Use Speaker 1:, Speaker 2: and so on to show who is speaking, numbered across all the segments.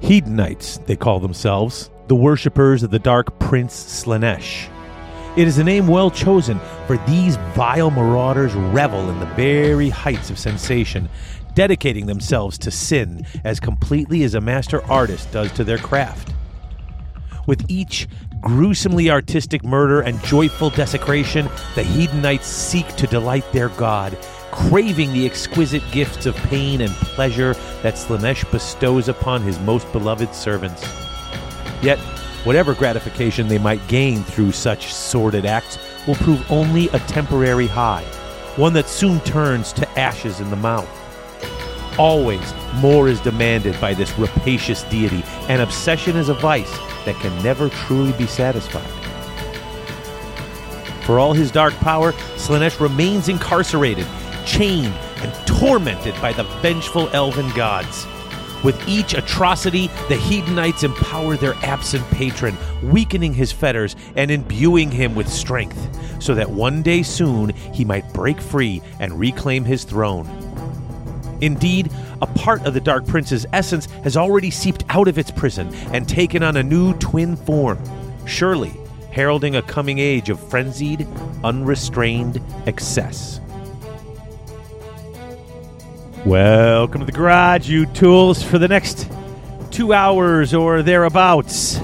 Speaker 1: Hedonites, they call themselves, the worshippers of the dark prince Slanesh. It is a name well chosen, for these vile marauders revel in the very heights of sensation, dedicating themselves to sin as completely as a master artist does to their craft. With each gruesomely artistic murder and joyful desecration, the Hedonites seek to delight their God, craving the exquisite gifts of pain and pleasure that Slanesh bestows upon his most beloved servants. Yet, whatever gratification they might gain through such sordid acts will prove only a temporary high, one that soon turns to ashes in the mouth. Always more is demanded by this rapacious deity, and obsession is a vice that can never truly be satisfied. For all his dark power, Slanesh remains incarcerated, chained, and tormented by the vengeful elven gods. With each atrocity, the Hedonites empower their absent patron, weakening his fetters and imbuing him with strength, so that one day soon he might break free and reclaim his throne. Indeed, a part of the Dark Prince's essence has already seeped out of its prison and taken on a new twin form, surely heralding a coming age of frenzied, unrestrained excess. Welcome to the garage, you tools, for the next two hours or thereabouts.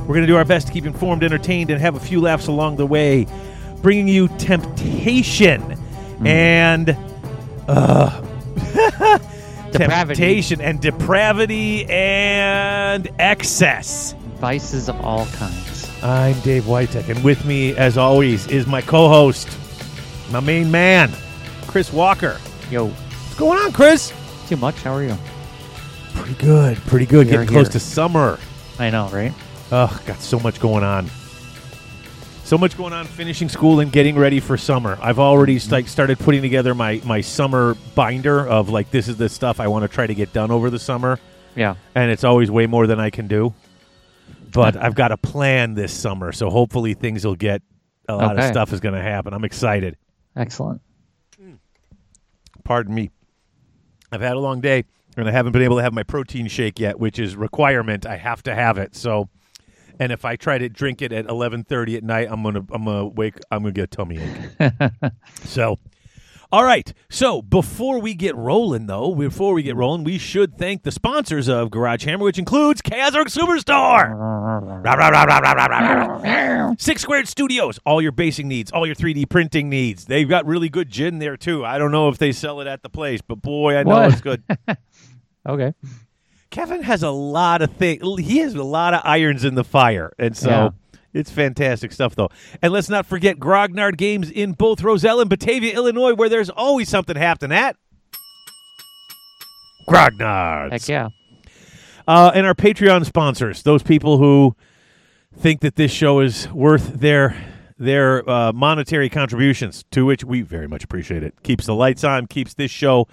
Speaker 1: We're going to do our best to keep informed, entertained, and have a few laughs along the way, bringing you temptation and uh,
Speaker 2: Depravity.
Speaker 1: temptation and depravity and excess.
Speaker 2: Vices of all kinds.
Speaker 1: I'm Dave Whitek, and with me, as always, is my co-host, my main man, Chris Walker.
Speaker 2: Yo,
Speaker 1: What's going on, Chris?
Speaker 2: too much. How are you?
Speaker 1: Pretty good, pretty good.
Speaker 2: We are
Speaker 1: Getting close
Speaker 2: here.
Speaker 1: to summer.
Speaker 2: I know, right?
Speaker 1: Ugh, got so much going on. So much going on. Finishing school and getting ready for summer. I've already
Speaker 2: Mm-hmm.
Speaker 1: like started putting together my my summer binder of like this is the stuff I want to try to get done over the summer,
Speaker 2: Yeah.
Speaker 1: and it's always way more than I can do. But I've got a plan this summer, so hopefully things will get a lot
Speaker 2: Okay.
Speaker 1: of stuff is going to happen. I'm excited.
Speaker 2: Excellent.
Speaker 1: Pardon me. I've had a long day and I haven't been able to have my protein shake yet, which is requirement. I have to have it. So and if I try to drink it at 11:30 at night, I'm going to I'm going to wake I'm going to get a tummy ache. so all right. So before we get rolling, though, before we get rolling, we should thank the sponsors of Garage Hammer, which includes Kazark Superstore. Rah, rah, rah, rah, rah, rah, rah, rah. Six Squared Studios, all your basing needs, all your 3D printing needs. They've got really good gin there, too. I don't know if they sell it at the place, but boy, I know
Speaker 2: What?
Speaker 1: it's good.
Speaker 2: Okay.
Speaker 1: Kevin has a lot of things. He has a lot of irons in the fire, and so
Speaker 2: Yeah.
Speaker 1: it's fantastic stuff, though. And let's not forget Grognard Games in both Roselle and Batavia, Illinois, where there's always something happening at Grognard's.
Speaker 2: Heck yeah.
Speaker 1: Uh, and our Patreon sponsors, those people who think that this show is worth their their uh, monetary contributions, to which we very much appreciate it. Keeps the lights on, keeps this show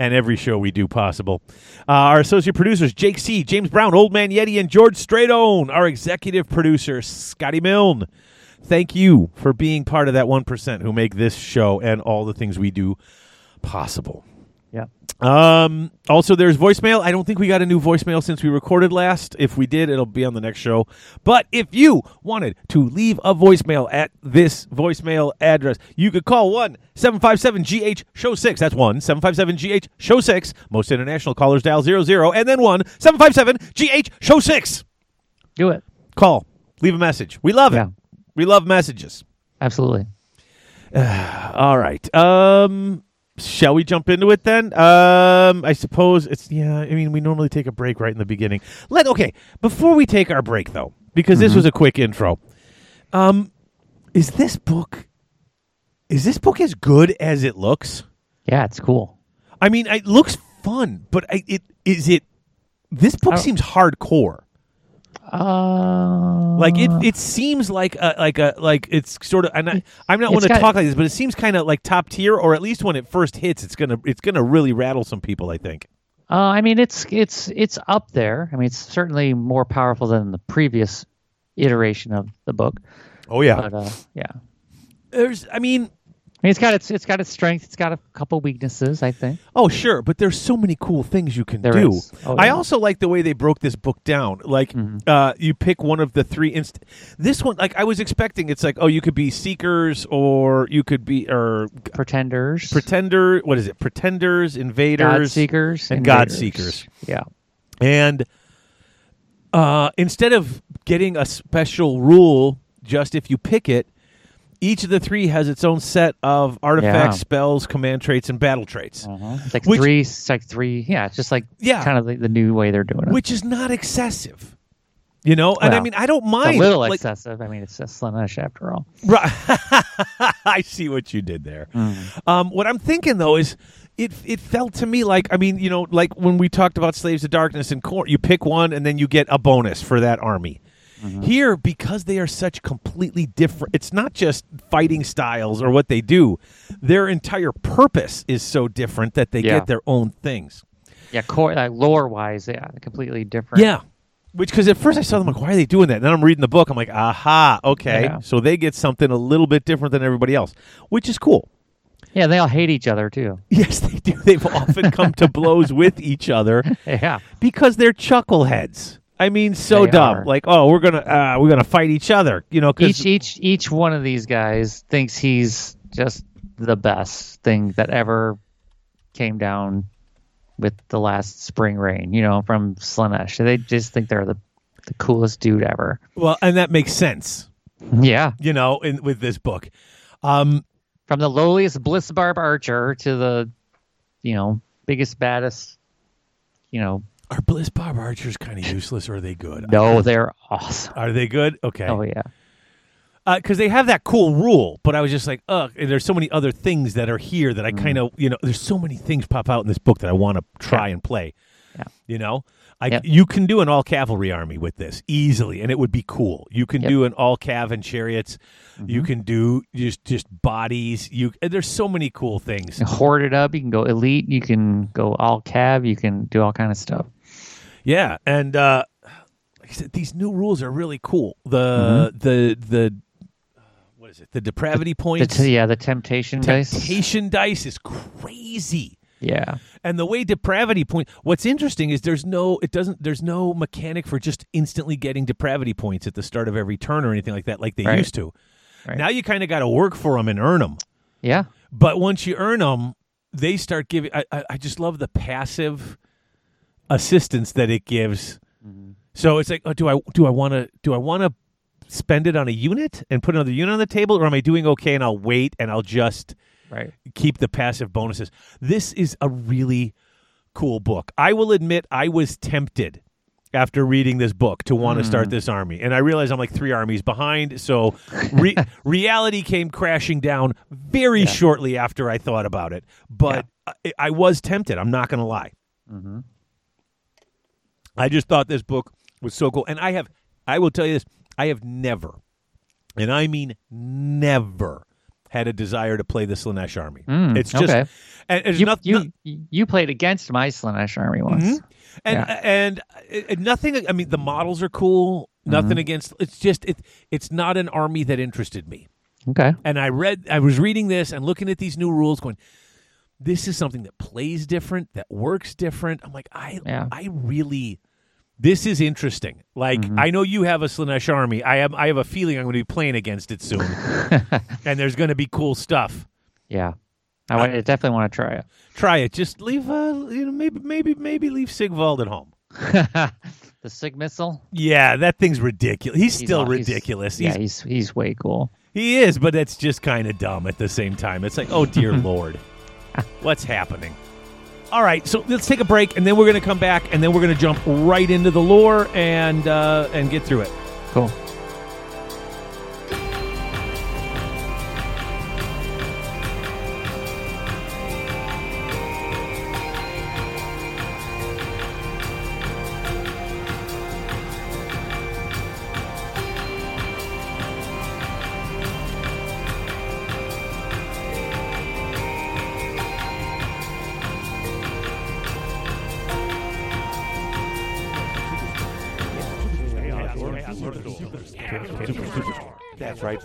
Speaker 1: and every show we do possible. Uh, our associate producers, Jake C., James Brown, Old Man Yeti, and George Stradone. Our executive producer, Scotty Milne. Thank you for being part of that 1% who make this show and all the things we do possible.
Speaker 2: Yeah.
Speaker 1: Um, also, there's voicemail. I don't think we got a new voicemail since we recorded last. If we did, it'll be on the next show. But if you wanted to leave a voicemail at this voicemail address, you could call 1 757 GH Show 6. That's 1 757 GH Show 6. Most international callers dial 00 and then 1 757 GH Show 6.
Speaker 2: Do it.
Speaker 1: Call, leave a message. We love
Speaker 2: Yeah.
Speaker 1: it. We love messages.
Speaker 2: Absolutely.
Speaker 1: All right. Um shall we jump into it then? Um I suppose it's yeah, I mean we normally take a break right in the beginning. Let okay, before we take our break though, because this was a quick intro. Um is this book is this book as good as it looks?
Speaker 2: Yeah, it's cool.
Speaker 1: I mean, it looks fun, but I, it is it this book
Speaker 2: don't-
Speaker 1: seems hardcore.
Speaker 2: Uh,
Speaker 1: Like it, it seems like a like a like it's sort of. I'm not, I'm not
Speaker 2: It's
Speaker 1: one to
Speaker 2: got-
Speaker 1: talk like this, but it seems kind of like top tier, or at least when it first hits, it's gonna it's gonna really rattle some people. I think.
Speaker 2: Uh, I mean, it's it's it's up there. I mean, it's certainly more powerful than the previous iteration of the book. Uh.
Speaker 1: Oh yeah,
Speaker 2: But uh, yeah,
Speaker 1: there's. I mean,
Speaker 2: I mean, it's got its it's got its strength. It's got a couple weaknesses, I think.
Speaker 1: Oh, sure, but there's so many cool things you can
Speaker 2: There
Speaker 1: do.
Speaker 2: is. Oh,
Speaker 1: I
Speaker 2: yeah. Mm-hmm.
Speaker 1: also like the way they broke this book down. Like, uh, you pick one of the three. Inst- this one, like, I was expecting, it's like, oh, you could be seekers, or you could be, or
Speaker 2: Pretenders,
Speaker 1: pretender. What is it? Pretenders,
Speaker 2: God
Speaker 1: invaders,
Speaker 2: seekers,
Speaker 1: and God
Speaker 2: invaders.
Speaker 1: seekers.
Speaker 2: Yeah,
Speaker 1: and uh, instead of getting a special rule, just if you pick it, each of the three has its own set of artifacts,
Speaker 2: Yeah. Mm-hmm.
Speaker 1: spells, command traits, and battle traits.
Speaker 2: it's like
Speaker 1: Which-
Speaker 2: three. It's like three. Yeah, it's just like
Speaker 1: Yeah.
Speaker 2: kind of like the new way they're doing it.
Speaker 1: which is not excessive. You know, and I
Speaker 2: Well,
Speaker 1: mean, I don't
Speaker 2: It's
Speaker 1: mind.
Speaker 2: a little
Speaker 1: like-
Speaker 2: excessive. I mean, it's just Slanesh after all.
Speaker 1: Right. I see what you did there.
Speaker 2: Mm.
Speaker 1: Um, what I'm thinking though is, it it felt to me like I mean, you know, like when we talked about Slaves of Darkness in court, you pick one and then you get a bonus for that army.
Speaker 2: Mm-hmm.
Speaker 1: Here, because they are such completely different, it's not just fighting styles or what they do. Their entire purpose is so different that they
Speaker 2: Yeah.
Speaker 1: get their own things.
Speaker 2: Yeah, core like lore wise, yeah, completely different.
Speaker 1: Yeah. Which, because at first I saw them like, why are they doing that? And then I'm reading the book. I'm like, aha, okay.
Speaker 2: Yeah.
Speaker 1: So they get something a little bit different than everybody else, which is cool.
Speaker 2: yeah, they all hate each other too.
Speaker 1: Yes, they do. They've often come to blows with each other
Speaker 2: Yeah,
Speaker 1: because they're chuckleheads. I mean, so
Speaker 2: They
Speaker 1: dumb.
Speaker 2: are.
Speaker 1: Like, oh, we're gonna uh, we're gonna fight each other. You know,
Speaker 2: each e-
Speaker 1: because
Speaker 2: each each one of these guys thinks he's just the best thing that ever came down with the last spring rain. You know, from Slanesh, they just think they're the the coolest dude ever.
Speaker 1: well, and that makes sense.
Speaker 2: Yeah,
Speaker 1: You know, in with this book, um,
Speaker 2: from the lowliest Blissbarb archer to the you know biggest baddest. You know,
Speaker 1: are Bliss Bob Archers kind of useless, or are they good?
Speaker 2: no, they're awesome.
Speaker 1: Are they good? Okay.
Speaker 2: Oh yeah.
Speaker 1: because Uh, they have that cool rule, but I was just like, ugh, and there's so many other things that are here that I
Speaker 2: Mm.
Speaker 1: kind of, you know, there's so many things pop out in this book that I want to try and play.
Speaker 2: Yeah.
Speaker 1: You know, I
Speaker 2: Yep.
Speaker 1: you can do an all cavalry army with this easily, and it would be cool. You can
Speaker 2: Yep. Mm-hmm.
Speaker 1: do an all cav and chariots. You can do just just bodies. You there's so many cool things.
Speaker 2: hoard it up. You can go elite. You can go all cav. You can do all kind of stuff.
Speaker 1: Yeah, and uh, like I said, these new rules are really cool. The the the what is it? The depravity
Speaker 2: Mm-hmm. The
Speaker 1: points.
Speaker 2: t- yeah, the temptation dice.
Speaker 1: Temptation dice is crazy.
Speaker 2: Yeah,
Speaker 1: And the way depravity point what's interesting is there's no it doesn't there's no mechanic for just instantly getting depravity points at the start of every turn or anything like that like they
Speaker 2: Right.
Speaker 1: used to.
Speaker 2: Right.
Speaker 1: Now you kind of got to work for them and earn them.
Speaker 2: yeah,
Speaker 1: But once you earn them, they start giving I, I, I just love the passive assistance that it gives.
Speaker 2: Mm-hmm.
Speaker 1: So it's like, oh, do I do I want to do I want to spend it on a unit and put another unit on the table or am I doing okay and I'll wait and I'll just
Speaker 2: right.
Speaker 1: keep the passive bonuses. This is a really cool book. I will admit I was tempted after reading this book to want to
Speaker 2: Mm.
Speaker 1: start this army. And I realized I'm like three armies behind. So re- reality came crashing down very shortly after I thought about it. But I, I was tempted. I'm not going to lie.
Speaker 2: Mm-hmm.
Speaker 1: I just thought this book was so cool. And I have, I will tell you this, I have never, and I mean never, had a desire to play the Slanesh army.
Speaker 2: Mm,
Speaker 1: it's just,
Speaker 2: okay.
Speaker 1: and it's
Speaker 2: You,
Speaker 1: noth- no-
Speaker 2: you you played against my Slanesh army once.
Speaker 1: Mhm. and,
Speaker 2: yeah.
Speaker 1: and uh, and nothing. I mean, the models are cool. Nothing
Speaker 2: Mm-hmm.
Speaker 1: against. It's just it. It's not an army that interested me.
Speaker 2: Okay.
Speaker 1: And I read. I was reading this and looking at these new rules, going, "This is something that plays different, that works different." I'm like, I,
Speaker 2: Yeah.
Speaker 1: I really. This is interesting. Like
Speaker 2: Mm-hmm.
Speaker 1: I know you have a Slanesh army. I have I have a feeling I'm going to be playing against it soon, and there's going to be cool stuff.
Speaker 2: Yeah, I, wa- I definitely want to try it.
Speaker 1: Try it. Just leave. Uh, you know, maybe maybe maybe leave Sigvald at home.
Speaker 2: the Sig missile.
Speaker 1: Yeah, that thing's ridiculous. He's,
Speaker 2: He's
Speaker 1: still
Speaker 2: aw- he's-
Speaker 1: ridiculous.
Speaker 2: yeah,
Speaker 1: He's,
Speaker 2: he's he's way cool.
Speaker 1: He is, but that's just kind of dumb at the same time. It's like, oh dear lord, what's happening? All right, so let's take a break, and then we're going to come back, and then we're going to jump right into the lore and uh, and get through it.
Speaker 2: Cool.
Speaker 3: That's right,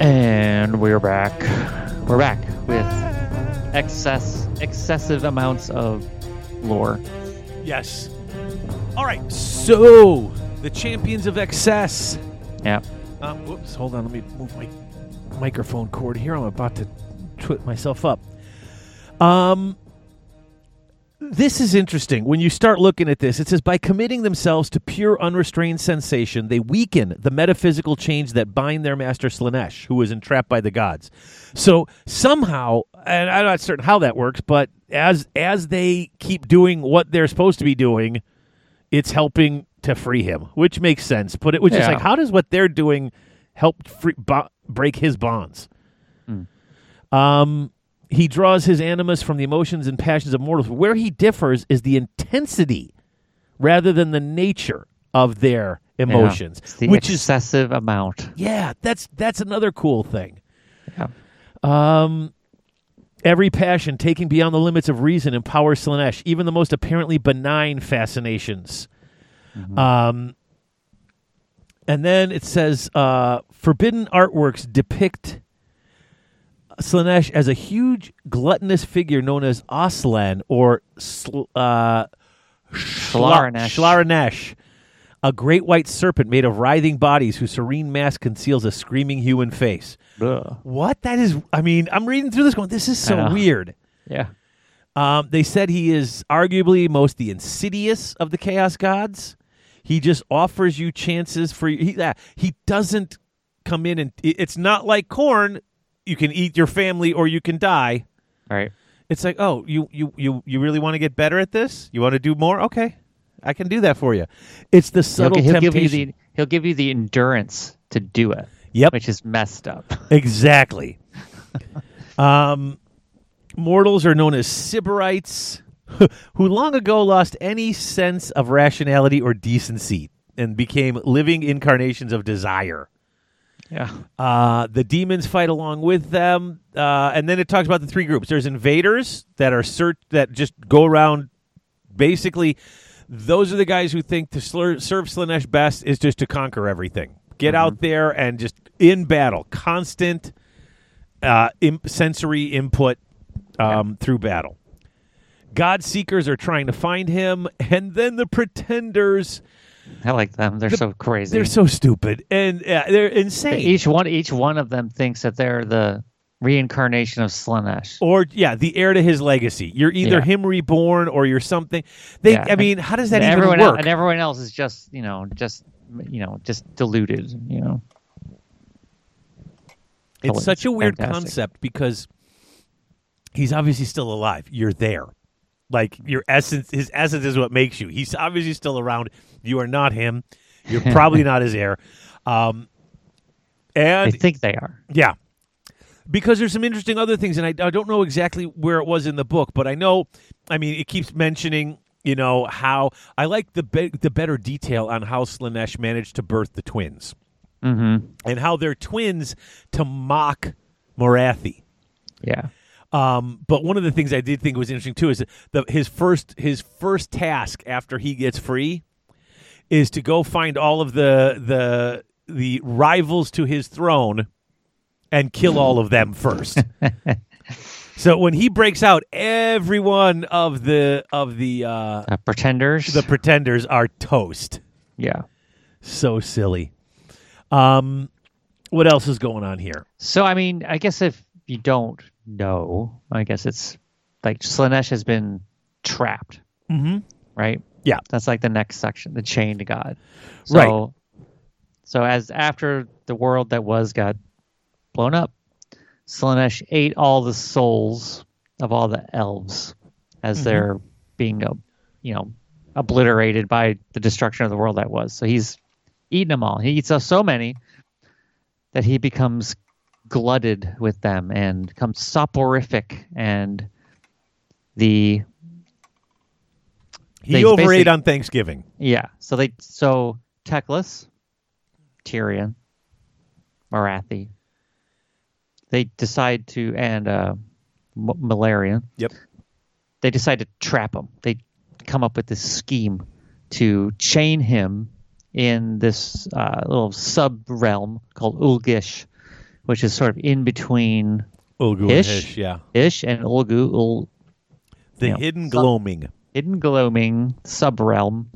Speaker 2: And we're back. We're back with excess excessive amounts of lore.
Speaker 1: Yes. All right. So the champions of excess.
Speaker 2: Yeah.
Speaker 1: Um, whoops. Hold on. Let me move my microphone cord here. I'm about to twit myself up. Um. This is interesting. When you start looking at this, it says by committing themselves to pure unrestrained sensation, they weaken the metaphysical chains that bind their master Slanesh, who is entrapped by the gods. So somehow, and I'm not certain how that works, but as as they keep doing what they're supposed to be doing, it's helping to free him, which makes sense. But it was just
Speaker 2: Yeah.
Speaker 1: like, how does what they're doing help free, bo- break his bonds? Um, he draws his animus from the emotions and passions of mortals. Where he differs is the intensity rather than the nature of their
Speaker 2: Yeah.
Speaker 1: emotions,
Speaker 2: It's the
Speaker 1: which is
Speaker 2: excessive amount.
Speaker 1: yeah, that's that's another cool thing.
Speaker 2: Yeah.
Speaker 1: Um, every passion taken beyond the limits of reason empowers Slanesh, even the most apparently benign fascinations. Um, and then it says uh, forbidden artworks depict Slanesh as a huge gluttonous figure known as Aslan or Sl- uh, Shla-
Speaker 2: Shlaranesh.
Speaker 1: Shlaranesh, a great white serpent made of writhing bodies whose serene mask conceals a screaming human face. What? That is, I mean, I'm reading through this going, this is
Speaker 2: I
Speaker 1: so
Speaker 2: know.
Speaker 1: weird.
Speaker 2: Yeah.
Speaker 1: Um, they said he is arguably most the insidious of the chaos gods. He just offers you chances for he. Uh, he doesn't come in and it- it's not like corn. You can eat your family or you can die.
Speaker 2: Right.
Speaker 1: It's like, oh, you you you you really want to get better at this? You want to do more? Okay, I can do that for you. It's the
Speaker 2: He'll,
Speaker 1: subtle
Speaker 2: he'll give
Speaker 1: temptation.
Speaker 2: you the he'll give you the endurance to do it.
Speaker 1: Yep.
Speaker 2: Which is messed up.
Speaker 1: Exactly. um, mortals are known as Sybarites, who long ago lost any sense of rationality or decency and became living incarnations of desire.
Speaker 2: Yeah.
Speaker 1: Uh, the demons fight along with them, uh, and then it talks about the three groups. There's invaders that are search that just go around. Basically, those are the guys who think to slur- serve Slanesh best is just to conquer everything. Get out there and just in battle, constant uh, imp- sensory input um, through battle. God seekers are trying to find him, and then the pretenders.
Speaker 2: I like them. They're so crazy.
Speaker 1: They're so stupid and uh, they're insane.
Speaker 2: each one each one of them thinks that they're the reincarnation of Slanesh.
Speaker 1: or yeah, the heir to his legacy. You're either
Speaker 2: Yeah.
Speaker 1: him reborn or you're something. They,
Speaker 2: Yeah.
Speaker 1: I mean, how does that
Speaker 2: And
Speaker 1: even
Speaker 2: everyone
Speaker 1: work?
Speaker 2: else, and everyone else is just, you know, just you know, just deluded, you know.
Speaker 1: it's such a weird
Speaker 2: Fantastic.
Speaker 1: concept because he's obviously still alive. You're there, like your essence. His essence is what makes you. He's obviously still around. You are not him. You're probably not his heir. Um,
Speaker 2: They
Speaker 1: and
Speaker 2: think they are.
Speaker 1: Yeah. Because there's some interesting other things, and I, I don't know exactly where it was in the book, but I know, I mean, it keeps mentioning, you know, how I like the be- the better detail on how Slanesh managed to birth the twins,
Speaker 2: Mm-hmm.
Speaker 1: and how they're twins to mock Morathi.
Speaker 2: Yeah.
Speaker 1: Um, but one of the things I did think was interesting too is that the, his first his first task after he gets free is to go find all of the the the rivals to his throne and kill all of them first. so when he breaks out, every one of the of the uh,
Speaker 2: Uh, pretenders.
Speaker 1: the pretenders are toast.
Speaker 2: yeah.
Speaker 1: So silly. Um, what else is going on here?
Speaker 2: So I mean, I guess if you don't know, I guess it's like Slanesh has been trapped,
Speaker 1: Mm-hmm.
Speaker 2: right?
Speaker 1: Yeah.
Speaker 2: That's like the next section, the chain to God. So,
Speaker 1: Right.
Speaker 2: So as after the world that was got blown up, Slanesh ate all the souls of all the elves
Speaker 1: Mm-hmm.
Speaker 2: as they're being, uh, you know, obliterated by the destruction of the world that was. So he's eaten them all. He eats up so many that he becomes glutted with them and becomes soporific and the
Speaker 1: He
Speaker 2: Things
Speaker 1: overate
Speaker 2: basically-
Speaker 1: on Thanksgiving.
Speaker 2: yeah. So they so Teclis, Tyrion, Marathi. They decide to and uh, M- Malarian.
Speaker 1: Yep.
Speaker 2: They decide to trap him. They come up with this scheme to chain him in this uh, little sub realm called Ulgish, which is sort of in between
Speaker 1: Ulgu and
Speaker 2: Ish?
Speaker 1: Hish, yeah.
Speaker 2: Ish and Ulgu, Ul,
Speaker 1: The
Speaker 2: Yeah.
Speaker 1: hidden
Speaker 2: Some-
Speaker 1: gloaming.
Speaker 2: hidden gloaming subrealm.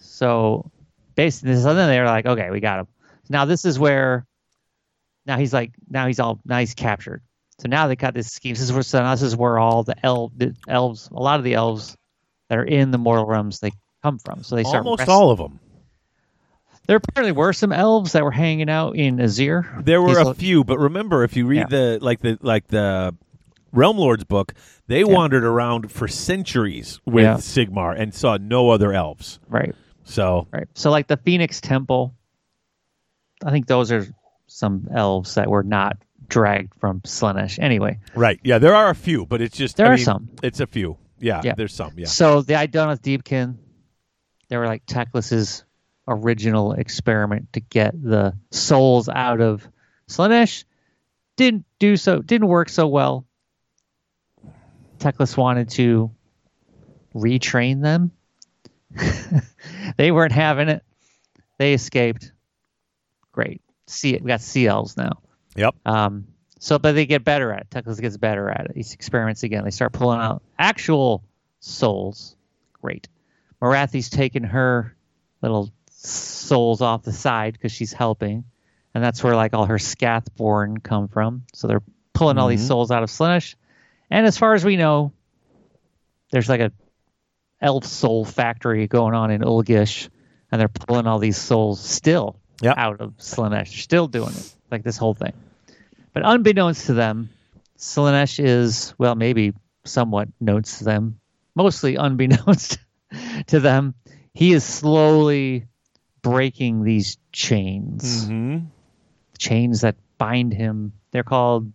Speaker 2: So basically, so then they were like, okay, we got him. Now this is where now he's like now he's all now he's captured. So now they got this scheme. This is where so now this is where all the elf the elves a lot of the elves that are in the mortal realms they come from. So they start
Speaker 1: Almost
Speaker 2: wrestling.
Speaker 1: all of them.
Speaker 2: There apparently were some elves that were hanging out in Azir.
Speaker 1: There were
Speaker 2: These
Speaker 1: a
Speaker 2: little-
Speaker 1: few, but remember, if you read the like the like the Realm Lords book, they wandered around for centuries with
Speaker 2: Yeah.
Speaker 1: Sigmar and saw no other elves.
Speaker 2: right.
Speaker 1: So
Speaker 2: Right. So like the Phoenix Temple, I think those are some elves that were not dragged from Slinish. Anyway,
Speaker 1: right, yeah, there are a few, but it's just
Speaker 2: There
Speaker 1: I
Speaker 2: are
Speaker 1: mean,
Speaker 2: some.
Speaker 1: It's a few, yeah,
Speaker 2: Yeah.
Speaker 1: There's some, yeah.
Speaker 2: so the Idonath Deepkin, they were like Teclis's original experiment to get the souls out of Slinish. Didn't do so. Didn't work so well. Teclis wanted to retrain them. they weren't having it. They escaped. Great. See it. We got sea elves now.
Speaker 1: Yep.
Speaker 2: Um, so, but they get better at it. Teclis gets better at it. He experiments again. They start pulling out actual souls. Great. Marathi's taking her little souls off the side because she's helping, and that's where like all her Scathborn come from. So they're pulling all these souls out of Slinish, and as far as we know, there's like a elf soul factory going on in Ulgish, and they're pulling all these souls still
Speaker 1: Yep.
Speaker 2: out of Slanesh, still doing it, like this whole thing. But unbeknownst to them, Slanesh is, well, maybe somewhat notes to them, mostly unbeknownst to them. He is slowly breaking these chains,
Speaker 1: Mhm.
Speaker 2: chains that bind him. They're called,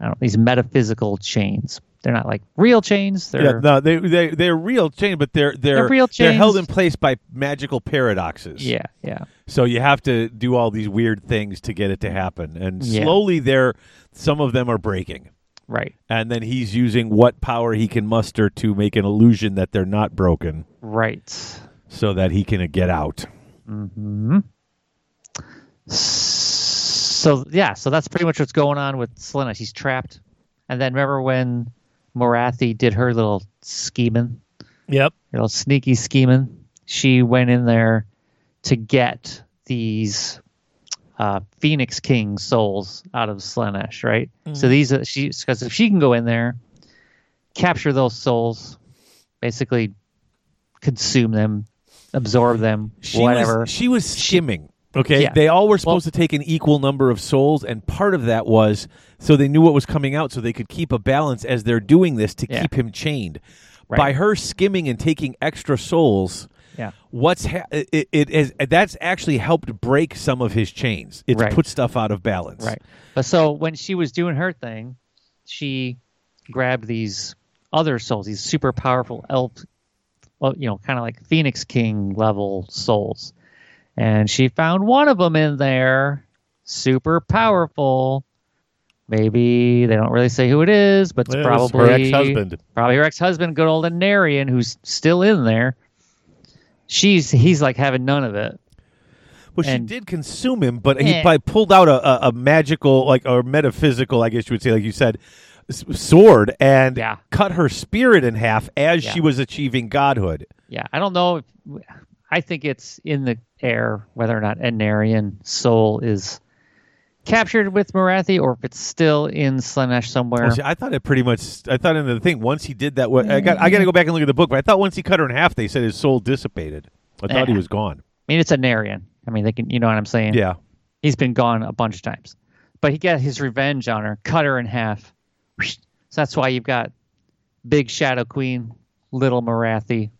Speaker 2: I don't know, these metaphysical chains. They're not like real chains. They're
Speaker 1: Yeah, no, they they they're real chain, but they're they're
Speaker 2: They're real
Speaker 1: they're held in
Speaker 2: chains.
Speaker 1: place by magical paradoxes.
Speaker 2: Yeah, yeah.
Speaker 1: So you have to do all these weird things to get it to happen, and
Speaker 2: Yeah.
Speaker 1: slowly they're some of them are breaking.
Speaker 2: Right.
Speaker 1: and then he's using what power he can muster to make an illusion that they're not broken
Speaker 2: Right.
Speaker 1: so that he can get out.
Speaker 2: So yeah, so that's pretty much what's going on with Selena. She's trapped. And then remember when Morathi did her little scheming,
Speaker 4: Yep.
Speaker 2: her little sneaky scheming? She went in there to get these uh, Phoenix King souls out of Slanesh, right?
Speaker 1: Mm-hmm.
Speaker 2: So these are she because if she can go in there, capture those souls, basically consume them, absorb them, whatever.
Speaker 1: Was, she was skimming. Okay,
Speaker 2: Yeah.
Speaker 1: they all were supposed to take an equal number of souls, and part of that was so they knew what was coming out, so they could keep a balance as they're doing this to
Speaker 2: Yeah.
Speaker 1: keep him chained.
Speaker 2: Right.
Speaker 1: By her skimming and taking extra souls,
Speaker 2: Yeah.
Speaker 1: what's ha- it, it is that's actually helped break some of his chains. It's
Speaker 2: Right.
Speaker 1: put stuff out of balance.
Speaker 2: Right. But so when she was doing her thing, she grabbed these other souls, these super powerful elf, well, you know, kind of like Phoenix King level souls. And she found one of them in there, super powerful. Maybe they don't really say who it is, but it's
Speaker 4: It was
Speaker 2: probably
Speaker 4: her ex-husband.
Speaker 2: Probably her ex-husband, good old Anarian, who's still in there. She's he's like having none of it.
Speaker 1: Well, she
Speaker 2: And-
Speaker 1: did consume him, but he
Speaker 2: Eh.
Speaker 1: by pulled out a, a, a magical, like or metaphysical, I guess you would say, like you said, s- sword and
Speaker 2: Yeah.
Speaker 1: cut her spirit in half as
Speaker 2: Yeah.
Speaker 1: she was achieving godhood.
Speaker 2: Yeah, I don't know. If, I think it's in the air whether or not Anarian soul is captured with Marathi or if it's still in Slanesh somewhere.
Speaker 1: Well, see, I thought it pretty much. I thought in the thing once he did that, what I got, I got to go back and look at the book, but I thought once he cut her in half, they said his soul dissipated. I thought he
Speaker 2: Eh.
Speaker 1: was gone.
Speaker 2: I mean, it's Anarian. I mean, they can, you know what I'm saying?
Speaker 1: Yeah.
Speaker 2: He's been gone a bunch of times, but he got his revenge on her, cut her in half. So that's why you've got Big Shadow Queen, Little Marathi.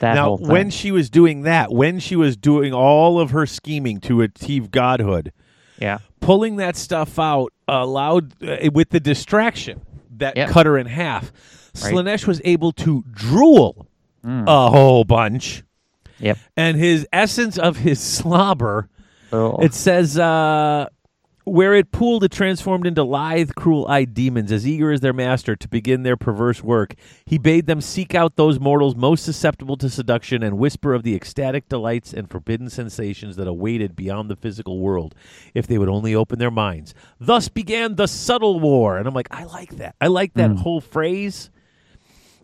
Speaker 2: That
Speaker 1: now,
Speaker 2: whole thing.
Speaker 1: when she was doing that, when she was doing all of her scheming to achieve godhood,
Speaker 2: yeah,
Speaker 1: pulling that stuff out allowed uh, with the distraction that
Speaker 2: Yep.
Speaker 1: cut her in half.
Speaker 2: Right.
Speaker 1: Slanesh was able to drool a whole bunch,
Speaker 2: yep.
Speaker 1: and his essence of his slobber.
Speaker 2: Oh,
Speaker 1: It says uh, where it pooled, it transformed into lithe, cruel-eyed demons, as eager as their master to begin their perverse work. He bade them seek out those mortals most susceptible to seduction and whisper of the ecstatic delights and forbidden sensations that awaited beyond the physical world, if they would only open their minds. Thus began the subtle war, and I'm like, I like that. I like that whole phrase.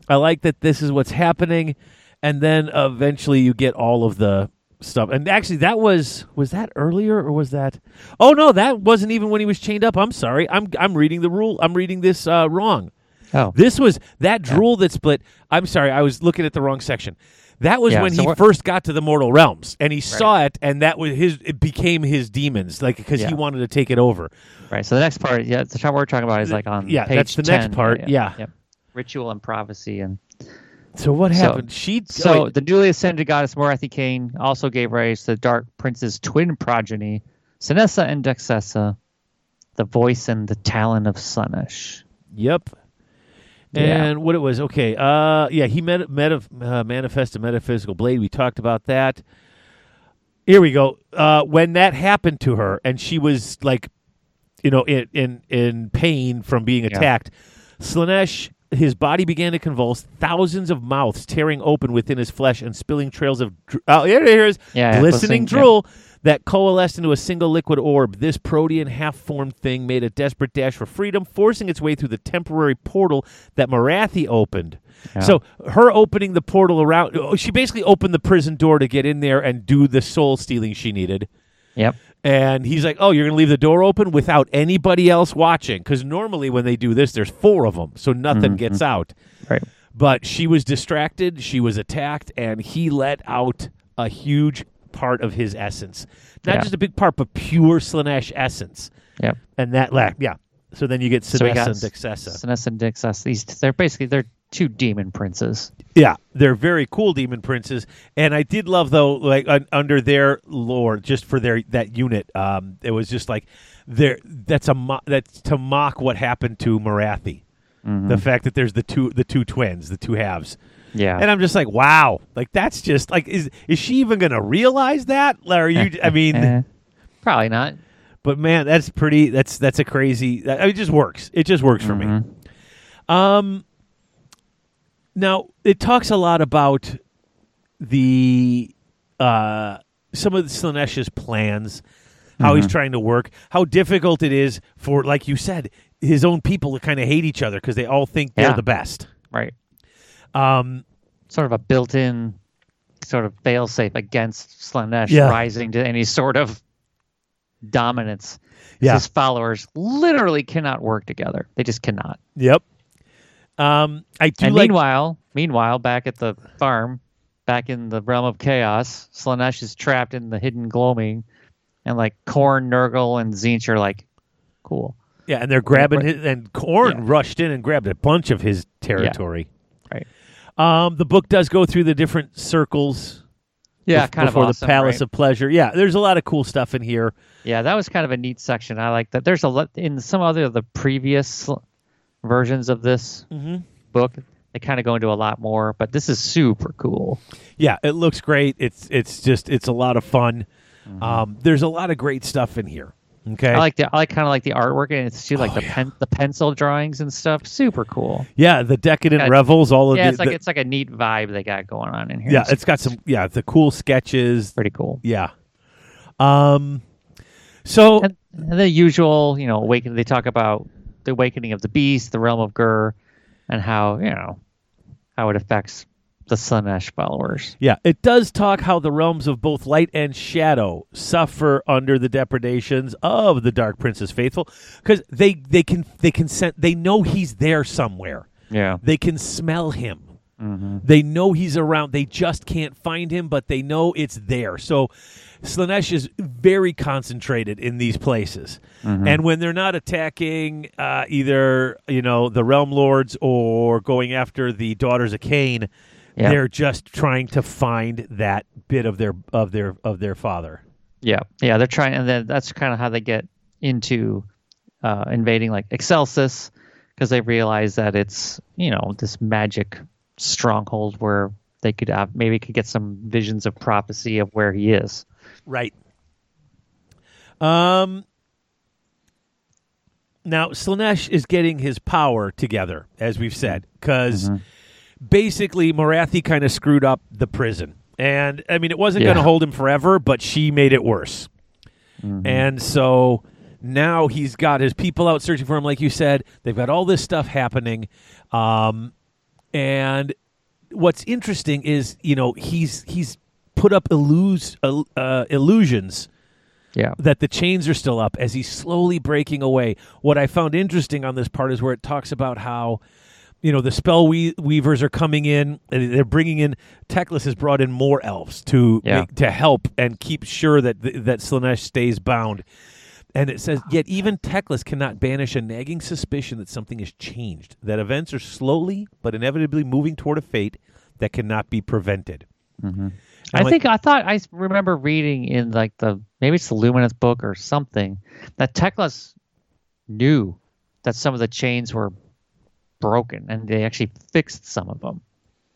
Speaker 1: I like that this is what's happening, and then eventually you get all of the stuff. And actually, that was was that earlier or was that? Oh no, that wasn't even when he was chained up. I'm sorry, I'm I'm reading the rule. I'm reading this uh, wrong.
Speaker 2: oh.
Speaker 1: This was that drool that split. I'm sorry, I was looking at the wrong section. That was
Speaker 2: Yeah,
Speaker 1: when
Speaker 2: so
Speaker 1: he
Speaker 2: what-
Speaker 1: first got to the mortal realms, and he saw it, and that was his. It became his demons, like because he
Speaker 2: Yeah.
Speaker 1: wanted to take it over.
Speaker 2: Right. So the next part, yeah, the part we're talking about is like on
Speaker 1: Yeah,
Speaker 2: page
Speaker 1: that's the next
Speaker 2: 10.
Speaker 1: part, yeah.
Speaker 2: Yep. Ritual and prophecy, and
Speaker 1: So what
Speaker 2: So-
Speaker 1: happened? she
Speaker 2: so
Speaker 1: wait,
Speaker 2: the newly ascended goddess Morathi Kane also gave rise to the Dark Prince's twin progeny, Senessa and Dexessa, the voice and the talon of Sunesh.
Speaker 1: Yep.
Speaker 2: Yeah.
Speaker 1: And what it was, okay. Uh, yeah, he met, met uh, manifest a metaphysical blade. We talked about that. Here we go. Uh, when that happened to her, and she was like, you know, in in, in pain from being attacked, Slanesh, his body began to convulse. Thousands of mouths tearing open within his flesh and spilling trails of dr- oh, here, here it is,
Speaker 2: Yeah, yeah,
Speaker 1: glistening
Speaker 2: glistening, yeah.
Speaker 1: drool pool that coalesced into a single liquid orb. This protean, half formed thing made a desperate dash for freedom, forcing its way through the temporary portal that Marathi opened. So, her opening the portal around, oh, she basically opened the prison door to get in there and do the soul stealing she needed.
Speaker 2: Yep.
Speaker 1: And he's like, "Oh, you're going to leave the door open without anybody else watching?" Because normally when they do this, there's four of them, so nothing gets out.
Speaker 2: Right.
Speaker 1: But she was distracted. She was attacked, and he let out a huge part of his essence. Not
Speaker 2: Yeah.
Speaker 1: just a big part, but pure Slanesh essence.
Speaker 2: Yep.
Speaker 1: And that lack, yeah. So then you get
Speaker 2: So we
Speaker 1: Sinessa
Speaker 2: got
Speaker 1: and Dexessa.
Speaker 2: Senessa and Dexessa. These they're basically they're two demon princes.
Speaker 1: Yeah, they're very cool demon princes, and I did love though, like un- under their lore, just for their that unit, um, it was just like there. That's a mo- that's to mock what happened to Marathi,
Speaker 2: Mm-hmm.
Speaker 1: the fact that there's the two the two twins, the two halves,
Speaker 2: Yeah.
Speaker 1: and I'm just like, wow, like that's just like is is she even gonna realize that? Or Are you? I mean,
Speaker 2: Eh, probably not.
Speaker 1: but man, that's pretty. That's that's a crazy. That, it just works. It just works for me.
Speaker 2: Mm-hmm.
Speaker 1: Um. Now it talks a lot about the uh, some of Slanesh's plans, how
Speaker 2: Mm-hmm.
Speaker 1: he's trying to work, how difficult it is for, like you said, his own people to kind of hate each other because they all think
Speaker 2: Yeah.
Speaker 1: they're the best.
Speaker 2: Right.
Speaker 1: Um,
Speaker 2: Sort of a built-in sort of failsafe against Slanesh
Speaker 1: Yeah.
Speaker 2: rising to any sort of dominance.
Speaker 1: Yeah.
Speaker 2: His followers literally cannot work together. They just cannot.
Speaker 1: yep. Um, I do
Speaker 2: and
Speaker 1: like.
Speaker 2: meanwhile, meanwhile, back at the farm, back in the realm of chaos, Slanesh is trapped in the hidden gloaming, and like Korn, Nurgle, and Zinch are like, cool,
Speaker 1: Yeah, and they're grabbing his and Korn rushed in and grabbed a bunch of his territory.
Speaker 2: right?
Speaker 1: Um, the book does go through the different circles.
Speaker 2: Yeah,
Speaker 1: bef-
Speaker 2: kind
Speaker 1: before
Speaker 2: of awesome,
Speaker 1: the Palace
Speaker 2: right?
Speaker 1: of Pleasure. Yeah, there's a lot of cool stuff in here.
Speaker 2: Yeah, that was kind of a neat section. I like that. There's a lot in some other of the previous l- versions of this book. They kind of go into a lot more, but this is super cool.
Speaker 1: Yeah, it looks great. It's it's just it's a lot of fun. Um, there's a lot of great stuff in here. Okay.
Speaker 2: Mm-hmm. I like the I like kind of like the artwork and it's too like
Speaker 1: Oh,
Speaker 2: the pen the pencil drawings and stuff. Super cool.
Speaker 1: yeah, the decadent
Speaker 2: Yeah.
Speaker 1: revels. All of
Speaker 2: Yeah,
Speaker 1: the,
Speaker 2: it's like
Speaker 1: the-
Speaker 2: it's like a neat vibe they got going on in here.
Speaker 1: yeah, it's got some yeah the cool sketches.
Speaker 2: pretty cool.
Speaker 1: Yeah. Um. So
Speaker 2: And, and the usual, you know, awakening. They talk about the awakening of the beast, the realm of Gur, and how you know how it affects the Sunesh followers.
Speaker 1: Yeah, it does talk how the realms of both light and shadow suffer under the depredations of the Dark Prince's faithful because they they can they can sen- they know he's there somewhere.
Speaker 2: Yeah, Mm-hmm.
Speaker 1: They can smell him. They know he's around. They just can't find him, but they know it's there. So Slanesh is very concentrated in these places,
Speaker 2: Mm-hmm.
Speaker 1: and when they're not attacking uh, either, you know, the Realm Lords or going after the Daughters of Cain,
Speaker 2: Yeah.
Speaker 1: they're just trying to find that bit of their of their of their father.
Speaker 2: Yeah, yeah, they're trying, and then that's kind of how they get into uh, invading like Excelsis because they realize that it's you know this magic stronghold where they could uh, maybe could get some visions of prophecy of where he is.
Speaker 1: Right. Um. Now Slanesh is getting his power together, as we've said, because basically Marathi kind of screwed up the prison, and I mean it wasn't going to
Speaker 2: Yeah.
Speaker 1: hold him forever, but she made it worse, and so now he's got his people out searching for him, like you said. They've got all this stuff happening, um, and what's interesting is you know he's he's put up illus- ill- uh, illusions
Speaker 2: Yeah,
Speaker 1: that the chains are still up as he's slowly breaking away. What I found interesting on this part is where it talks about how, you know, the spell we- weavers are coming in. and They're bringing in. Teclis has brought in more elves to
Speaker 2: Yeah.
Speaker 1: make- to help and keep sure that th- that Slanesh stays bound. And it says, yet even Teclis cannot banish a nagging suspicion that something has changed. That events are slowly but inevitably moving toward a fate that cannot be prevented.
Speaker 2: I
Speaker 1: like-
Speaker 2: think I thought I s- remember reading in like the maybe it's the Luminous book or something that Teclas knew that some of the chains were broken and they actually fixed some of them.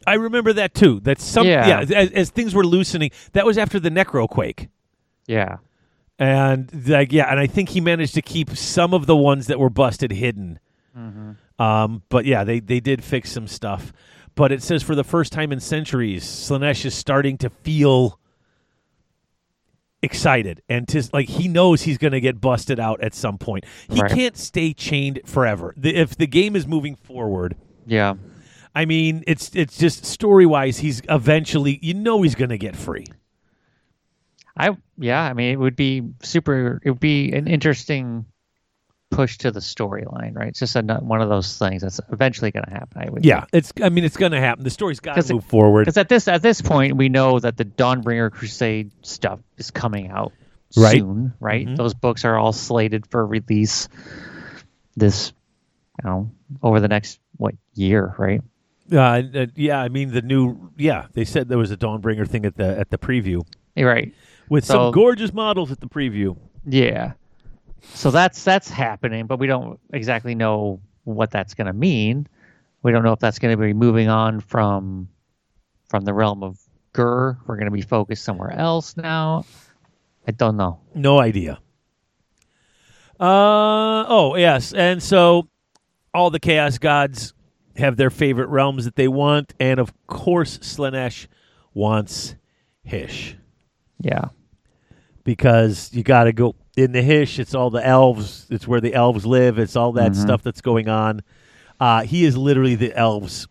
Speaker 1: I remember that too. That some yeah,
Speaker 2: Yeah.
Speaker 1: as, as things were loosening, that was after the necro quake,
Speaker 2: Yeah,
Speaker 1: and like yeah, and I think he managed to keep some of the ones that were busted hidden. Um, but yeah, they they did fix some stuff. But it says for the first time in centuries, Slanesh is starting to feel excited and tis, like he knows he's going to get busted out at some point. He
Speaker 2: Right.
Speaker 1: can't stay chained forever. The, if the game is moving forward,
Speaker 2: yeah.
Speaker 1: I mean, it's it's just story wise, he's eventually you know he's gonna get free.
Speaker 2: I yeah, I mean it would be super. It would be an interesting push to the storyline, right? It's just a, one of those things that's eventually going to happen. I would
Speaker 1: it's I mean it's gonna happen. The story's got
Speaker 2: 'Cause
Speaker 1: to
Speaker 2: it-
Speaker 1: move forward.
Speaker 2: because at this at this point we know that the Dawnbringer Crusade stuff is coming out
Speaker 1: Right.
Speaker 2: soon, right? Those books are all slated for release this, you know, over the next what year, right?
Speaker 1: Uh, uh, yeah, I mean the new yeah they said there was a Dawnbringer thing at the at the preview
Speaker 2: Right.
Speaker 1: with
Speaker 2: So-
Speaker 1: some gorgeous models at the preview.
Speaker 2: Yeah. So that's that's happening, but we don't exactly know what that's going to mean. We don't know if that's going to be moving on from from the realm of Gur. We're going to be focused somewhere else now. I don't know.
Speaker 1: No idea. Uh oh yes, and so all the chaos gods have their favorite realms that they want, and of course Slanesh wants Hish.
Speaker 2: Yeah.
Speaker 1: because you got to go in the Hish. It's all the elves. It's where the elves live. It's all
Speaker 2: Mm-hmm.
Speaker 1: that stuff that's going on. Uh, he is literally the elves'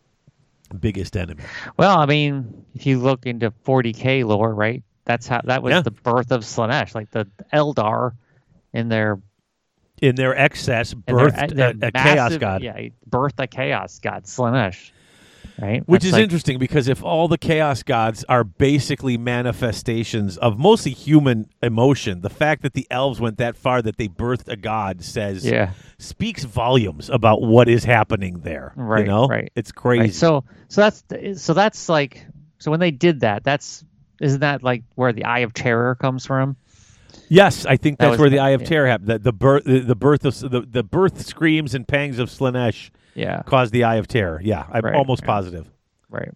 Speaker 1: biggest enemy.
Speaker 2: Well, I mean, if you look into 40k lore, right? That's how that was
Speaker 1: Yeah.
Speaker 2: the birth of Slanesh, like the Eldar in their
Speaker 1: In their excess,
Speaker 2: in their- uh,
Speaker 1: birthed
Speaker 2: their
Speaker 1: a, a chaos
Speaker 2: massive-
Speaker 1: god,
Speaker 2: Yeah, birthed a chaos god, Slanesh. Right?
Speaker 1: which
Speaker 2: That's
Speaker 1: is
Speaker 2: like-
Speaker 1: interesting because if all the chaos gods are basically manifestations of mostly human emotion, the fact that the elves went that far that they birthed a god says
Speaker 2: Yeah.
Speaker 1: speaks volumes about what is happening there.
Speaker 2: Right,
Speaker 1: you know,
Speaker 2: right.
Speaker 1: it's crazy.
Speaker 2: Right, so so that's so that's like so when they did that, that's isn't that like where the Eye of Terror comes from?
Speaker 1: Yes, I think
Speaker 2: That
Speaker 1: that's
Speaker 2: was
Speaker 1: where the
Speaker 2: the-
Speaker 1: Eye of
Speaker 2: yeah.
Speaker 1: Terror happened. The, the birth, the, the birth of the, the birth screams and pangs of Slanesh
Speaker 2: Yeah.
Speaker 1: caused the Eye of Terror. Yeah, I'm
Speaker 2: Right,
Speaker 1: almost
Speaker 2: right.
Speaker 1: positive.
Speaker 2: Right.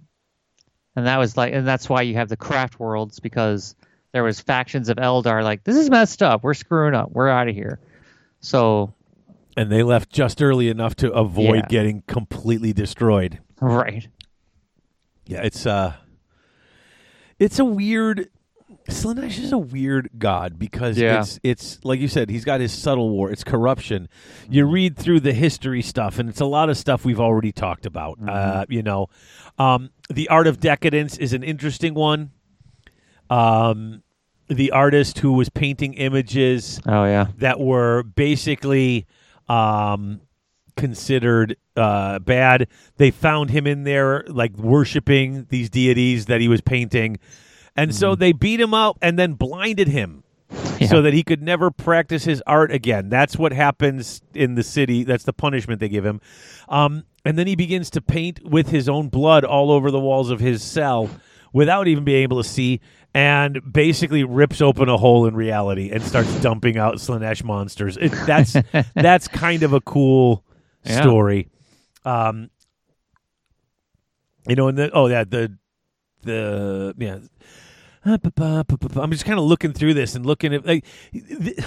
Speaker 2: And that was like, and that's why you have the craft worlds because there was factions of Eldar like, this is messed up. We're screwing up. We're out of here. So
Speaker 1: And they left just early enough to avoid
Speaker 2: Yeah.
Speaker 1: getting completely destroyed.
Speaker 2: right,
Speaker 1: Yeah, it's uh, it's a weird. Slanesh is a weird god because
Speaker 2: Yeah.
Speaker 1: it's it's like you said, he's got his subtle war. It's corruption. You read through the history stuff, and it's a lot of stuff we've already talked about. Uh, you know, um, the art of decadence is an interesting one. Um, the artist who was painting images
Speaker 2: oh yeah,
Speaker 1: that were basically um, considered uh, bad. They found him in there, like worshiping these deities that he was painting, And so they beat him up and then blinded him
Speaker 2: Hmm. Yeah.
Speaker 1: so that he could never practice his art again. That's what happens in the city. That's the punishment they give him. Um, and then he begins to paint with his own blood all over the walls of his cell without even being able to see and basically rips open a hole in reality and starts dumping out Slanesh monsters. It, that's that's kind of a cool
Speaker 2: Yeah.
Speaker 1: story. Um, you know, and the oh yeah, the the yeah. Uh, ba- ba- ba- ba- ba. I'm just kind of looking through this and looking at like, th-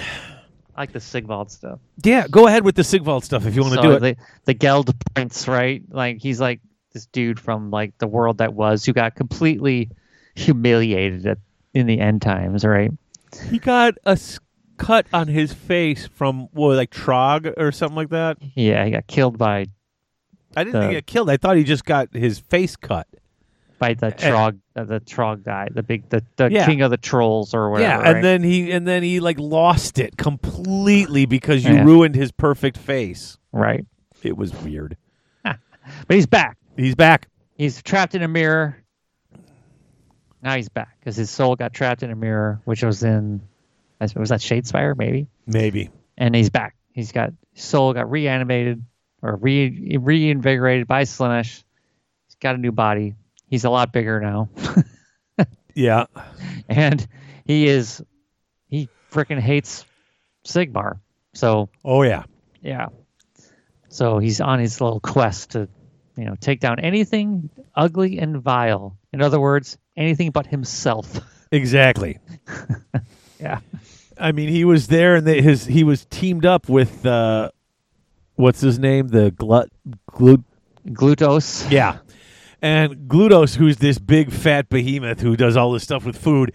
Speaker 2: I like the Sigvald stuff.
Speaker 1: yeah. Go ahead with the Sigvald stuff if you want to
Speaker 2: So
Speaker 1: do it.
Speaker 2: The, the Geld Prince, right? Like he's like this dude from like the world that was who got completely humiliated at, in the end times, right?
Speaker 1: He got a s- cut on his face from what, like Trog or something like that.
Speaker 2: Yeah, he got killed by
Speaker 1: I didn't think
Speaker 2: The-
Speaker 1: he got killed. I thought he just got his face cut.
Speaker 2: by the Trog, uh, the Trog guy, the big, the, the
Speaker 1: Eh. Yeah.
Speaker 2: king of the trolls or whatever.
Speaker 1: yeah, and
Speaker 2: right?
Speaker 1: then he and then he like lost it completely because you
Speaker 2: Yeah.
Speaker 1: ruined his perfect face.
Speaker 2: right.
Speaker 1: It was weird.
Speaker 2: But he's back.
Speaker 1: He's back.
Speaker 2: He's trapped in a mirror. Now he's back because his soul got trapped in a mirror, which was in, I suppose- was that Shadespire maybe?
Speaker 1: Maybe.
Speaker 2: and he's back. He's got his soul got reanimated or re, reinvigorated by Slanesh. He's got a new body. He's a lot bigger now,
Speaker 1: Yeah.
Speaker 2: and he is he freaking hates Sigmar. So
Speaker 1: Oh yeah.
Speaker 2: yeah, so he's on his little quest to you know take down anything ugly and vile. In other words, anything but himself.
Speaker 1: Exactly.
Speaker 2: Yeah.
Speaker 1: I mean, he was there, and they, his he was teamed up with uh, what's his name, the glut glut.
Speaker 2: Glutos.
Speaker 1: Yeah. And Glutos, who's this big fat behemoth who does all this stuff with food,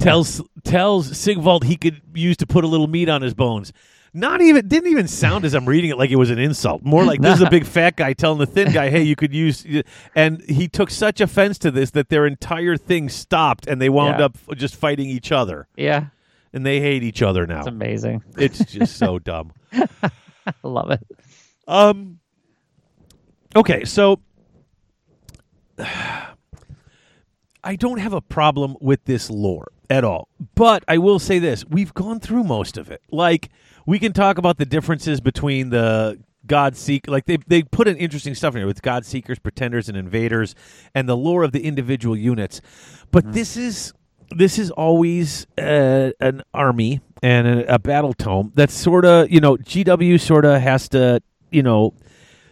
Speaker 1: tells tells Sigvald he could use to put a little meat on his bones. Not even didn't even sound as I'm reading it like it was an insult. More like this is a big fat guy telling the thin guy, "Hey, you could use." And he took such offense to this that their entire thing stopped, and they wound
Speaker 2: Yeah.
Speaker 1: up just fighting each other,
Speaker 2: Yeah,
Speaker 1: and they hate each other now.
Speaker 2: it's amazing.
Speaker 1: It's just so dumb.
Speaker 2: I love it.
Speaker 1: Um. Okay, so I don't have a problem with this lore at all, but I will say this: we've gone through most of it. Like we can talk about the differences between the God Seek, like they they put in interesting stuff in here with God Seekers, Pretenders, and Invaders, and the lore of the individual units. But this is this is always uh, an army and a, a battle tome that's sort of you know GW sort of has to you know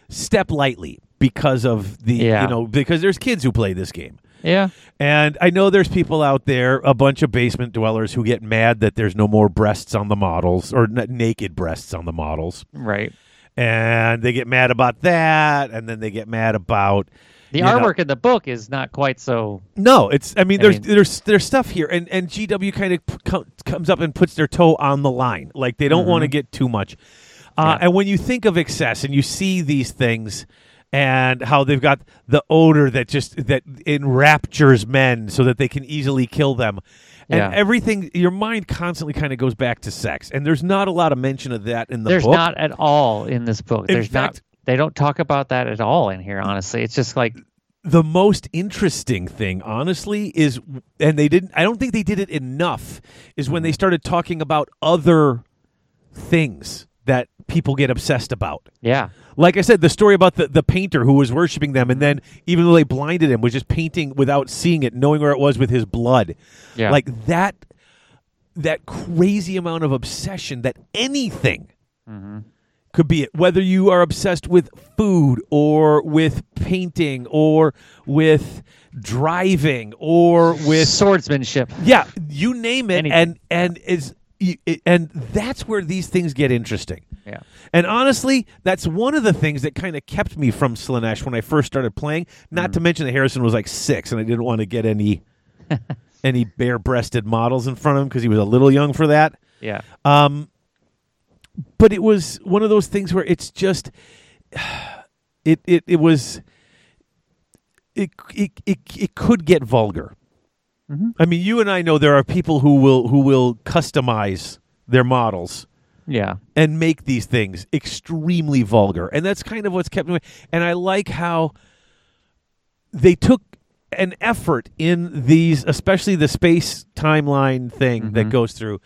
Speaker 1: step lightly because of the
Speaker 2: Yeah.
Speaker 1: you know because there's kids who play this game.
Speaker 2: Yeah,
Speaker 1: And I know there's people out there, a bunch of basement dwellers who get mad that there's no more breasts on the models or n- naked breasts on the models.
Speaker 2: right.
Speaker 1: And they get mad about that and then they get mad about
Speaker 2: The
Speaker 1: you know-
Speaker 2: artwork in the book is not quite so
Speaker 1: No, it's I mean
Speaker 2: I
Speaker 1: there's
Speaker 2: mean-
Speaker 1: there's there's stuff here and and GW kind of p- com- comes up and puts their toe on the line. Like they don't want to get too much. Uh,
Speaker 2: Mm-hmm. Yeah.
Speaker 1: and when you think of excess and you see these things and how they've got the odor that just that enraptures men so that they can easily kill them and
Speaker 2: Yeah.
Speaker 1: everything your mind constantly kind of goes back to sex and there's not a lot of mention of that in the
Speaker 2: there's
Speaker 1: book
Speaker 2: not at all in this book.
Speaker 1: In
Speaker 2: there's
Speaker 1: fact-
Speaker 2: not. They don't talk about that at all in here. Honestly, it's just like
Speaker 1: the most interesting thing honestly is and they didn't i don't think they did it enough is when they started talking about other things that people get obsessed about
Speaker 2: yeah,
Speaker 1: like i said the story about the, the painter who was worshiping them and then even though they blinded him was just painting without seeing it knowing where it was with his blood
Speaker 2: yeah,
Speaker 1: like that that crazy amount of obsession that anything
Speaker 2: Mm-hmm.
Speaker 1: could be it whether you are obsessed with food or with painting or with driving or with
Speaker 2: swordsmanship.
Speaker 1: yeah, you name it,
Speaker 2: Anything.
Speaker 1: and and is you- it- and that's where these things get interesting.
Speaker 2: Yeah.
Speaker 1: And honestly, that's one of the things that kind of kept me from Slanesh when I first started playing. Not to mention that Harrison was like six, and I didn't want to get any any bare-breasted models in front of him because he was a little young for that.
Speaker 2: Yeah,
Speaker 1: Um, but it was one of those things where it's just it it it was it it it, it could get vulgar. I mean, you and I know there are people who will who will customize their models
Speaker 2: yeah,
Speaker 1: and make these things extremely vulgar, and that's kind of what's kept me. And I like how they took an effort in these, especially the space timeline thing that goes through,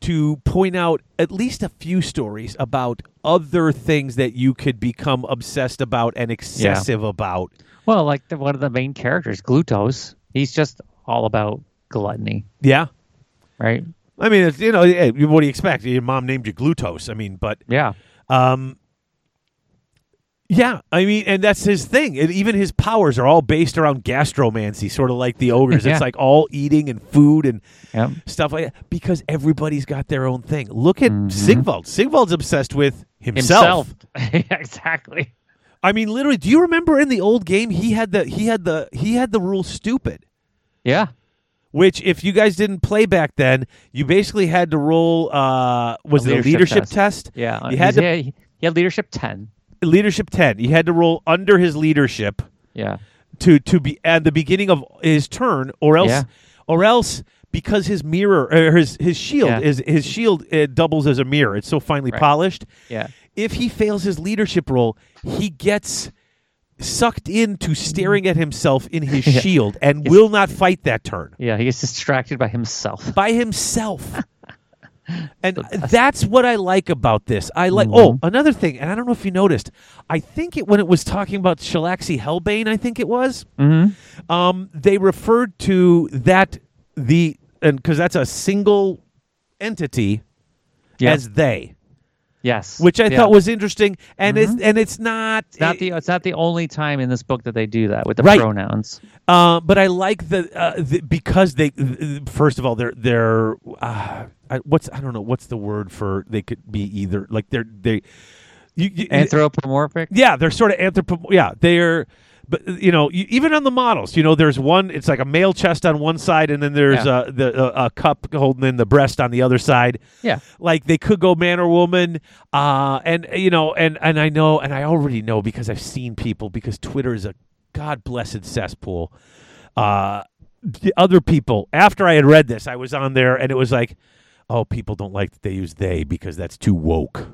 Speaker 1: to point out at least a few stories about other things that you could become obsessed about and excessive about.
Speaker 2: Well, like the, one of the main characters, Glutos, he's just all about gluttony,
Speaker 1: Yeah.
Speaker 2: right?
Speaker 1: I mean, it's, you know, eh, what do you expect? Your mom named you glucose. I mean, but
Speaker 2: Yeah.
Speaker 1: Um, yeah, I mean, and that's his thing. And even his powers are all based around gastromancy, sort of like the ogres.
Speaker 2: Yeah.
Speaker 1: It's like all eating and food and
Speaker 2: Yep.
Speaker 1: stuff like that because everybody's got their own thing. Look at
Speaker 2: Mhm.
Speaker 1: Sigvald. Sigvald's obsessed with himself.
Speaker 2: Himself. exactly.
Speaker 1: I mean, literally. Do you remember in the old game he had the he had the he had the rule stupid,
Speaker 2: Yeah.
Speaker 1: which if you guys didn't play back then, you basically had to roll. Uh, was it a
Speaker 2: leadership
Speaker 1: leadership
Speaker 2: test.
Speaker 1: test?
Speaker 2: Yeah.
Speaker 1: You had
Speaker 2: He's-
Speaker 1: to-
Speaker 2: yeah, he he had leadership 10.
Speaker 1: Leadership ten. You had to roll under his leadership.
Speaker 2: Yeah.
Speaker 1: to to be at the beginning of his turn, or else,
Speaker 2: Yeah.
Speaker 1: or else because his mirror or his his shield
Speaker 2: Yeah.
Speaker 1: is his shield uh, doubles as a mirror. It's so finely
Speaker 2: Right.
Speaker 1: polished.
Speaker 2: Yeah.
Speaker 1: If he fails his leadership role, he gets sucked into staring at himself in his
Speaker 2: Yeah.
Speaker 1: shield and
Speaker 2: Yes.
Speaker 1: will not fight that turn
Speaker 2: Yeah. He gets distracted by himself.
Speaker 1: by himself. And that's what I like about this. I like.
Speaker 2: Mm-hmm.
Speaker 1: Oh, another thing, and I don't know if you noticed. I think it when it was talking about Shalaxi Hellbane, I think it was
Speaker 2: hmm
Speaker 1: um, they referred to that the and because that's a single entity
Speaker 2: Yeah.
Speaker 1: as they,
Speaker 2: yes.
Speaker 1: which I
Speaker 2: Yeah. Mm-hmm.
Speaker 1: thought was interesting, and it's and it's not, eh,
Speaker 2: It's not the it's not the only time in this book that they do that with the
Speaker 1: Right.
Speaker 2: pronouns.
Speaker 1: uh, but I like the, uh, the because they th- first of all they're they're uh, I, what's I don't know what's the word for they could be either like they're they you, you,
Speaker 2: Anthropomorphic.
Speaker 1: Yeah, they're sort of anthropo. Yeah, they're. But you know, you, even on the models, you know, there's one. It's like a male chest on one side, and then there's
Speaker 2: Yeah.
Speaker 1: a the uh, a, a cup holding in the breast on the other side.
Speaker 2: Yeah.
Speaker 1: Like they could go man or woman, uh, and you know, and and I know, and I already know because I've seen people because Twitter is a god blessed cesspool. Uh, the other people. After I had read this, I was on there, and it was like, oh, people don't like that they use they because that's too woke.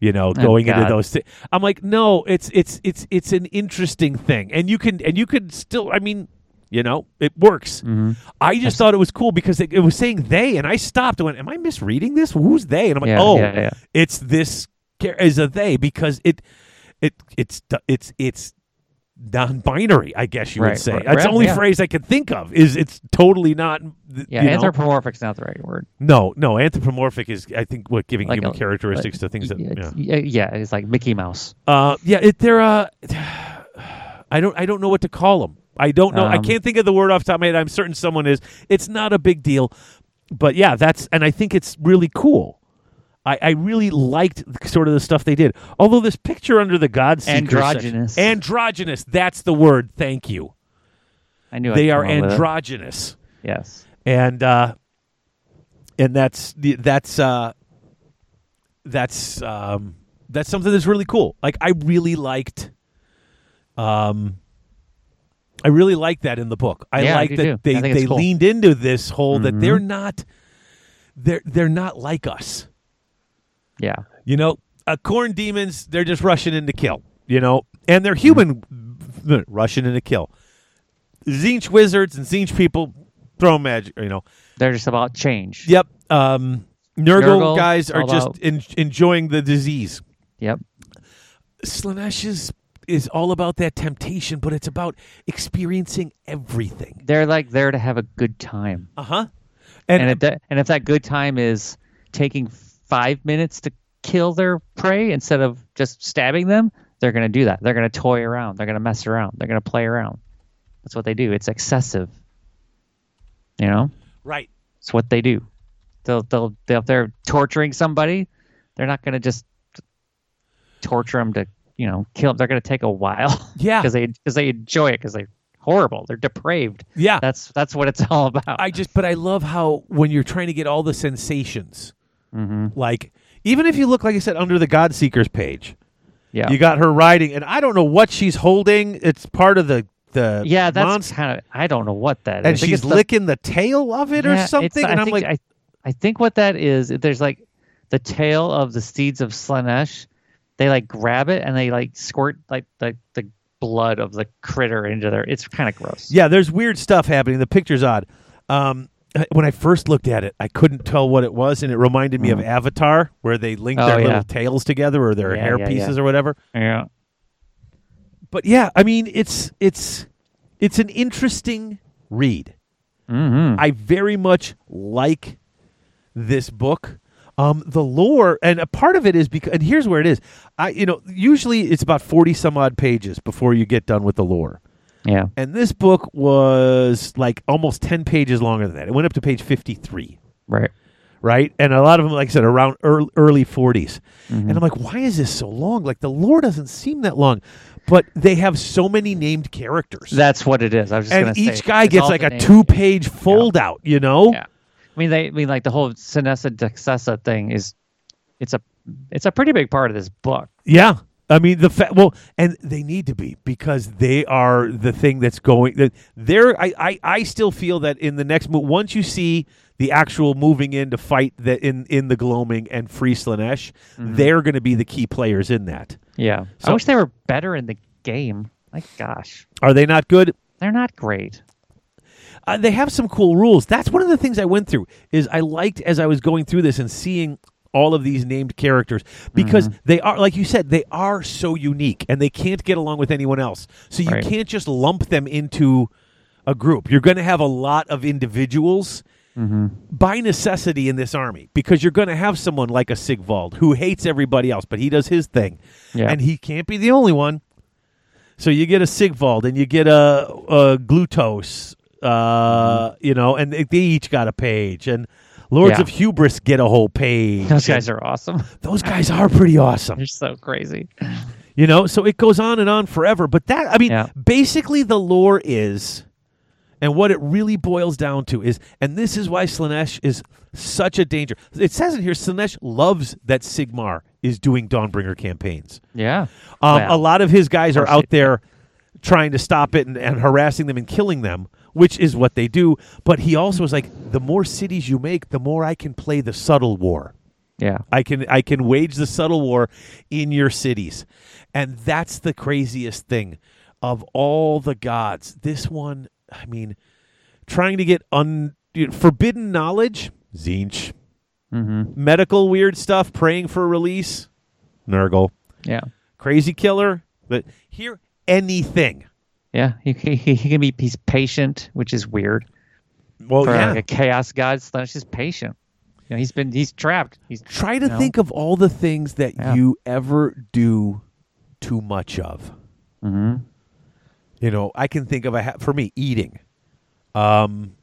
Speaker 1: You know, going into
Speaker 2: God.
Speaker 1: those things. I'm like, no, it's it's it's it's an interesting thing, and you can and you could still. I mean, you know, it works. I just thought it was cool because it, it was saying they, and I stopped and went, "Am I misreading this? Who's they?" And I'm like,
Speaker 2: Yeah,
Speaker 1: "Oh,
Speaker 2: yeah, yeah.
Speaker 1: it's this char- is a they because it it it's it's it's non-binary, I guess you would
Speaker 2: Right,
Speaker 1: say.
Speaker 2: right,
Speaker 1: That's the
Speaker 2: right,
Speaker 1: only
Speaker 2: yeah.
Speaker 1: phrase I could think of. Is it's totally not. th-
Speaker 2: Yeah,
Speaker 1: you know?
Speaker 2: anthropomorphic's not the right word.
Speaker 1: No, no, anthropomorphic is I think what giving
Speaker 2: Like
Speaker 1: human
Speaker 2: a-
Speaker 1: characteristics to things that
Speaker 2: yeah,
Speaker 1: yeah.
Speaker 2: it's- yeah, yeah, it's like Mickey Mouse.
Speaker 1: Uh, yeah, it, they're uh, I don't I don't know what to call them. I don't know. I
Speaker 2: Um,
Speaker 1: can't think of the word off the top of my head. I'm certain someone is. It's not a big deal, but yeah, that's and I think it's really cool. I, I really liked sort of the stuff they did. Although this picture under the God Seeker section-
Speaker 2: Androgynous.
Speaker 1: androgynous. That's the word. Thank you.
Speaker 2: I knew I'd
Speaker 1: They
Speaker 2: come
Speaker 1: are
Speaker 2: up with it.
Speaker 1: androgynous
Speaker 2: Yes.
Speaker 1: and uh, and that's the- that's uh, that's um, that's something that's really cool. Like I really liked, um, I really liked that in the book. I
Speaker 2: Yeah, I
Speaker 1: like
Speaker 2: do
Speaker 1: that
Speaker 2: too.
Speaker 1: they
Speaker 2: I think it's
Speaker 1: they
Speaker 2: cool.
Speaker 1: leaned into this whole that
Speaker 2: Mhm.
Speaker 1: they're not they're they're not like us.
Speaker 2: Yeah.
Speaker 1: You know, uh, corn demons, they're just rushing in to kill, you know, and they're
Speaker 2: Mm-hmm.
Speaker 1: human rushing in to kill. Zinch wizards and Zinch people throw magic, you know.
Speaker 2: They're just about change.
Speaker 1: Yep. Um, Nurgle,
Speaker 2: Nurgle,
Speaker 1: guys are
Speaker 2: all
Speaker 1: just
Speaker 2: out.
Speaker 1: en- enjoying the disease.
Speaker 2: Yep.
Speaker 1: Slanesh is, is all about that temptation, but it's about experiencing everything.
Speaker 2: They're like there to have a good time.
Speaker 1: Uh huh.
Speaker 2: Uh-huh. And if that and if that good time is taking five minutes to kill their prey instead of just stabbing them, they're gonna do that. They're gonna toy around. They're gonna mess around. They're gonna play around. That's what they do. It's excessive. You know?
Speaker 1: right.
Speaker 2: It's what they do. They'll, they'll, they'll if they're torturing somebody, they're not going to just torture them to you know kill them. They're going to take a while.
Speaker 1: Yeah.
Speaker 2: because they because they enjoy it because they're horrible. They're depraved.
Speaker 1: Yeah.
Speaker 2: That's that's what it's all about.
Speaker 1: I just, but I love how when you're trying to get all the sensations,
Speaker 2: hmm
Speaker 1: like even if you look, like I said, under the God Seekers page,
Speaker 2: Yeah.
Speaker 1: you got her riding, and I don't know what she's holding. It's part of the the
Speaker 2: yeah, that's
Speaker 1: monster,
Speaker 2: kind of I don't know what that is.
Speaker 1: and
Speaker 2: I think
Speaker 1: she's
Speaker 2: it's the-
Speaker 1: licking the tail of it
Speaker 2: yeah,
Speaker 1: or
Speaker 2: it's-
Speaker 1: something. And
Speaker 2: I
Speaker 1: I'm
Speaker 2: think,
Speaker 1: like,
Speaker 2: I, I think what that is. There's like the tail of the seeds of Slanesh. They like grab it and they like squirt like the the blood of the critter into their. It's kind of gross.
Speaker 1: Yeah, there's weird stuff happening. The picture's odd. Um, when I first looked at it, I couldn't tell what it was, and it reminded me of Avatar, where they link
Speaker 2: Mm-hmm. Oh,
Speaker 1: their
Speaker 2: yeah.
Speaker 1: little tails together or their
Speaker 2: Yeah,
Speaker 1: hair
Speaker 2: yeah,
Speaker 1: pieces or whatever.
Speaker 2: Yeah.
Speaker 1: But yeah, I mean, it's it's it's an interesting read.
Speaker 2: Mm-hmm.
Speaker 1: I very much like this book. Um, the lore, and a part of it is because, and here's where it is. I, you know, usually it's about forty some odd pages before you get done with the lore.
Speaker 2: Yeah.
Speaker 1: And this book was like almost 10 pages longer than that. It went up to page 53,
Speaker 2: Right.
Speaker 1: right? And a lot of them, like I said, around early, early 40s.
Speaker 2: Mm-hmm.
Speaker 1: And I'm like, why is this so long? Like, the lore doesn't seem that long, but they have so many named characters.
Speaker 2: That's what it is. I was just
Speaker 1: and
Speaker 2: gonna
Speaker 1: each
Speaker 2: say,
Speaker 1: guy
Speaker 2: it's
Speaker 1: gets
Speaker 2: all
Speaker 1: like
Speaker 2: the
Speaker 1: a
Speaker 2: name.
Speaker 1: two page fold out, you know?
Speaker 2: Yeah. I mean, they I mean like the whole Sinessa Dexessa thing is, it's a, it's a pretty big part of this book.
Speaker 1: Yeah. I mean the fa- well, and they need to be because they are the thing that's going. That they're I, I I still feel that in the next move, once you see the actual moving in to fight that in in the gloaming and free Slanesh, they're going to be the key players in that.
Speaker 2: Yeah.
Speaker 1: So-
Speaker 2: I wish they were better in the game. Like, gosh,
Speaker 1: Are they not good?
Speaker 2: they're not great.
Speaker 1: uh, they have some cool rules. That's one of the things I went through. Is I liked as I was going through this and seeing all of these named characters because
Speaker 2: Mm-hmm.
Speaker 1: they are like you said they are so unique and they can't get along with anyone else. So you
Speaker 2: Right.
Speaker 1: can't just lump them into a group. You're going to have a lot of individuals
Speaker 2: Mm-hmm.
Speaker 1: by necessity in this army because you're going to have someone like a Sigvald who hates everybody else but he does his thing.
Speaker 2: Yeah.
Speaker 1: And he can't be the only one. So you get a Sigvald and you get a, a Glutos, uh, you know, and they, they each got a page. And Lords
Speaker 2: Mm-hmm. Yeah.
Speaker 1: of Hubris get a whole page.
Speaker 2: Those guys are awesome.
Speaker 1: Those guys are pretty awesome,
Speaker 2: They're so crazy.
Speaker 1: you know. So it goes on and on forever. But that, I mean,
Speaker 2: Yeah.
Speaker 1: basically the lore is, and what it really boils down to is, and this is why Slanesh is such a danger. It says in here, Slanesh loves that Sigmar is doing Dawnbringer campaigns.
Speaker 2: Yeah.
Speaker 1: Um,
Speaker 2: Wow.
Speaker 1: A lot of his guys are
Speaker 2: course
Speaker 1: out
Speaker 2: they
Speaker 1: there trying to stop it and, and harassing them and killing them, which is what they do. But he also is like, the more cities you make, the more I can play the subtle war.
Speaker 2: Yeah.
Speaker 1: I can I can wage the subtle war in your cities. And that's the craziest thing of all the gods. This one, I mean, trying to get un you know, forbidden knowledge, Zinch. Mm-hmm. Medical weird stuff, praying for release, Nurgle
Speaker 2: Yeah.
Speaker 1: crazy killer. But here, anything.
Speaker 2: Yeah. He, he, he he can be, he's patient, which is weird.
Speaker 1: Well,
Speaker 2: for
Speaker 1: Oh, yeah.
Speaker 2: like a chaos god slash is patient. You know, he's been he's trapped. He's
Speaker 1: Try to
Speaker 2: No.
Speaker 1: think of all the things that
Speaker 2: Yeah.
Speaker 1: you ever do too much of. Mm-hmm.
Speaker 2: hmm
Speaker 1: You know, I can think of a ha- for me eating. Um,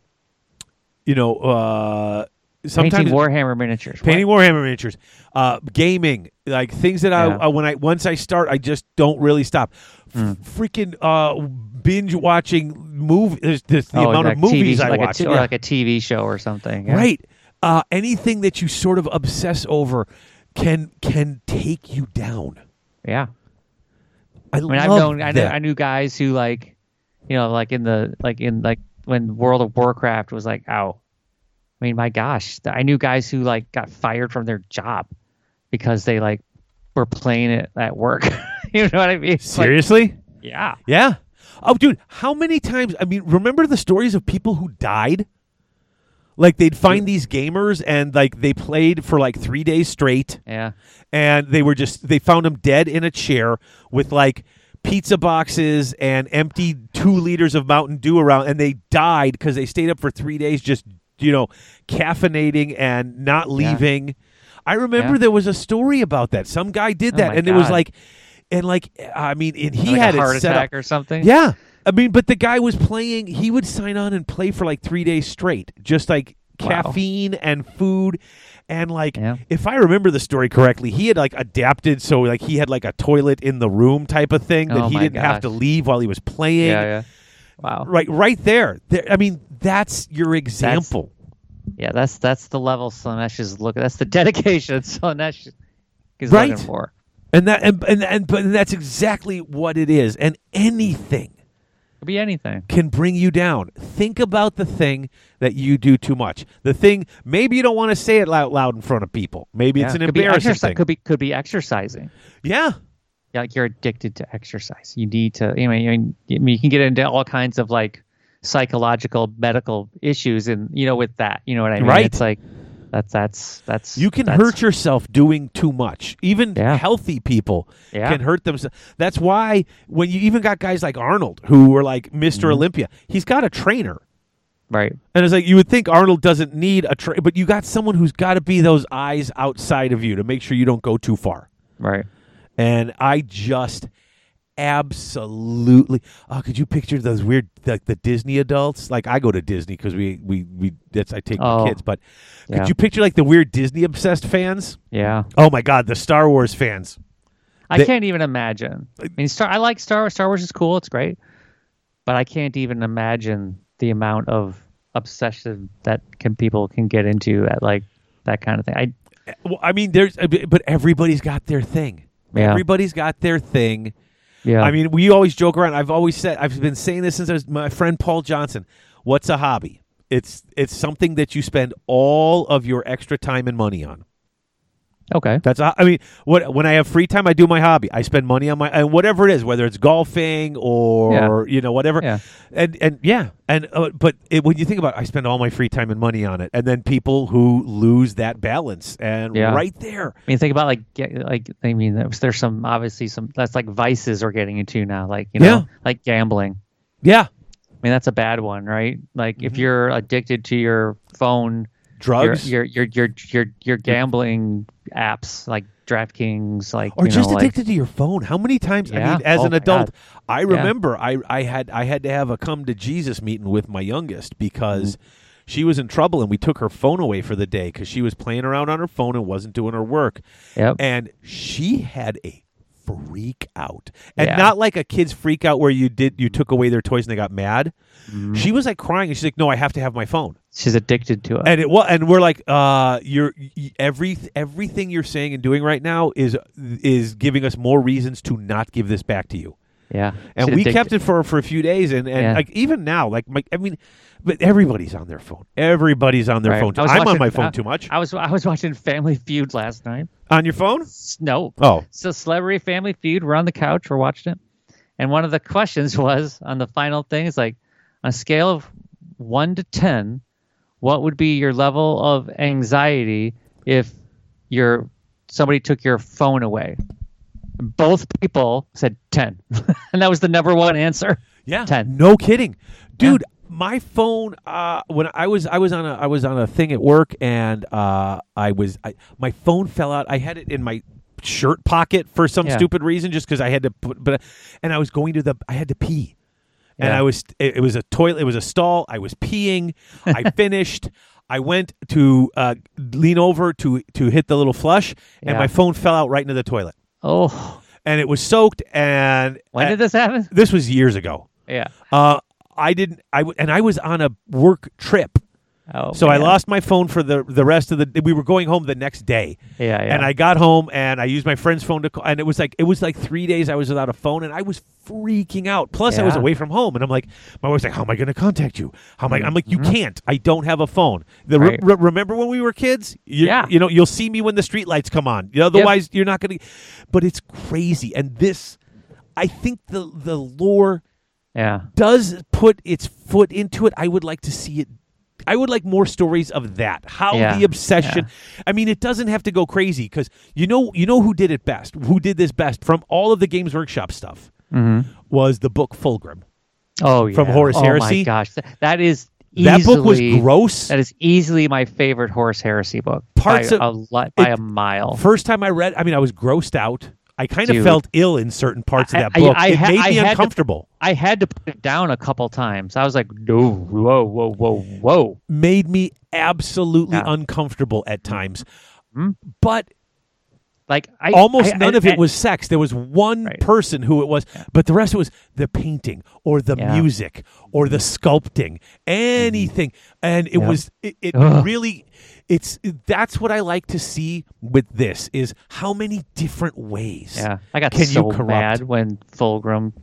Speaker 1: you know, uh, sometimes
Speaker 2: painting Warhammer miniatures.
Speaker 1: painting Warhammer miniatures, uh, gaming, like things that I,
Speaker 2: Yeah. Hmm.
Speaker 1: I when I once I start, I just don't really stop. F- Freaking uh, binge watching movies. There's, there's the
Speaker 2: What? Oh,
Speaker 1: amount
Speaker 2: like
Speaker 1: of movies
Speaker 2: TV,
Speaker 1: I
Speaker 2: like
Speaker 1: watch.
Speaker 2: a, t- or
Speaker 1: Yeah.
Speaker 2: like a TV show or something. yeah.
Speaker 1: Right. Uh, anything that you sort of obsess over can can take you down.
Speaker 2: Yeah.
Speaker 1: I,
Speaker 2: I mean, I've
Speaker 1: love
Speaker 2: known I knew,
Speaker 1: that.
Speaker 2: I knew guys who like, you know, like in the like in like when World of Warcraft was like out. I mean, my gosh, th- I knew guys who like got fired from their job because they like were playing it at work. you know what I mean? It's like,
Speaker 1: Seriously?
Speaker 2: yeah.
Speaker 1: yeah. Oh, dude, how many times? I mean, remember the stories of people who died? Like they'd find these gamers and like they played for like three days straight,
Speaker 2: Yeah.
Speaker 1: and they were just they found them dead in a chair with like pizza boxes and empty two liters of Mountain Dew around, and they died because they stayed up for three days just you know caffeinating and not leaving. I remember
Speaker 2: Yeah.
Speaker 1: there was a story about that. Some guy did
Speaker 2: Oh
Speaker 1: that,
Speaker 2: my
Speaker 1: and it was
Speaker 2: God.
Speaker 1: like, and like I mean, and he
Speaker 2: Like
Speaker 1: had
Speaker 2: a heart
Speaker 1: it set up.
Speaker 2: attack or something.
Speaker 1: Yeah. I mean, but the guy was playing, he would sign on and play for like three days straight, just like
Speaker 2: Wow.
Speaker 1: caffeine and food. And like,
Speaker 2: Yeah.
Speaker 1: if I remember the story correctly, he had like adapted so like he had like a toilet in the room type of thing that
Speaker 2: Oh
Speaker 1: he
Speaker 2: my
Speaker 1: didn't have
Speaker 2: gosh.
Speaker 1: to leave while he was playing.
Speaker 2: Yeah. Yeah. Wow.
Speaker 1: Right, right there. there. I mean, that's your example.
Speaker 2: Yeah, that's that's the level Slanesh is looking. That's the dedication Slanesh is
Speaker 1: Right.
Speaker 2: looking for.
Speaker 1: and that, and, and and but that's exactly what it is. And anything
Speaker 2: Could be anything.
Speaker 1: can bring you down. Think about the thing that you do too much. The thing maybe you don't want to say it out loud in front of people. Maybe it's
Speaker 2: Yeah.
Speaker 1: an
Speaker 2: could be
Speaker 1: embarrassing
Speaker 2: exerci-
Speaker 1: thing.
Speaker 2: Could be could be exercising.
Speaker 1: yeah.
Speaker 2: yeah, like you're addicted to exercise. You need to. I mean, I mean, I mean, you can get into all kinds of like psychological, medical issues, and you know, with that, you know what I mean?
Speaker 1: Right.
Speaker 2: It's like that's that's that's
Speaker 1: You can
Speaker 2: that's-
Speaker 1: hurt yourself doing too much. Even
Speaker 2: Yeah.
Speaker 1: healthy people
Speaker 2: Yeah.
Speaker 1: can hurt themselves. That's why when you even got guys like Arnold who were like mister
Speaker 2: Mm-hmm.
Speaker 1: Olympia, he's got a trainer.
Speaker 2: right.
Speaker 1: And it's like you would think Arnold doesn't need a trainer, but you got someone who's got to be those eyes outside of you to make sure you don't go too far.
Speaker 2: Right.
Speaker 1: And I just absolutely oh could you picture those weird like the disney adults like i go to disney because we we we that's i take
Speaker 2: Oh.
Speaker 1: the kids but could
Speaker 2: Yeah.
Speaker 1: you picture like the weird disney obsessed fans
Speaker 2: Yeah.
Speaker 1: Oh my God, the Star Wars fans.
Speaker 2: I
Speaker 1: They-
Speaker 2: can't even imagine. I mean, Star. I like Star Wars. Star Wars is cool. It's great, but I can't even imagine the amount of obsession that can people can get into at like that kind of thing. I
Speaker 1: Well, I mean, there's, uh, but everybody's got their thing.
Speaker 2: yeah
Speaker 1: Everybody's got their thing.
Speaker 2: yeah.
Speaker 1: I mean, we always joke around. I've always said, I've been saying this since I was my friend Paul Johnson. What's a hobby? It's it's something that you spend all of your extra time and money on.
Speaker 2: okay.
Speaker 1: That's a, I mean, what when I have free time, I do my hobby. I spend money on my and whatever it is, whether it's golfing or you know whatever.
Speaker 2: Yeah.
Speaker 1: And and yeah, and uh, but it, when you think about, it, I spend all my free time and money on it, and then people who lose that balance and
Speaker 2: Yeah.
Speaker 1: right there,
Speaker 2: I mean, think about like get, like I mean, there's, there's some obviously some that's like vices we're getting into now, like you know,
Speaker 1: Yeah.
Speaker 2: like gambling.
Speaker 1: yeah,
Speaker 2: I mean, that's a bad one, right? Like if you're addicted to your phone, your
Speaker 1: Mm-hmm. drugs
Speaker 2: your your your your your gambling apps like DraftKings, like
Speaker 1: or
Speaker 2: you
Speaker 1: just
Speaker 2: know, like-
Speaker 1: addicted to your phone. How many times? I
Speaker 2: Yeah.
Speaker 1: mean, as
Speaker 2: Oh
Speaker 1: an
Speaker 2: my
Speaker 1: adult,
Speaker 2: God.
Speaker 1: I remember I I had I had to have a come to Jesus meeting with my youngest because.
Speaker 2: Mm-hmm.
Speaker 1: She was in trouble, and we took her phone away for the day because she was playing around on her phone and wasn't doing her work.
Speaker 2: Yep.
Speaker 1: and she had a freak out and
Speaker 2: Yeah.
Speaker 1: not like a kid's freak out where you did you took away their toys and they got mad
Speaker 2: Mm-hmm.
Speaker 1: she was like crying and she's like no i have to have my phone
Speaker 2: She's addicted to it.
Speaker 1: and it was and we're like uh you're y- every everything you're saying and doing right now is is giving us more reasons to not give this back to you
Speaker 2: yeah.
Speaker 1: and
Speaker 2: She's
Speaker 1: we
Speaker 2: addicted.
Speaker 1: kept it for for a few days and and
Speaker 2: Yeah.
Speaker 1: like even now like my i mean but everybody's on their phone everybody's on their
Speaker 2: Right.
Speaker 1: phone
Speaker 2: I was
Speaker 1: i'm on
Speaker 2: watching-
Speaker 1: my phone
Speaker 2: uh,
Speaker 1: too much
Speaker 2: I was I was watching Family Feud last night.
Speaker 1: on your phone
Speaker 2: S- No.
Speaker 1: oh
Speaker 2: So Celebrity Family Feud. We're on the couch. We're watching it. And one of the questions was on the final thing is like on a scale of one to ten, what would be your level of anxiety if your somebody took your phone away? Both people said ten, and that was the number one answer.
Speaker 1: Yeah.
Speaker 2: 10.
Speaker 1: No kidding. Dude, my phone uh when I was I was on a I was on a thing at work and uh I was I, my phone fell out. I had it in my shirt pocket for some
Speaker 2: Yeah.
Speaker 1: stupid reason just cuz I had to put but and I was going to the I had to pee. And
Speaker 2: Yeah.
Speaker 1: I was it, it was a toilet, it was a stall. I was peeing. I finished. I went to uh, lean over to to hit the little flush and
Speaker 2: Yeah.
Speaker 1: my phone fell out right into the toilet.
Speaker 2: Oh,
Speaker 1: And it was soaked and uh,
Speaker 2: when did this happen?
Speaker 1: this was years ago.
Speaker 2: Yeah.
Speaker 1: Uh, I didn't. I w- and I was on a work trip,
Speaker 2: Oh,
Speaker 1: so I
Speaker 2: man.
Speaker 1: lost my phone for the the rest of the. We were going home the next day,
Speaker 2: Yeah, yeah.
Speaker 1: and I got home and I used my friend's phone to call. And it was like it was like three days I was without a phone, and I was freaking out. Plus, I was
Speaker 2: Yeah.
Speaker 1: away from home, and I'm like, my wife's like, "How am I going to contact you? How am I?" I'm like, "You can't. I don't have a phone." The re-
Speaker 2: Mm-hmm. Right.
Speaker 1: re- remember when we were kids? You,
Speaker 2: Yeah.
Speaker 1: you know, you'll see me when the streetlights come on. You know, Otherwise, you're not going to. But it's crazy, and this, I think the the lore
Speaker 2: yeah.
Speaker 1: does put its foot into it, I would like to see it. I would like more stories of that. How
Speaker 2: Yeah,
Speaker 1: the obsession. I mean, it doesn't have to go crazy because you know, you know who did it best. Who did this best from all of the Games Workshop stuff
Speaker 2: Mm-hmm.
Speaker 1: was the book Fulgrim.
Speaker 2: Oh, yeah.
Speaker 1: From Horace
Speaker 2: oh,
Speaker 1: Heresy?
Speaker 2: my gosh, Th- that is easily,
Speaker 1: that book was gross.
Speaker 2: That is easily my favorite Horace Heresy book.
Speaker 1: Parts
Speaker 2: by
Speaker 1: of-
Speaker 2: a lot, by
Speaker 1: it-
Speaker 2: a mile.
Speaker 1: First time I read, I mean, I was grossed out. I kind of
Speaker 2: Dude.
Speaker 1: felt ill in certain parts
Speaker 2: I-
Speaker 1: of that
Speaker 2: I-
Speaker 1: book.
Speaker 2: I
Speaker 1: it
Speaker 2: ha-
Speaker 1: made
Speaker 2: I
Speaker 1: me
Speaker 2: had to-
Speaker 1: uncomfortable.
Speaker 2: I had to put it down a couple times. I was like, no, whoa, whoa, whoa, whoa.
Speaker 1: made me absolutely
Speaker 2: Yeah. Mm-hmm.
Speaker 1: uncomfortable at times. But
Speaker 2: Like I
Speaker 1: almost
Speaker 2: I-
Speaker 1: none
Speaker 2: I-
Speaker 1: of it
Speaker 2: I-
Speaker 1: was sex. There was one
Speaker 2: Right.
Speaker 1: person who it was, but the rest of it was the painting or the
Speaker 2: Yeah. Mm-hmm.
Speaker 1: music or the sculpting, anything. And it
Speaker 2: Yeah.
Speaker 1: was it, it
Speaker 2: Ugh.
Speaker 1: really it's that's what I like to see with this is how many different ways.
Speaker 2: Yeah, I got
Speaker 1: Can you
Speaker 2: so
Speaker 1: corrupt?
Speaker 2: mad when Fulgrim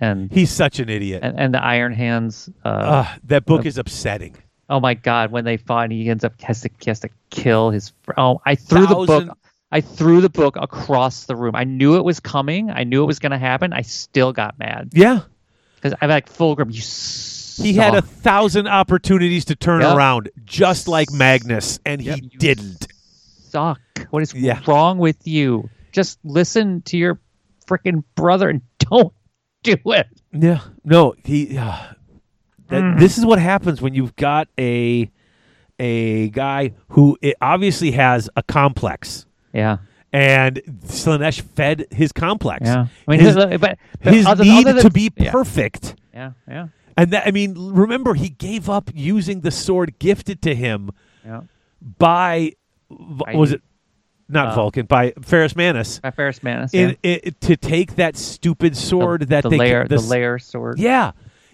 Speaker 2: and
Speaker 1: He's such an idiot.
Speaker 2: and, and the Iron Hands. Uh,
Speaker 1: Ugh, that book is upsetting.
Speaker 2: oh my God, when they fought, and he ends up has to, he has to kill his. fr- Oh, I threw the
Speaker 1: Thousand-
Speaker 2: book. I threw the book across the room. I knew it was coming. I knew it was going to happen. I still got mad
Speaker 1: Yeah.
Speaker 2: because I've like full grip. You. Suck.
Speaker 1: He had a thousand opportunities to turn
Speaker 2: Yep.
Speaker 1: around, just like Magnus, and
Speaker 2: Yep.
Speaker 1: he didn't.
Speaker 2: suck. What is
Speaker 1: Yeah.
Speaker 2: wrong with you? Just listen to your freaking brother and don't do it.
Speaker 1: Yeah. No, he. Uh, that,
Speaker 2: Mm-hmm.
Speaker 1: This is what happens when you've got a a guy who it obviously has a complex,
Speaker 2: Yeah.
Speaker 1: and Slanesh fed his complex.
Speaker 2: Yeah. I mean,
Speaker 1: his,
Speaker 2: but, but
Speaker 1: his
Speaker 2: other,
Speaker 1: need
Speaker 2: other than-
Speaker 1: to be
Speaker 2: yeah,
Speaker 1: perfect.
Speaker 2: Yeah. Yeah.
Speaker 1: And that, I mean, remember, he gave up using the sword gifted to him
Speaker 2: Yeah.
Speaker 1: by, V-
Speaker 2: By-
Speaker 1: was it not
Speaker 2: uh,
Speaker 1: Vulcan, by Ferris Manus,
Speaker 2: My Ferris Manus. yeah.
Speaker 1: in, it, to take that stupid sword
Speaker 2: the,
Speaker 1: that
Speaker 2: the
Speaker 1: they
Speaker 2: layer,
Speaker 1: the,
Speaker 2: the layer sword.
Speaker 1: Yeah.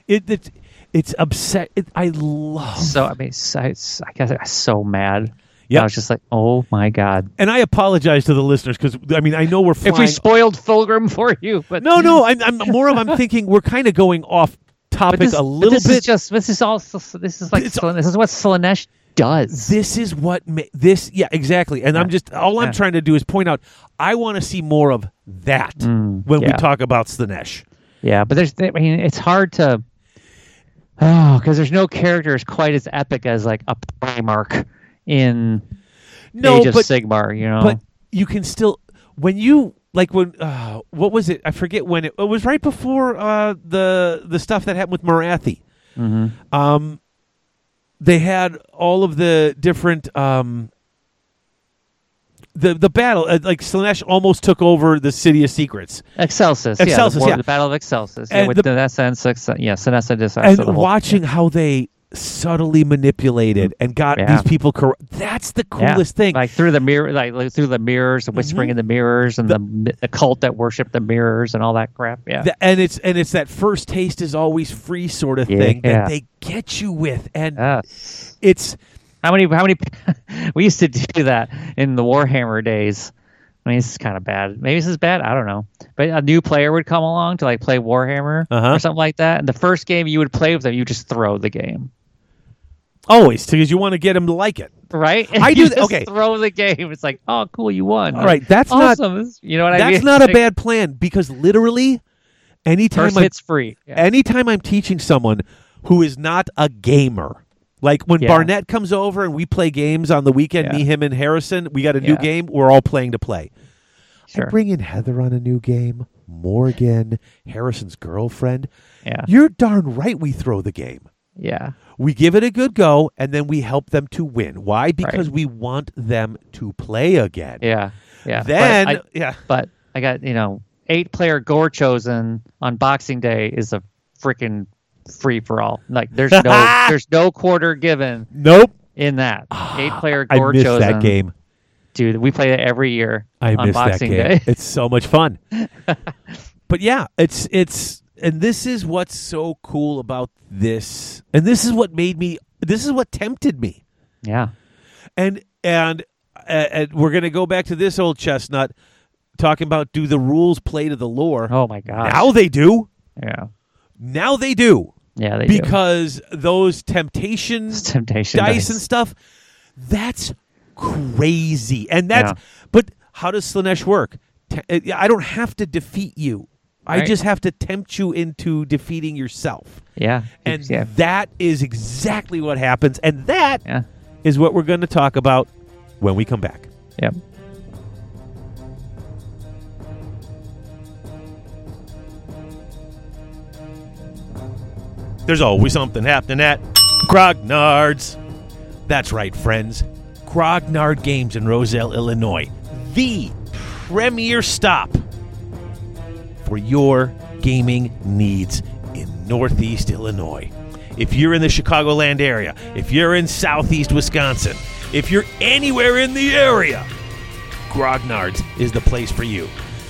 Speaker 1: It, it, it's upset. It, I love.
Speaker 2: So I mean, so, I guess I was so mad.
Speaker 1: Yep.
Speaker 2: I was just like, oh my god.
Speaker 1: and I apologize to the listeners because, I mean, I know we're flying.
Speaker 2: If we spoiled Fulgrim for you, but
Speaker 1: no, no, I'm, I'm more of, I'm thinking we're kind of going off topic
Speaker 2: but this,
Speaker 1: a
Speaker 2: but
Speaker 1: little
Speaker 2: this
Speaker 1: bit.
Speaker 2: Is just this is all. This is like
Speaker 1: It's-
Speaker 2: Slan- this is what Slanesh does.
Speaker 1: this is what ma- this yeah exactly and i'm
Speaker 2: Yeah.
Speaker 1: just all i'm
Speaker 2: Yeah.
Speaker 1: trying to do is point out i want to see more of that when we
Speaker 2: Mm, yeah.
Speaker 1: talk about slanesh
Speaker 2: Yeah, but there's, I mean, it's hard to, oh, because there's no characters quite as epic as like a Primarch in
Speaker 1: no
Speaker 2: Age of
Speaker 1: but
Speaker 2: Sigmar, you know?
Speaker 1: but you can still when you like when uh, what was it i forget when it, it was right before uh, the the stuff that happened with marathi
Speaker 2: Mm-hmm.
Speaker 1: um they had all of the different um the the battle uh, like slanesh almost took over the city of secrets
Speaker 2: Excelsis, yeah,
Speaker 1: Excelsis,
Speaker 2: the, war-
Speaker 1: yeah.
Speaker 2: the Battle of Excelsis, yeah,
Speaker 1: And
Speaker 2: with
Speaker 1: the-
Speaker 2: the, that sense, ex- yeah, Sinessa Disarsa,
Speaker 1: and
Speaker 2: the whole-
Speaker 1: watching how they subtly manipulated and got
Speaker 2: Mm. Yeah.
Speaker 1: these people corrupt that's the
Speaker 2: yeah,
Speaker 1: coolest thing Mm-hmm.
Speaker 2: like through the mirror, like, like through the mirrors, the whispering in the mirrors, and the, the cult that worship the mirrors and all that crap, yeah,
Speaker 1: Th- and it's and it's that first taste is always free sort of
Speaker 2: Yeah.
Speaker 1: thing
Speaker 2: Yeah.
Speaker 1: that they get you with and
Speaker 2: Yes.
Speaker 1: it's
Speaker 2: How many? How many? we used to do that in the Warhammer days. I mean, this is kind of bad. Maybe this is bad. I don't know. But a new player would come along to like play Warhammer
Speaker 1: Uh-huh.
Speaker 2: or something like that, and the first game you would play with them, you just throw the game,
Speaker 1: always because you want to get them to like it
Speaker 2: right? And
Speaker 1: I
Speaker 2: you
Speaker 1: do th-
Speaker 2: just
Speaker 1: okay.
Speaker 2: Throw the game. It's like, oh, cool, you won.
Speaker 1: all right that's not
Speaker 2: awesome. This- You know what I mean?
Speaker 1: that's not a
Speaker 2: Like,
Speaker 1: bad plan because literally anytime
Speaker 2: First
Speaker 1: I,
Speaker 2: hit's free. Yeah.
Speaker 1: anytime i'm teaching someone who is not a gamer like when
Speaker 2: Yeah.
Speaker 1: Barnett comes over and we play games on the weekend,
Speaker 2: Yeah.
Speaker 1: me, him, and Harrison, we got a new
Speaker 2: Yeah.
Speaker 1: game. We're all playing to play.
Speaker 2: Sure.
Speaker 1: Bring in Heather on a new game, Morgan, Harrison's girlfriend.
Speaker 2: Yeah.
Speaker 1: You're darn right we throw the game.
Speaker 2: Yeah.
Speaker 1: We give it a good go and then we help them to win. Why? Because we want them to play again.
Speaker 2: Yeah. Yeah. But
Speaker 1: Then,
Speaker 2: I-
Speaker 1: yeah.
Speaker 2: but I got you know eight player gore chosen on Boxing Day is a freaking free for all. Like there's no there's no quarter given
Speaker 1: Nope.
Speaker 2: in that eight player
Speaker 1: Ah, I
Speaker 2: gore
Speaker 1: missed
Speaker 2: chosen.
Speaker 1: that game.
Speaker 2: dude. We play it every year
Speaker 1: I
Speaker 2: on
Speaker 1: missed that
Speaker 2: Boxing
Speaker 1: game.
Speaker 2: Day.
Speaker 1: It's so much fun. but yeah, it's it's and this is what's so cool about this. And this is what made me this is what tempted me.
Speaker 2: yeah,
Speaker 1: and and uh, and we're gonna go back to this old chestnut talking about do the rules play to the lore?
Speaker 2: oh my gosh.
Speaker 1: now they do.
Speaker 2: yeah,
Speaker 1: Now they do
Speaker 2: yeah, they do.
Speaker 1: because those temptation
Speaker 2: It's temptation
Speaker 1: dice,
Speaker 2: dice.
Speaker 1: and stuff. That's crazy, and that's. But how does Slanesh work? Te- uh, I don't have to defeat you. I
Speaker 2: Right.
Speaker 1: just have to tempt you into defeating yourself.
Speaker 2: yeah,
Speaker 1: And
Speaker 2: yeah,
Speaker 1: that is exactly what happens. And that
Speaker 2: yeah,
Speaker 1: is what we're going to talk about when we come back.
Speaker 2: yeah.
Speaker 1: There's always something happening at Grognard's. That's right, friends. Grognard Games in Roselle, Illinois. The premier stop for your gaming needs in Northeast Illinois. If you're in the Chicagoland area, if you're in Southeast Wisconsin, if you're anywhere in the area, Grognard's is the place for you.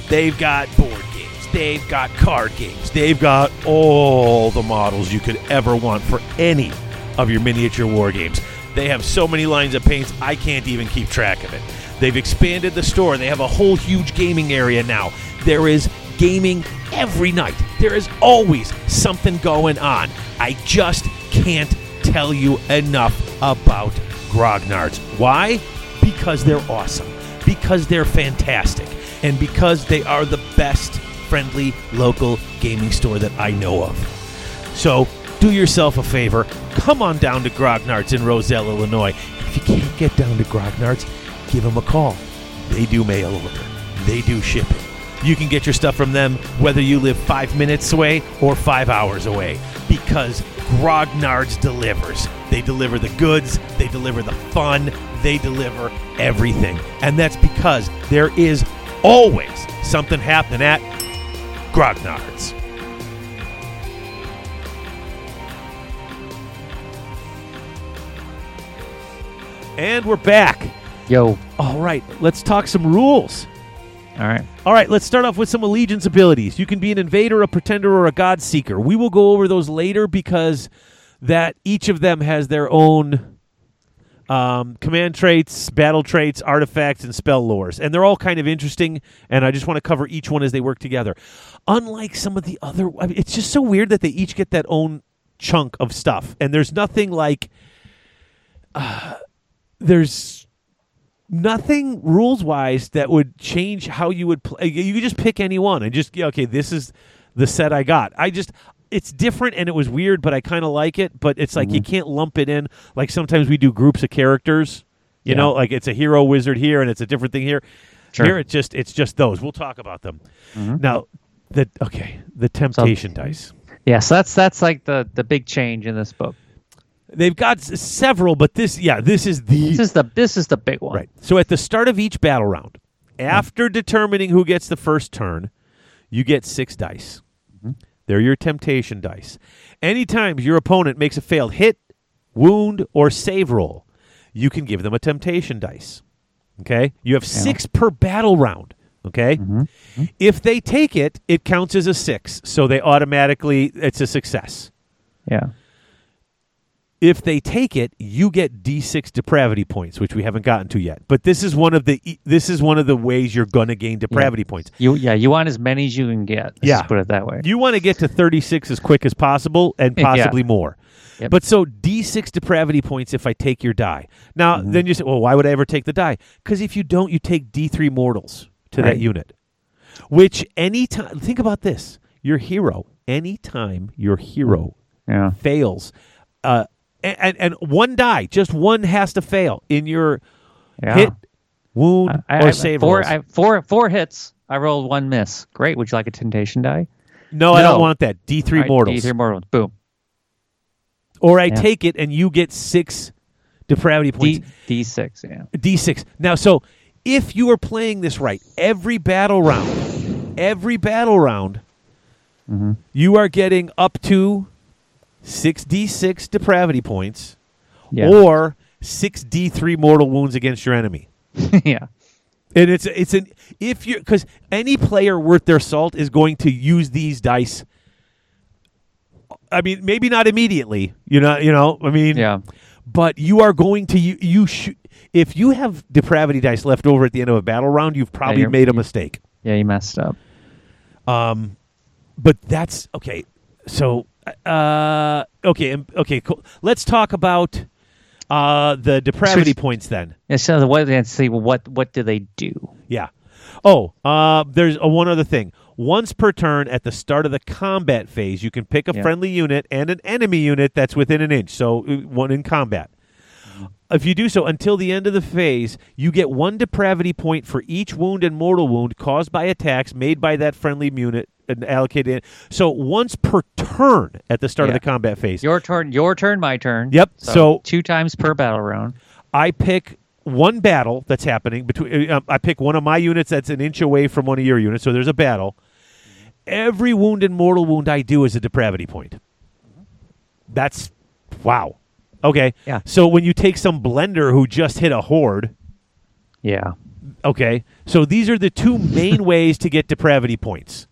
Speaker 1: They've got board games, they've got card games, they've got all the models you could ever want for any of your miniature war games. They have so many lines of paints, I can't even keep track of it. They've expanded the store, they have a whole huge gaming area now. There is gaming every night, there is always something going on. I just can't tell you enough about Grognards. Why? Because they're awesome because they're fantastic and because they are the best friendly local gaming store that I know of. So do yourself a favor. Come on down to Grognard's in Roselle, Illinois. If you can't get down to Grognard's, give them a call. They do mail order, they do shipping. You can get your stuff from them whether you live five minutes away or five hours away because Grognard's delivers. They deliver the goods, they deliver the fun, they deliver everything. And that's because there is always something happening at Grognard's. And we're back.
Speaker 2: Yo.
Speaker 1: All right, let's talk some rules.
Speaker 2: All right.
Speaker 1: All right, let's start off with some allegiance abilities. You can be an invader, a pretender, or a god seeker. We will go over those later because that each of them has their own um, command traits, battle traits, artifacts, and spell lores, and they're all kind of interesting. And I just want to cover each one as they work together. Unlike some of the other, I mean, it's just so weird that they each get that own chunk of stuff, and there's nothing like there's nothing rules wise that would change how you would play. You could just pick any one and just yeah, okay, this is the set I got. I just it's different and it was weird, but I kind of like it. But it's like you
Speaker 2: Mm-hmm.
Speaker 1: can't lump it in. Like sometimes we do groups of characters. You
Speaker 2: Yeah.
Speaker 1: know, like it's a hero wizard here and it's a different thing here.
Speaker 2: Sure. Mm-hmm.
Speaker 1: Here it's just it's just those. We'll talk about them now. The okay, the temptation dice.
Speaker 2: Yeah, so that's that's like the the big change in this book.
Speaker 1: They've got s- several, but this yeah, this is the
Speaker 2: This is the this is the big one.
Speaker 1: Right. So at the start of each battle round, after determining who gets the first turn, you get six dice. They're your temptation dice. Any times your opponent makes a failed hit, wound, or save roll, you can give them a temptation dice. Okay? You have six per battle round. Okay? If they take it, it counts as a six. So they automatically, it's a success.
Speaker 2: Yeah.
Speaker 1: If they take it, you get D6 depravity points, which we haven't gotten to yet. But this is one of the e- this is one of the ways you're gonna gain depravity points.
Speaker 2: You yeah, you want as many as you can get. Let's
Speaker 1: Yeah.
Speaker 2: just put it that way.
Speaker 1: You want to get to 36 as quick as possible and
Speaker 2: Yeah.
Speaker 1: possibly more.
Speaker 2: Yep.
Speaker 1: But so D6 depravity points if I take your die. Now,
Speaker 2: Mm-hmm.
Speaker 1: then you say, well, why would I ever take the die? Because if you don't, you take D3 mortals to
Speaker 2: Right.
Speaker 1: that unit. Which any time, think about this your hero, anytime your hero
Speaker 2: yeah.
Speaker 1: fails, uh, and, and, and one die, just one has to fail in your
Speaker 2: Yeah.
Speaker 1: hit, wound,
Speaker 2: I,
Speaker 1: or
Speaker 2: I,
Speaker 1: save
Speaker 2: four,
Speaker 1: rolls.
Speaker 2: I, four four hits. I rolled one miss. Great. Would you like a temptation die?
Speaker 1: no, I don't
Speaker 2: no.
Speaker 1: want that. D3
Speaker 2: All right,
Speaker 1: mortals.
Speaker 2: D3 mortals. Boom.
Speaker 1: Or I
Speaker 2: Yeah.
Speaker 1: take it and you get six depravity points.
Speaker 2: D D six. Yeah.
Speaker 1: D- 6 Now, so if you are playing this right, every battle round, every battle round,
Speaker 2: Mm-hmm.
Speaker 1: you are getting up to 6d6 depravity points
Speaker 2: Yeah.
Speaker 1: or 6d3 mortal wounds against your enemy.
Speaker 2: yeah.
Speaker 1: And it's it's an if you because any player worth their salt is going to use these dice. I mean, maybe not immediately. You know, you know. I mean,
Speaker 2: Yeah.
Speaker 1: But you are going to you you should if you have depravity dice left over at the end of a battle round, you've probably
Speaker 2: you're-
Speaker 1: made a mistake.
Speaker 2: Yeah. You messed up.
Speaker 1: But that's okay. So uh, okay, um, okay, cool. Let's talk about uh, the depravity
Speaker 2: Switch-
Speaker 1: points then.
Speaker 2: And so the what? And see what what do they do?
Speaker 1: Yeah. Oh, uh, there's uh, one other thing. Once per turn at the start of the combat phase, you can pick a
Speaker 2: Yeah.
Speaker 1: friendly unit and an enemy unit that's within an inch, so uh, one in combat. If you do so until the end of the phase, you get one depravity point for each wound and mortal wound caused by attacks made by that friendly unit and allocated. So once per turn at the start
Speaker 2: Yeah.
Speaker 1: of the combat phase.
Speaker 2: Your turn. Your turn. My turn.
Speaker 1: Yep, so-
Speaker 2: two times per battle round.
Speaker 1: I pick one battle that's happening between. Um, I pick one of my units that's an inch away from one of your units, so there's a battle. Every wound and mortal wound I do is a depravity point. That's wow. Okay.
Speaker 2: Yeah.
Speaker 1: So when you take some blender who just hit a horde,
Speaker 2: Yeah.
Speaker 1: okay. So these are the two main ways to get depravity points.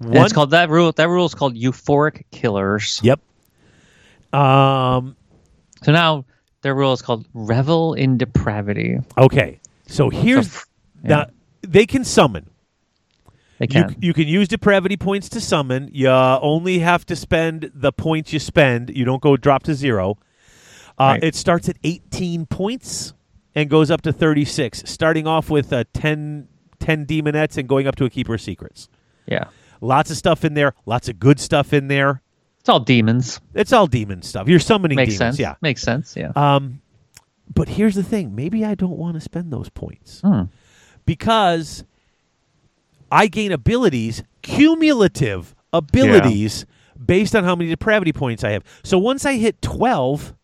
Speaker 2: And it's called that rule. That rule is called euphoric killers.
Speaker 1: Yep. Um.
Speaker 2: So now their rule is called revel in depravity.
Speaker 1: Okay. So here's
Speaker 2: f-
Speaker 1: now they can summon.
Speaker 2: They
Speaker 1: You,
Speaker 2: can.
Speaker 1: you can use depravity points to summon. You uh, only have to spend the points you spend. You don't go drop to zero. Uh,
Speaker 2: Right.
Speaker 1: It starts at 18 points and goes up to 36, starting off with uh, 10, 10 demonettes and going up to a Keeper of Secrets.
Speaker 2: Yeah.
Speaker 1: Lots of stuff in there, lots of good stuff in there.
Speaker 2: It's all demons.
Speaker 1: It's all demon stuff. You're summoning
Speaker 2: Makes
Speaker 1: demons,
Speaker 2: sense.
Speaker 1: yeah.
Speaker 2: Makes sense. Yeah.
Speaker 1: Um, but here's the thing: maybe I don't want to spend those points
Speaker 2: Hmm.
Speaker 1: because I gain abilities, cumulative abilities, based on how many depravity points I have. So once I hit 12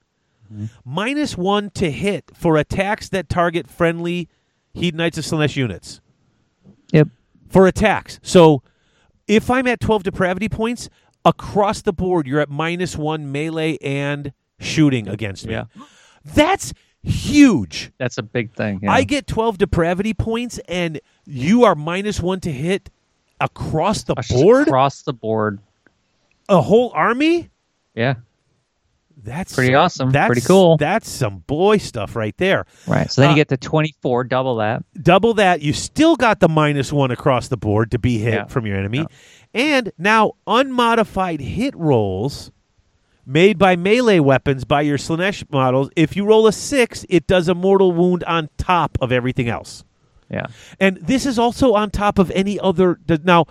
Speaker 1: minus one to hit for attacks that target friendly Hedonites of Slanesh units
Speaker 2: Yep.
Speaker 1: for attacks. So if I'm at 12 depravity points, across the board, you're at minus one melee and shooting against me.
Speaker 2: Yeah.
Speaker 1: That's huge.
Speaker 2: That's a big thing. Yeah.
Speaker 1: I get 12 depravity points, and you are minus one to hit across the
Speaker 2: Just
Speaker 1: board?
Speaker 2: across the board.
Speaker 1: a whole army?
Speaker 2: Yeah.
Speaker 1: That's
Speaker 2: Pretty
Speaker 1: some-
Speaker 2: awesome.
Speaker 1: That's,
Speaker 2: Pretty cool.
Speaker 1: That's some boy stuff right there.
Speaker 2: Right. So then
Speaker 1: Uh,
Speaker 2: you get to 24, double that.
Speaker 1: double that you still got the minus one across the board to be hit
Speaker 2: Yeah.
Speaker 1: from your enemy and now unmodified hit rolls made by melee weapons by your slanesh models if you roll a six it does a mortal wound on top of everything else
Speaker 2: Yeah.
Speaker 1: and this is also on top of any other th- now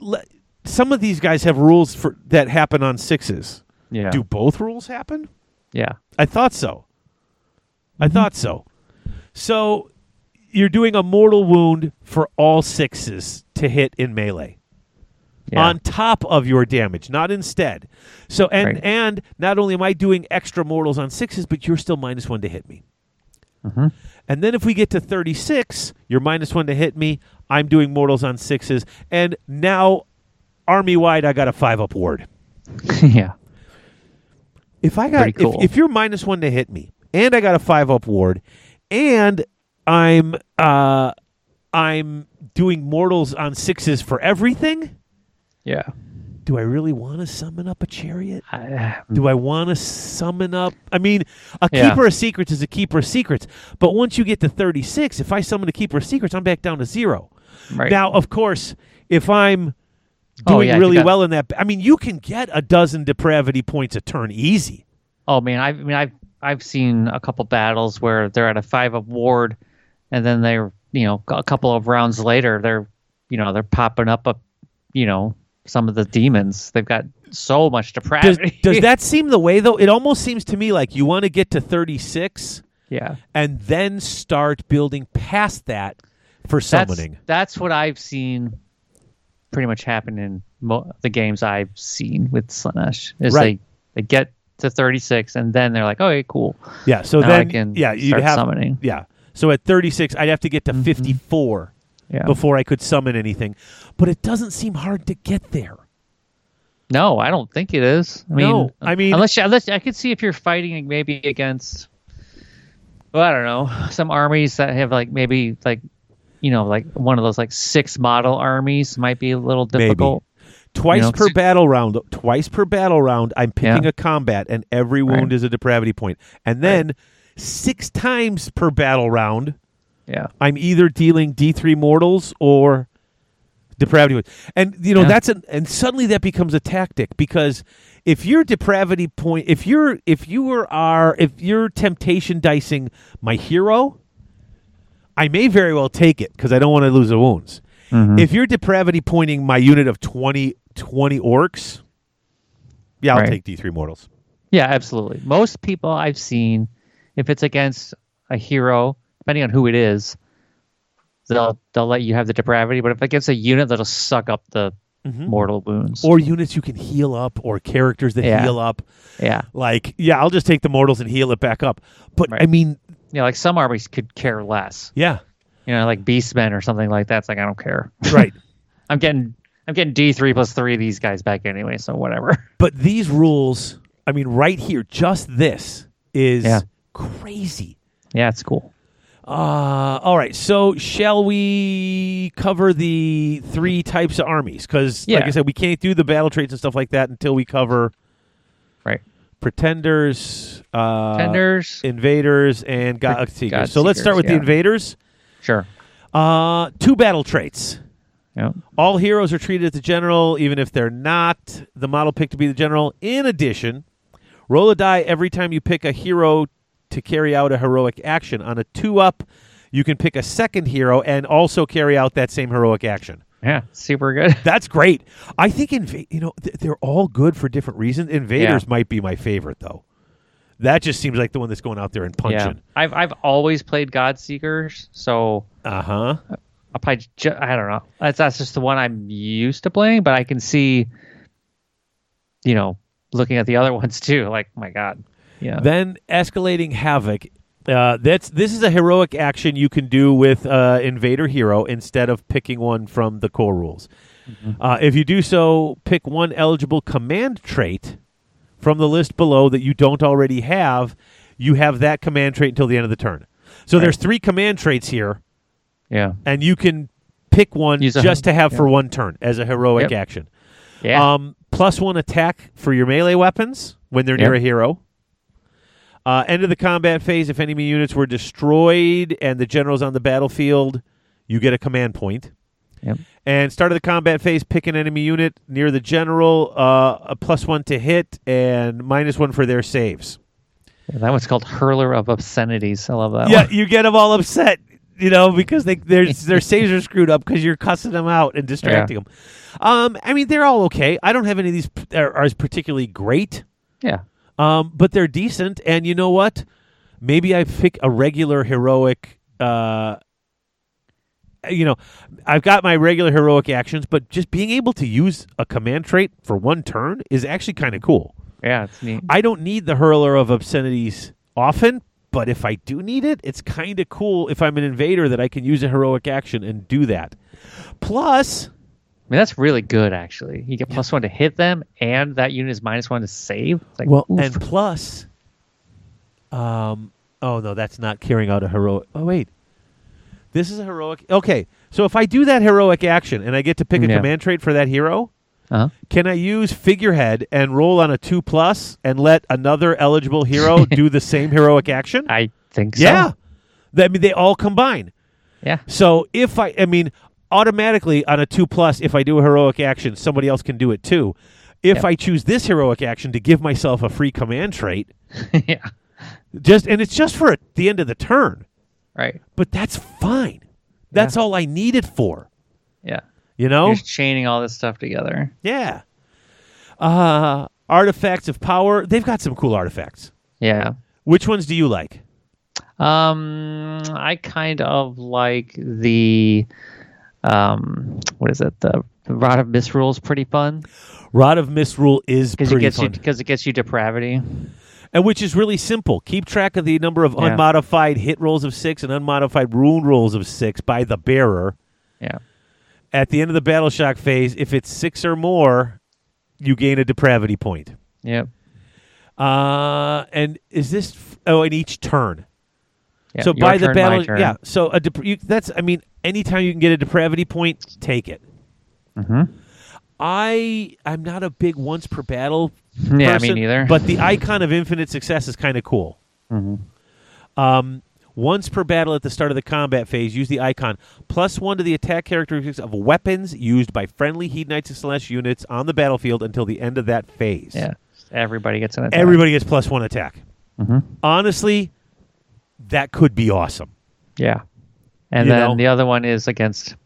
Speaker 1: le- some of these guys have rules for that happen on sixes
Speaker 2: Yeah.
Speaker 1: do both rules happen
Speaker 2: Yeah.
Speaker 1: I thought so. I
Speaker 2: Mm-hmm.
Speaker 1: thought so. So you're doing a mortal wound for all sixes to hit in melee
Speaker 2: Yeah.
Speaker 1: on top of your damage, not instead. So and
Speaker 2: Right.
Speaker 1: and not only am I doing extra mortals on sixes, but you're still minus one to hit me.
Speaker 2: Mm-hmm.
Speaker 1: And then if we get to 36, you're minus one to hit me. I'm doing mortals on sixes, and now army wide, I got a five up ward.
Speaker 2: yeah.
Speaker 1: If I got
Speaker 2: Pretty cool.
Speaker 1: if, if you're minus one to hit me, and I got a five up ward, and I'm uh I'm doing mortals on sixes for everything,
Speaker 2: Yeah.
Speaker 1: do I really want to summon up a chariot?
Speaker 2: I-
Speaker 1: Do I want to summon up? I mean, a
Speaker 2: Yeah.
Speaker 1: keeper of secrets is a keeper of secrets, but once you get to thirty six, if I summon a keeper of secrets, I'm back down to zero.
Speaker 2: right.
Speaker 1: Now, of course, if I'm
Speaker 2: Oh,
Speaker 1: doing
Speaker 2: yeah, you
Speaker 1: really
Speaker 2: got-
Speaker 1: well in that, I mean, you can get a dozen depravity points a turn easy.
Speaker 2: Oh man, I, I mean, I've I've seen a couple battles where they're at a five up ward, and then they're you know a couple of rounds later they're you know they're popping up a you know some of the demons. They've got so much
Speaker 1: does,
Speaker 2: depravity.
Speaker 1: does that seem the way though? It almost seems to me like you want to get to 36
Speaker 2: yeah.
Speaker 1: and then start building past that for
Speaker 2: That's,
Speaker 1: summoning.
Speaker 2: that's what I've seen pretty much happen in mo- the games I've seen with Slanesh. Is
Speaker 1: Right.
Speaker 2: they, they get to 36 and then they're like, oh, okay, cool.
Speaker 1: yeah, so
Speaker 2: now
Speaker 1: then
Speaker 2: I can
Speaker 1: yeah, you'd
Speaker 2: start
Speaker 1: have
Speaker 2: summoning. Mm-hmm.
Speaker 1: yeah. So at 36 I'd have to get to 54
Speaker 2: Yeah.
Speaker 1: before I could summon anything. But it doesn't seem hard to get there.
Speaker 2: No, I don't think it is. I mean,
Speaker 1: No, I mean-
Speaker 2: unless you, unless I could see if you're fighting maybe against, well, I don't know, some armies that have like maybe like, you know, like one of those like six model armies might be a little
Speaker 1: Maybe.
Speaker 2: difficult.
Speaker 1: Twice
Speaker 2: You know,
Speaker 1: per
Speaker 2: it's-
Speaker 1: battle round, twice per battle round, I'm picking
Speaker 2: Yeah.
Speaker 1: a combat, and every wound
Speaker 2: Right.
Speaker 1: is a depravity point. And then six times per battle round,
Speaker 2: Yeah,
Speaker 1: I'm either dealing D3 mortals or depravity. points. And you know
Speaker 2: Yeah.
Speaker 1: that's an and suddenly that becomes a tactic because if your depravity point if you're if you were are if you're temptation dicing my hero, I may very well take it because I don't want to lose the wounds.
Speaker 2: Mm-hmm.
Speaker 1: If you're depravity pointing my unit of 20, 20 orcs, yeah, I'll
Speaker 2: Right.
Speaker 1: take D3 mortals.
Speaker 2: yeah, absolutely. Most people I've seen, if it's against a hero, depending on who it is, they'll they'll let you have the depravity. But if it gets a unit, that'll suck up the mortal wounds.
Speaker 1: Mm-hmm. Or units you can heal up or characters that
Speaker 2: Yeah.
Speaker 1: heal up.
Speaker 2: yeah,
Speaker 1: Like, yeah, I'll just take the mortals and heal it back up. But I
Speaker 2: Right.
Speaker 1: mean,
Speaker 2: you know, like some armies could care less.
Speaker 1: yeah,
Speaker 2: you know, like Beastmen or something like that. It's like I don't care.
Speaker 1: right.
Speaker 2: I'm getting I'm getting D three plus three of these guys back anyway, so whatever.
Speaker 1: But these rules, I mean, right here, just this is
Speaker 2: Yeah.
Speaker 1: crazy.
Speaker 2: yeah, it's cool.
Speaker 1: Uh, all right, so shall we cover the three types of armies? Because, like
Speaker 2: Yeah.
Speaker 1: I said, we can't do the battle traits and stuff like that until we cover
Speaker 2: Right.
Speaker 1: pretenders, uh,
Speaker 2: Tenders.
Speaker 1: invaders, and god seekers.
Speaker 2: God
Speaker 1: so let's start
Speaker 2: Seekers,
Speaker 1: with the
Speaker 2: yeah.
Speaker 1: invaders.
Speaker 2: sure.
Speaker 1: Uh, two battle traits.
Speaker 2: Yeah.
Speaker 1: All heroes are treated as the general, even if they're not the model picked to be the general. In addition, roll a die every time you pick a hero to carry out a heroic action. On a two up, you can pick a second hero and also carry out that same heroic action.
Speaker 2: Yeah, super good.
Speaker 1: That's great. I think inva- you know th- they're all good for different reasons. Invaders might be my favorite though. That just seems like the one that's going out there and
Speaker 2: yeah,
Speaker 1: punching.
Speaker 2: I've I've always played Godseekers, so
Speaker 1: Uh huh.
Speaker 2: I probably ju- I don't know. That's that's just the one I'm used to playing, but I can see, you know, looking at the other ones too. Like my God, yeah,
Speaker 1: Then escalating havoc. Uh, that's this is a heroic action you can do with uh, invader hero instead of picking one from the core rules.
Speaker 2: Mm-hmm.
Speaker 1: Uh, if you do so, pick one eligible command trait from the list below that you don't already have. You have that command trait until the end of the turn. So there's three command traits here,
Speaker 2: yeah,
Speaker 1: and you can pick one
Speaker 2: Use a
Speaker 1: just to
Speaker 2: hun-
Speaker 1: have
Speaker 2: yeah.
Speaker 1: for one turn as a heroic
Speaker 2: Yep.
Speaker 1: action.
Speaker 2: yeah.
Speaker 1: Um, plus one attack for your melee weapons when they're near
Speaker 2: Yeah.
Speaker 1: a hero. Uh, end of the combat phase. If enemy units were destroyed and the general's on the battlefield, you get a command point.
Speaker 2: Yep.
Speaker 1: And start of the combat phase, pick an enemy unit near the general, uh, a plus one to hit and minus one for their saves.
Speaker 2: Yeah, that one's called Hurler of Obscenities. I love that
Speaker 1: yeah,
Speaker 2: one.
Speaker 1: you get them all upset, you know, because they their their saves are screwed up because you're cussing them out and distracting them. Um, I mean, they're all okay. I don't have any of these p- are, are particularly great,
Speaker 2: Yeah,
Speaker 1: um, but they're decent. And you know what? Maybe I pick a regular heroic. Uh, you know, I've got my regular heroic actions, but just being able to use a command trait for one turn is actually kind of cool.
Speaker 2: yeah, it's neat.
Speaker 1: I don't need the hurler of obscenities often, but if I do need it, it's kind of cool if I'm an invader that I can use a heroic action and do that. Plus,
Speaker 2: I mean, that's really good, actually. You get plus one to hit them, and that unit is minus one to save. It's like, oof.
Speaker 1: and plus, um, oh no, that's not carrying out a heroic. Oh wait, this is a heroic. Okay, so if I do that heroic action and I get to pick a
Speaker 2: Yeah.
Speaker 1: command trait for that hero,
Speaker 2: uh-huh.
Speaker 1: can I use figurehead and roll on a two plus and let another eligible hero do the same heroic action?
Speaker 2: I think so.
Speaker 1: Yeah. That- I mean, they all combine.
Speaker 2: Yeah.
Speaker 1: So if I, I mean, automatically on a two plus, if I do a heroic action, somebody else can do it too. If
Speaker 2: Yep.
Speaker 1: I choose this heroic action to give myself a free command trait,
Speaker 2: yeah.
Speaker 1: just and it's just for the end of the turn,
Speaker 2: Right.
Speaker 1: but that's fine. That's all I need it for.
Speaker 2: Yeah.
Speaker 1: You know,
Speaker 2: You're just chaining all this stuff together.
Speaker 1: yeah. Uh, artifacts of power. They've got some cool artifacts.
Speaker 2: Yeah.
Speaker 1: Which ones do you like?
Speaker 2: Um, I kind of like the, um, what is it? The, the Rod of Misrule is pretty fun
Speaker 1: Rod of Misrule is
Speaker 2: because it
Speaker 1: pretty
Speaker 2: gets you
Speaker 1: fun.
Speaker 2: because it gets you depravity.
Speaker 1: and which is really simple. Keep track of the number of
Speaker 2: Yeah.
Speaker 1: unmodified hit rolls of six and unmodified wound rolls of six by the bearer.
Speaker 2: Yeah.
Speaker 1: At the end of the battle shock phase, if it's six or more, you gain a depravity point.
Speaker 2: Yep.
Speaker 1: Uh, and is this? F- oh, in each turn.
Speaker 2: Yeah.
Speaker 1: so
Speaker 2: Your
Speaker 1: by the
Speaker 2: turn, my
Speaker 1: battle,
Speaker 2: turn.
Speaker 1: yeah. So a dep- you, that's I mean, anytime you can get a depravity point, take it.
Speaker 2: Mhm.
Speaker 1: I I'm not a big once per battle.
Speaker 2: Yeah, me
Speaker 1: person,
Speaker 2: neither. Mm-hmm.
Speaker 1: But the icon of infinite success is kind of cool. Um, once per battle at the start of the combat phase, use the icon plus one to the attack characteristics of weapons used by friendly Heed Knights and Celeste units on the battlefield until the end of that phase.
Speaker 2: yeah. Everybody gets an attack.
Speaker 1: Everybody gets plus one attack.
Speaker 2: Mhm.
Speaker 1: Honestly, that could be awesome.
Speaker 2: Yeah. And
Speaker 1: You
Speaker 2: then
Speaker 1: know?
Speaker 2: the other one is against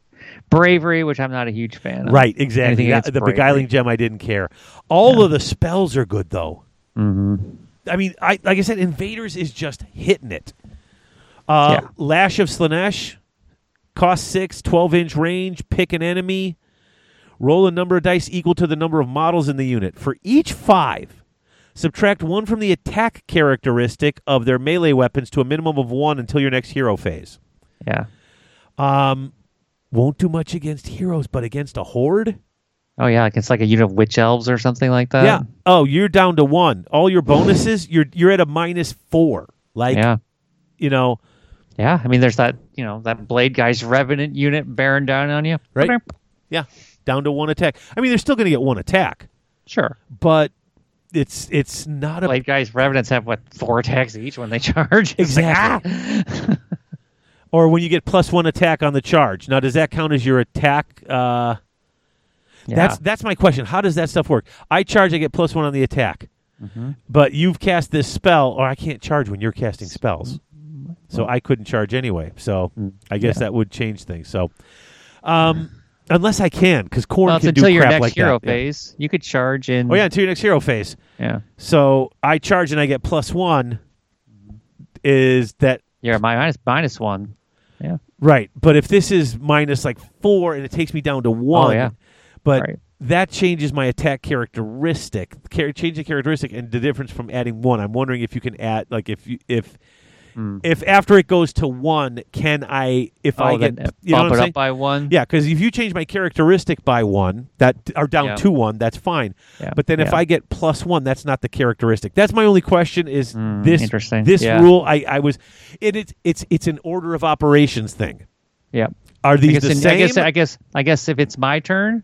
Speaker 2: bravery, which I'm not a huge fan of.
Speaker 1: Right, exactly.
Speaker 2: Anything
Speaker 1: That-
Speaker 2: against
Speaker 1: the
Speaker 2: bravery.
Speaker 1: beguiling gem, I didn't care. All of the spells are good though. Mm-hmm. I mean, I like I said, invaders is just hitting it. Uh,
Speaker 2: Yeah.
Speaker 1: Lash of Slanesh, cost six, 12 inch range. Pick an enemy. Roll a number of dice equal to the number of models in the unit. For each five, subtract one from the attack characteristic of their melee weapons to a minimum of one until your next hero phase.
Speaker 2: Yeah.
Speaker 1: Um, won't do much against heroes, but against a horde.
Speaker 2: Oh yeah, like it's like a unit of witch elves or something like that.
Speaker 1: Yeah. Oh, you're down to one. All your bonuses, you're you're at a minus four. Like
Speaker 2: yeah.
Speaker 1: you know,
Speaker 2: Yeah. I mean there's that you know, that blade guy's revenant unit bearing down on you.
Speaker 1: Right.
Speaker 2: Okay.
Speaker 1: yeah, down to one attack. I mean, they're still going to get one attack,
Speaker 2: Sure.
Speaker 1: but it's it's not a
Speaker 2: Blade guys revenants have what four attacks each when they charge. It's like,
Speaker 1: Exactly.
Speaker 2: ah!
Speaker 1: or when you get plus one attack on the charge. Now, does that count as your attack? Uh,
Speaker 2: yeah.
Speaker 1: That's that's my question. How does that stuff work? I charge, I get plus one on the attack. But you've cast this spell, or I can't charge when you're casting spells. So I couldn't charge anyway. So I guess that would change things. So, um, unless I can, because Corn
Speaker 2: Well, it's
Speaker 1: can do
Speaker 2: until
Speaker 1: crap
Speaker 2: your next
Speaker 1: like
Speaker 2: hero
Speaker 1: that. Yeah.
Speaker 2: phase. You could charge in.
Speaker 1: Oh yeah, until your next hero phase.
Speaker 2: yeah.
Speaker 1: So I charge and I get plus one. Is that
Speaker 2: You're at my minus minus one. Yeah.
Speaker 1: right? But if this is minus like four and it takes me down to one,
Speaker 2: Oh, yeah.
Speaker 1: but
Speaker 2: Right.
Speaker 1: that changes my attack characteristic. Char- change the characteristic and the difference from adding one. I'm wondering if you can add like if you if if after it goes to one, can I if I
Speaker 2: Hmm. oh,
Speaker 1: get
Speaker 2: then
Speaker 1: you know what I'm
Speaker 2: bump it
Speaker 1: saying?
Speaker 2: up by one.
Speaker 1: Yeah, because if you change my characteristic by one, that or down
Speaker 2: Yeah.
Speaker 1: to one, that's fine.
Speaker 2: Yeah,
Speaker 1: But then if
Speaker 2: yeah.
Speaker 1: I get plus one, that's not the characteristic. That's my only question. Is
Speaker 2: Mm,
Speaker 1: this
Speaker 2: interesting,
Speaker 1: this
Speaker 2: yeah.
Speaker 1: rule? I I was it, it's it's it's an order of operations thing.
Speaker 2: Yeah.
Speaker 1: Are
Speaker 2: I
Speaker 1: these
Speaker 2: guess,
Speaker 1: the
Speaker 2: in-
Speaker 1: same?
Speaker 2: I guess I guess I guess if it's my turn,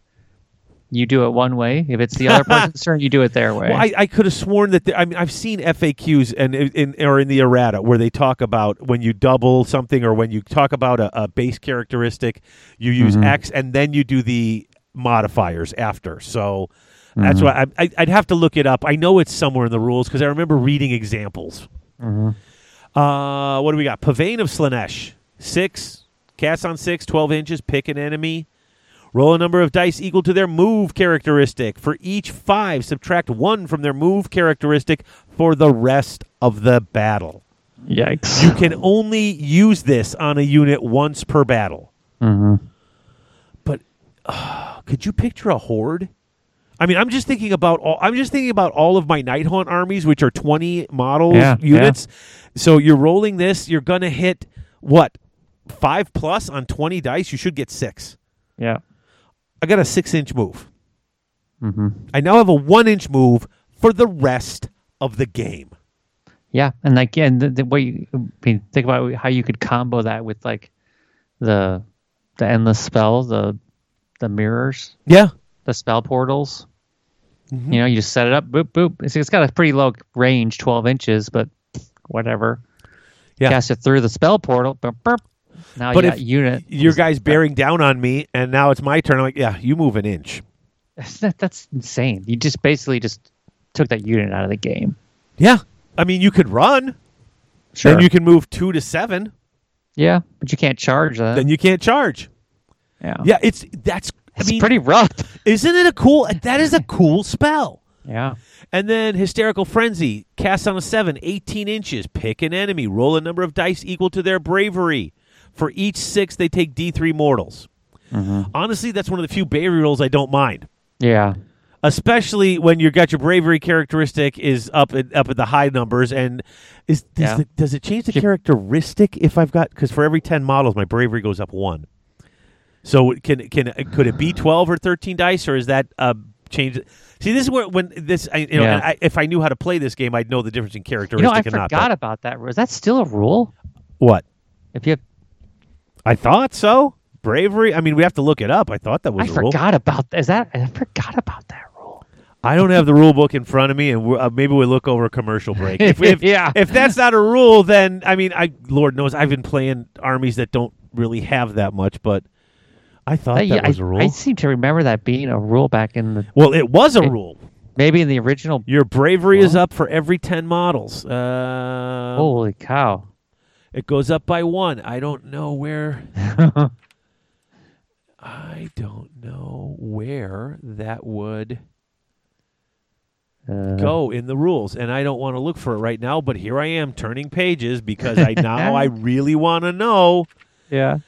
Speaker 2: you do it one way. If it's the other person's turn, you do it their way.
Speaker 1: well, I, I could have sworn that the, I mean I've seen FAQs and in, in or in the errata where they talk about when you double something or when you talk about a, a base characteristic, you use
Speaker 2: Mm-hmm.
Speaker 1: X and then you do the modifiers after. So that's
Speaker 2: Mm-hmm.
Speaker 1: why I, I, I'd have to look it up. I know it's somewhere in the rules because I remember reading examples.
Speaker 2: Mm-hmm.
Speaker 1: Uh, what do we got? Pavane of Slanesh. Six. Cast on six, 12 inches. Pick an enemy. Roll a number of dice equal to their move characteristic. For each five, subtract one from their move characteristic for the rest of the battle.
Speaker 2: Yikes!
Speaker 1: You can only use this on a unit once per battle.
Speaker 2: Mm-hmm.
Speaker 1: But uh, could you picture a horde? I mean, I'm just thinking about all. I'm just thinking about all of my Night Haunt armies, which are 20 models
Speaker 2: Yeah,
Speaker 1: units. So you're rolling this. You're gonna hit what five plus on 20 dice. You should get six.
Speaker 2: yeah.
Speaker 1: I got a six inch move.
Speaker 2: Mm-hmm.
Speaker 1: I now have a one inch move for the rest of the game.
Speaker 2: Yeah, and like yeah, and the, the way you I mean, think about how you could combo that with like the the endless spell, the the mirrors,
Speaker 1: Yeah.
Speaker 2: the spell portals.
Speaker 1: Mm-hmm.
Speaker 2: You know, you just set it up, boop boop. It's, it's got a pretty low range, twelve inches, but whatever.
Speaker 1: Yeah.
Speaker 2: Cast it through the spell portal. Burp, burp. Now
Speaker 1: But
Speaker 2: you
Speaker 1: if
Speaker 2: got unit.
Speaker 1: Your guy's bearing down on me, and now it's my turn. I'm like, yeah, you move an inch.
Speaker 2: That's, that, that's insane. You just basically just took that unit out of the game.
Speaker 1: Yeah. I mean, you could run,
Speaker 2: Sure.
Speaker 1: then you can move two to seven,
Speaker 2: yeah, but you can't charge that.
Speaker 1: then you can't charge.
Speaker 2: yeah.
Speaker 1: Yeah, it's that's. I
Speaker 2: It's
Speaker 1: mean,
Speaker 2: pretty rough.
Speaker 1: isn't it a cool? That is a cool spell.
Speaker 2: Yeah.
Speaker 1: And then Hysterical Frenzy, cast on a 7, 18 inches. Pick an enemy. Roll a number of dice equal to their bravery. For each six, they take D3 mortals. Honestly, that's one of the few bravery rolls I don't mind.
Speaker 2: Yeah.
Speaker 1: Especially when you've got your bravery characteristic is up at, up at the high numbers, and is does,
Speaker 2: Yeah.
Speaker 1: the, does it change the
Speaker 2: Keep-
Speaker 1: characteristic if I've got because for every ten models my bravery goes up one. So it can can could it be twelve or thirteen dice, or is that uh, change? See, this is where when this I, you know
Speaker 2: Yeah.
Speaker 1: and I, if I knew how to play this game, I'd know the difference in
Speaker 2: You
Speaker 1: characteristic
Speaker 2: know, I
Speaker 1: and not.
Speaker 2: forgot
Speaker 1: but-
Speaker 2: about that rule. Is that still a rule?
Speaker 1: what
Speaker 2: If you have,
Speaker 1: I thought so. Bravery. I mean, we have to look it up. I thought that
Speaker 2: I
Speaker 1: was a rule.
Speaker 2: forgot about is that I forgot about that rule.
Speaker 1: I don't have the rule book in front of me, and we're, uh, maybe we look over a commercial break. If, if,
Speaker 2: Yeah.
Speaker 1: if that's not a rule, then I mean, I Lord knows I've been playing armies that don't really have that much, but I thought that,
Speaker 2: yeah,
Speaker 1: was a rule.
Speaker 2: I, I seem to remember that being a rule back in the
Speaker 1: well, it was a rule.
Speaker 2: maybe in the original.
Speaker 1: Your bravery is up for every ten models. Uh,
Speaker 2: Holy cow!
Speaker 1: It goes up by one. I don't know where. I don't know where that would
Speaker 2: Uh,
Speaker 1: go in the rules, and I don't want to look for it right now. But here I am turning pages because I now I really want to know.
Speaker 2: yeah.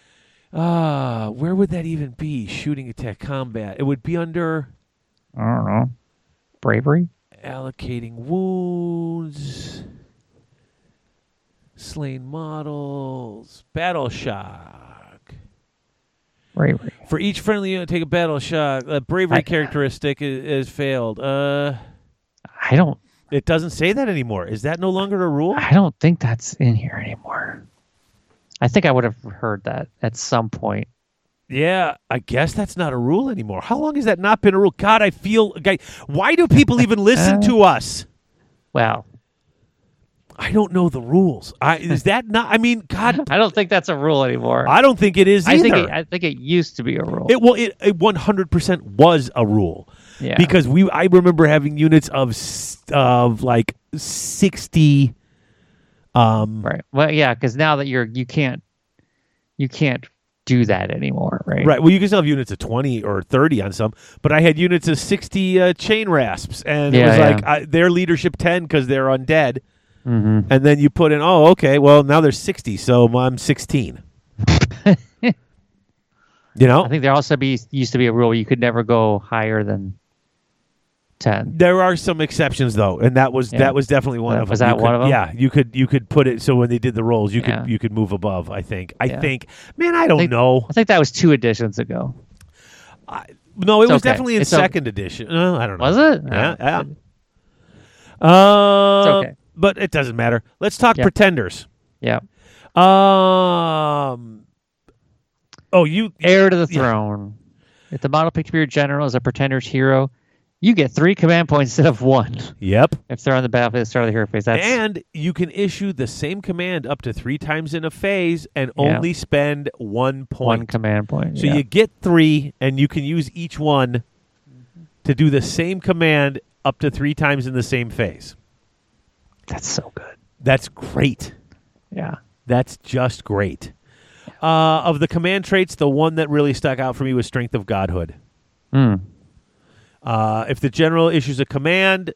Speaker 1: Ah, where would that even be? Shooting attack combat. It would be under
Speaker 2: I don't know. Bravery.
Speaker 1: allocating wounds, slain models, battle shock.
Speaker 2: Bravery.
Speaker 1: For each friendly unit, take a battle shock. A bravery
Speaker 2: I-
Speaker 1: characteristic is, is failed. Uh,
Speaker 2: I don't.
Speaker 1: it doesn't say that anymore. Is that no longer a rule?
Speaker 2: I don't think that's in here anymore. I think I would have heard that at some point.
Speaker 1: Yeah, I guess that's not a rule anymore. How long has that not been a rule? God, I feel. Guy, why do people even listen to
Speaker 2: Uh,
Speaker 1: us?
Speaker 2: Well,
Speaker 1: I don't know the rules. I, is that not? I mean, God,
Speaker 2: I don't think that's a rule anymore.
Speaker 1: I don't think it is
Speaker 2: I
Speaker 1: either.
Speaker 2: think it, I think it used to be a rule.
Speaker 1: It well, it one hundred percent was a rule,
Speaker 2: Yeah.
Speaker 1: because we I remember having units of s- of like sixty. Um,
Speaker 2: right. Well, yeah, because now that you're you can't you can't do that anymore, right?
Speaker 1: Right. Well, you can still have units of twenty or thirty on some, but I had units of sixty uh, chain rasps, and it
Speaker 2: Yeah,
Speaker 1: was
Speaker 2: yeah.
Speaker 1: like I, their leadership ten because they're undead,
Speaker 2: hmm
Speaker 1: and then you put in, oh, okay, well now they're sixty, so I'm sixteen. you know,
Speaker 2: I think there also be used to be a rule you could never go higher than ten.
Speaker 1: There are some exceptions though, and that was
Speaker 2: Yeah.
Speaker 1: that was definitely one
Speaker 2: Uh,
Speaker 1: of them.
Speaker 2: was
Speaker 1: You
Speaker 2: that
Speaker 1: could-
Speaker 2: one of them?
Speaker 1: Yeah, you could you could put it so when they did the rolls, you
Speaker 2: Yeah.
Speaker 1: could you could move above. I think. I
Speaker 2: Yeah.
Speaker 1: think. Man, I don't
Speaker 2: Like-
Speaker 1: know.
Speaker 2: I think that was two editions ago.
Speaker 1: No, it
Speaker 2: it's
Speaker 1: was
Speaker 2: okay.
Speaker 1: definitely in
Speaker 2: It's o-
Speaker 1: second edition. Uh, I don't know.
Speaker 2: Was it?
Speaker 1: Yeah.
Speaker 2: Oh.
Speaker 1: yeah. Uh,
Speaker 2: okay.
Speaker 1: But it doesn't matter. Let's talk
Speaker 2: Yeah.
Speaker 1: pretenders.
Speaker 2: Yeah.
Speaker 1: Um. Oh, you.
Speaker 2: Heir to the
Speaker 1: Yeah.
Speaker 2: throne. If the model picked to be your general is a pretender's hero, you get three command points instead of one.
Speaker 1: Yep.
Speaker 2: If they're on the battlefield at the start of the hero phase, that's
Speaker 1: and you can issue the same command up to three times in a phase and
Speaker 2: Yeah.
Speaker 1: only spend one point.
Speaker 2: one command point.
Speaker 1: So
Speaker 2: yeah.
Speaker 1: you get three, and you can use each one to do the same command up to three times in the same phase.
Speaker 2: that's so good.
Speaker 1: That's great.
Speaker 2: Yeah.
Speaker 1: That's just great. Uh, of the command traits, the one that really stuck out for me was Strength of Godhood.
Speaker 2: Mm.
Speaker 1: Uh, if the general issues a command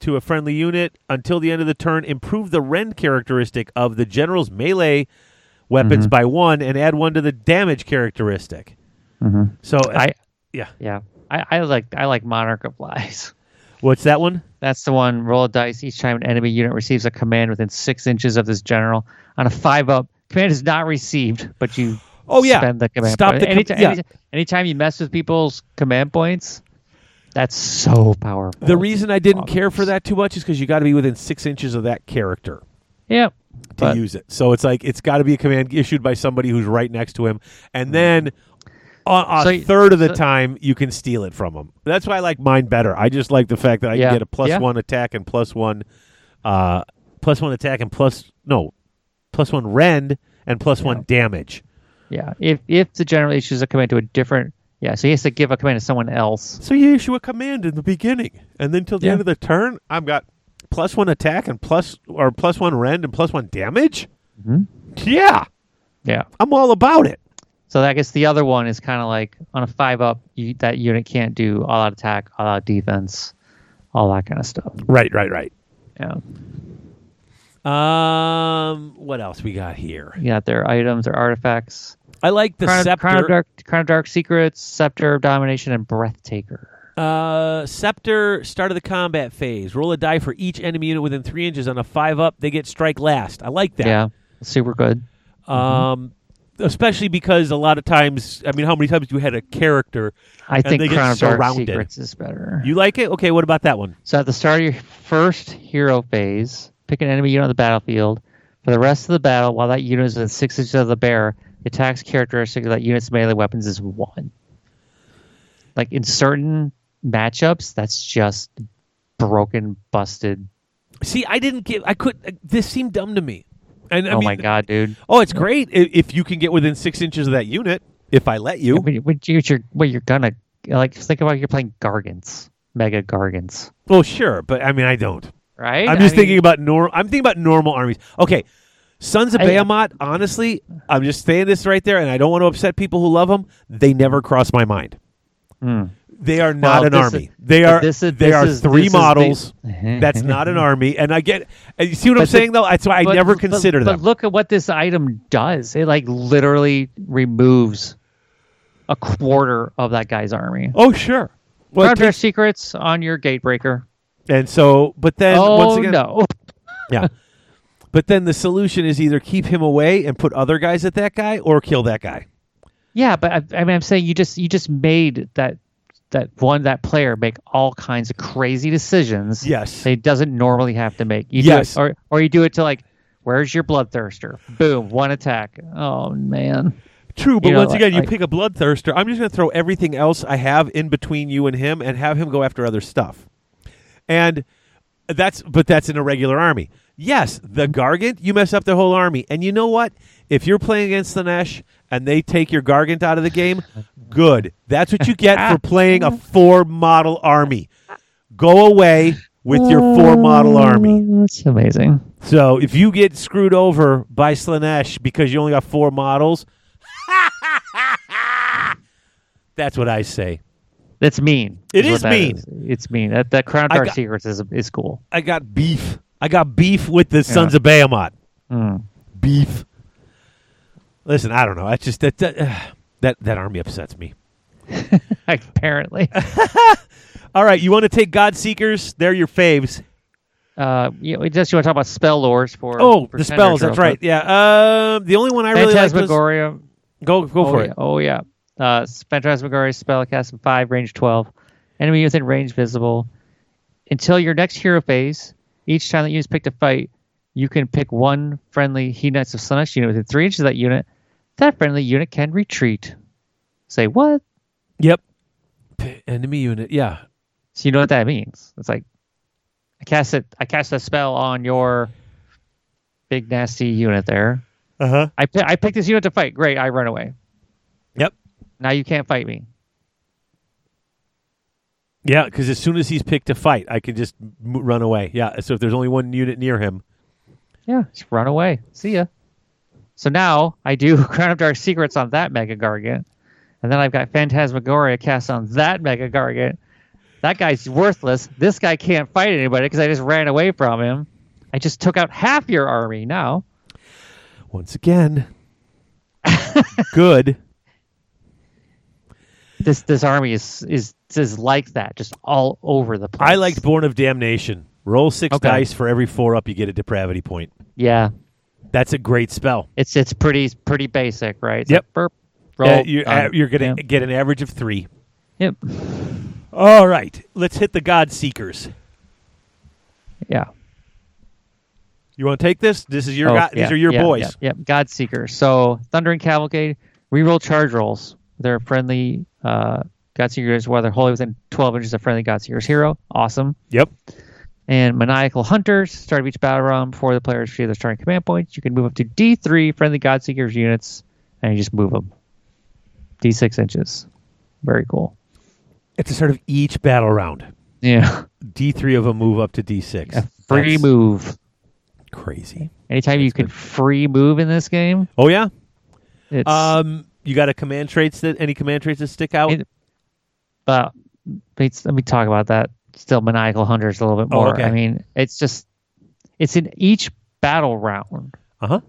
Speaker 1: to a friendly unit until the end of the turn, improve the rend characteristic of the general's melee
Speaker 2: Mm-hmm.
Speaker 1: weapons by one and add one to the damage characteristic.
Speaker 2: Mhm.
Speaker 1: So, uh,
Speaker 2: I
Speaker 1: yeah.
Speaker 2: yeah. I, I like I like Monarch of Lies.
Speaker 1: what's that one?
Speaker 2: That's the one. Roll a dice each time an enemy unit receives a command within six inches of this general. On a five up, command is not received, but you
Speaker 1: Oh, yeah.
Speaker 2: spend the command.
Speaker 1: Stop
Speaker 2: point.
Speaker 1: the com-
Speaker 2: anytime,
Speaker 1: yeah.
Speaker 2: anytime, anytime you mess with people's command points, that's so powerful.
Speaker 1: The reason I didn't
Speaker 2: Problems.
Speaker 1: care for that too much is because you got to be within six inches of that character
Speaker 2: yeah,
Speaker 1: to
Speaker 2: but
Speaker 1: use it. So it's like it's got to be a command issued by somebody who's right next to him, and then a, a
Speaker 2: Mm-hmm. So y-
Speaker 1: third of the
Speaker 2: so-
Speaker 1: time you can steal it from him. That's why I like mine better. I just like the fact that I
Speaker 2: Yeah.
Speaker 1: can get a plus
Speaker 2: Yeah.
Speaker 1: one attack and plus one, uh, plus one attack and plus no, plus one rend and plus one damage.
Speaker 2: yeah. If if the general issues a command to a different, yeah, so he has to give a command to someone else.
Speaker 1: So you issue a command in the beginning, and then till the
Speaker 2: Yeah.
Speaker 1: end of the turn, I've got plus one attack and plus or plus one rend and plus one damage.
Speaker 2: Mm-hmm.
Speaker 1: Yeah,
Speaker 2: Yeah.
Speaker 1: I'm all about it.
Speaker 2: So I guess the other one is kind of like on a five up, you, that unit can't do all out attack, all out defense, all that kind of stuff.
Speaker 1: Right, right, right.
Speaker 2: Yeah.
Speaker 1: Um, what else we got here?
Speaker 2: You got their items, their artifacts.
Speaker 1: I like the
Speaker 2: Crown of, Crown of
Speaker 1: scepter.
Speaker 2: Dark, Crown of Dark Secrets, Scepter of Domination, and Breathtaker.
Speaker 1: Uh, scepter. Start of the combat phase. Roll a die for each enemy unit within three inches. On a five up, they get strike last. I like that.
Speaker 2: Yeah. super good.
Speaker 1: Um, especially because a lot of times, I mean, how many times you had a character?
Speaker 2: I
Speaker 1: And they
Speaker 2: think
Speaker 1: get
Speaker 2: Crown of Dark
Speaker 1: surrounded.
Speaker 2: Secrets is better.
Speaker 1: You like it? Okay. What about that one?
Speaker 2: so at the start of your first hero phase, pick an enemy unit on the battlefield. For the rest of the battle, while that unit is within six inches of the bearer, the attack's characteristic of that unit's melee weapons is one. Like in certain matchups, that's just broken, busted.
Speaker 1: See, I didn't get. I could. uh, This seemed dumb to me. And I
Speaker 2: oh
Speaker 1: mean,
Speaker 2: my god, dude!
Speaker 1: Oh, it's great i- if you can get within six inches of that unit. If I let you.
Speaker 2: I mean, what you- what you're, what you're gonna like? Think about you're playing Gargants, Mega Gargants,
Speaker 1: Well, sure, but I mean, I don't.
Speaker 2: right?
Speaker 1: I'm
Speaker 2: I
Speaker 1: just
Speaker 2: mean,
Speaker 1: thinking about normal. I'm thinking about normal armies. Okay, Sons of
Speaker 2: I-
Speaker 1: Bahamut. Honestly, I'm just saying this right there, and I don't want to upset people who love them. They never cross my mind.
Speaker 2: Mm.
Speaker 1: They are not
Speaker 2: Well,
Speaker 1: an
Speaker 2: this
Speaker 1: army.
Speaker 2: is-
Speaker 1: they
Speaker 2: but
Speaker 1: are.
Speaker 2: this is-
Speaker 1: they
Speaker 2: this
Speaker 1: are
Speaker 2: is-
Speaker 1: three
Speaker 2: this is the-
Speaker 1: models. That's not an army, and I get. And you see what I'm
Speaker 2: But the-
Speaker 1: saying, though. That's why I
Speaker 2: But-
Speaker 1: never
Speaker 2: but-
Speaker 1: consider
Speaker 2: but,
Speaker 1: them.
Speaker 2: look at what this item does. It like literally removes a quarter of that guy's army.
Speaker 1: oh, sure. Well,
Speaker 2: Crown
Speaker 1: it
Speaker 2: Dark secrets on your gatebreaker.
Speaker 1: takes- and so, but then
Speaker 2: oh
Speaker 1: once again,
Speaker 2: no!
Speaker 1: Yeah. But then the solution is either keep him away and put other guys at that guy or kill that guy.
Speaker 2: Yeah, but I, I mean, I'm saying you just you just made that that one that player make all kinds of crazy decisions.
Speaker 1: Yes.
Speaker 2: that he doesn't normally have to make. You
Speaker 1: Yes.
Speaker 2: do it, or or you do it to like, where's your bloodthirster? Boom, one attack. Oh man.
Speaker 1: True, but
Speaker 2: You know,
Speaker 1: once
Speaker 2: like-
Speaker 1: again, you
Speaker 2: like-
Speaker 1: pick a bloodthirster. I'm just going to throw everything else I have in between you and him and have him go after other stuff. And that's but that's an irregular army. Yes, the Gargant, you mess up the whole army. And you know what? If you're playing against the Nesh and they take your Gargant out of the game, good. That's what you get for playing a four model army. Go away with your four model army.
Speaker 2: Mm, That's amazing.
Speaker 1: So if you get screwed over by Slanesh because you only got four models, that's what I say.
Speaker 2: That's mean.
Speaker 1: It
Speaker 2: what
Speaker 1: is
Speaker 2: that
Speaker 1: mean.
Speaker 2: It's mean. That that Crown
Speaker 1: I
Speaker 2: Dark
Speaker 1: got-
Speaker 2: Secrets is is cool.
Speaker 1: I got beef. I got beef with the Sons of Bahamut.
Speaker 2: Mm.
Speaker 1: Beef. Listen, I don't know. That's just that that, that that army upsets me.
Speaker 2: Apparently.
Speaker 1: All right, you want to take God Seekers? They're your faves.
Speaker 2: uh, you know, just you want to talk about spell lords for
Speaker 1: Oh,
Speaker 2: for
Speaker 1: the
Speaker 2: Fender
Speaker 1: spells. That's
Speaker 2: Trail,
Speaker 1: right. Yeah. Um, the only one I
Speaker 2: but
Speaker 1: really like was
Speaker 2: Phantasmagoria.
Speaker 1: go go
Speaker 2: oh,
Speaker 1: for
Speaker 2: yeah. Oh yeah. Uh, Phantasmagoria spell cast in five, range twelve. Enemy within range visible. Until your next hero phase, each time that you pick a fight, you can pick one friendly He Knights of Slanesh unit within three inches of that unit. That friendly unit can retreat. Say what?
Speaker 1: it. Yep. P- enemy unit. Yeah.
Speaker 2: So you know what that means. It's like I cast it. I cast a spell on your big nasty unit there.
Speaker 1: Uh huh.
Speaker 2: I pi- I picked this unit to fight. Great, I run away.
Speaker 1: Yep.
Speaker 2: Now you can't fight me.
Speaker 1: Yeah, because as soon as he's picked a fight, I can just m- run away. Yeah. So if there's only one unit near him,
Speaker 2: Yeah, just run away. See ya. So now I do Crown of Dark Secrets on that Mega Gargant, and then I've got Phantasmagoria cast on that Mega Gargant. That guy's worthless. This guy can't fight anybody because I just ran away from him. I just took out half your army now.
Speaker 1: once again, good.
Speaker 2: this this army is is is like that, just all over the place.
Speaker 1: I liked Born of Damnation. Roll six
Speaker 2: Okay.
Speaker 1: dice for every four up, you get a depravity point.
Speaker 2: Yeah,
Speaker 1: That's a great spell.
Speaker 2: it's it's pretty pretty basic, right? It's
Speaker 1: Yep.
Speaker 2: like, burp, roll.
Speaker 1: Uh, you're,
Speaker 2: done.
Speaker 1: uh, you're gonna
Speaker 2: Yeah.
Speaker 1: get an average of three.
Speaker 2: Yep.
Speaker 1: All right, let's hit the God Seekers.
Speaker 2: Yeah.
Speaker 1: You want to take this? This is your
Speaker 2: Oh,
Speaker 1: God,
Speaker 2: yeah,
Speaker 1: these are your
Speaker 2: yeah,
Speaker 1: boys.
Speaker 2: Yep. yep. God Seeker. So Thundering Cavalcade, reroll charge rolls. They're friendly. Uh, God Seekers, while they're wholly within 12 inches of friendly God Seekers hero. Awesome.
Speaker 1: Yep.
Speaker 2: and Maniacal Hunters. Start of each battle round before the players receive their starting command points. You can move up to D3 friendly Godseekers units, and you just move them. D6 inches. Very cool.
Speaker 1: It's a sort of each battle round.
Speaker 2: Yeah.
Speaker 1: D three of them move up to D six.
Speaker 2: Free move.
Speaker 1: Crazy.
Speaker 2: Anytime you can free move in this game,
Speaker 1: Oh yeah.
Speaker 2: it's
Speaker 1: Um, you got a command traits that any command traits that stick out?
Speaker 2: It- but let's, let me talk about that. Still, maniacal hunters a little bit
Speaker 1: Oh,
Speaker 2: more.
Speaker 1: okay.
Speaker 2: I mean, it's just it's in each battle round.
Speaker 1: Uh huh.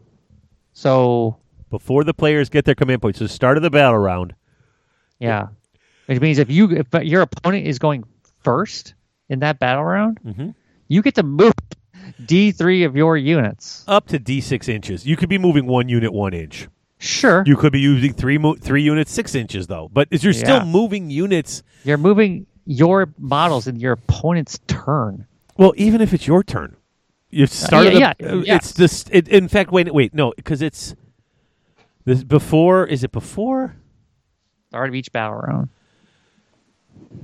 Speaker 2: So
Speaker 1: Before the players get their command points, so start of the battle round.
Speaker 2: yeah, which means if you if your opponent is going first in that battle round,
Speaker 1: Mhm.
Speaker 2: you get to move D three of your units.
Speaker 1: Up to D six inches. You could be moving one unit one inch.
Speaker 2: Sure,
Speaker 1: You could be using three mo- three units six inches though. But if you're
Speaker 2: Yeah.
Speaker 1: still moving units,
Speaker 2: you're moving your models in your opponent's turn.
Speaker 1: well, even if it's your turn, you start.
Speaker 2: yeah,
Speaker 1: the,
Speaker 2: yeah,
Speaker 1: uh,
Speaker 2: yeah.
Speaker 1: It's this. It, in fact, wait, wait, no, because it's this before. Is it before?
Speaker 2: Start of each battle round.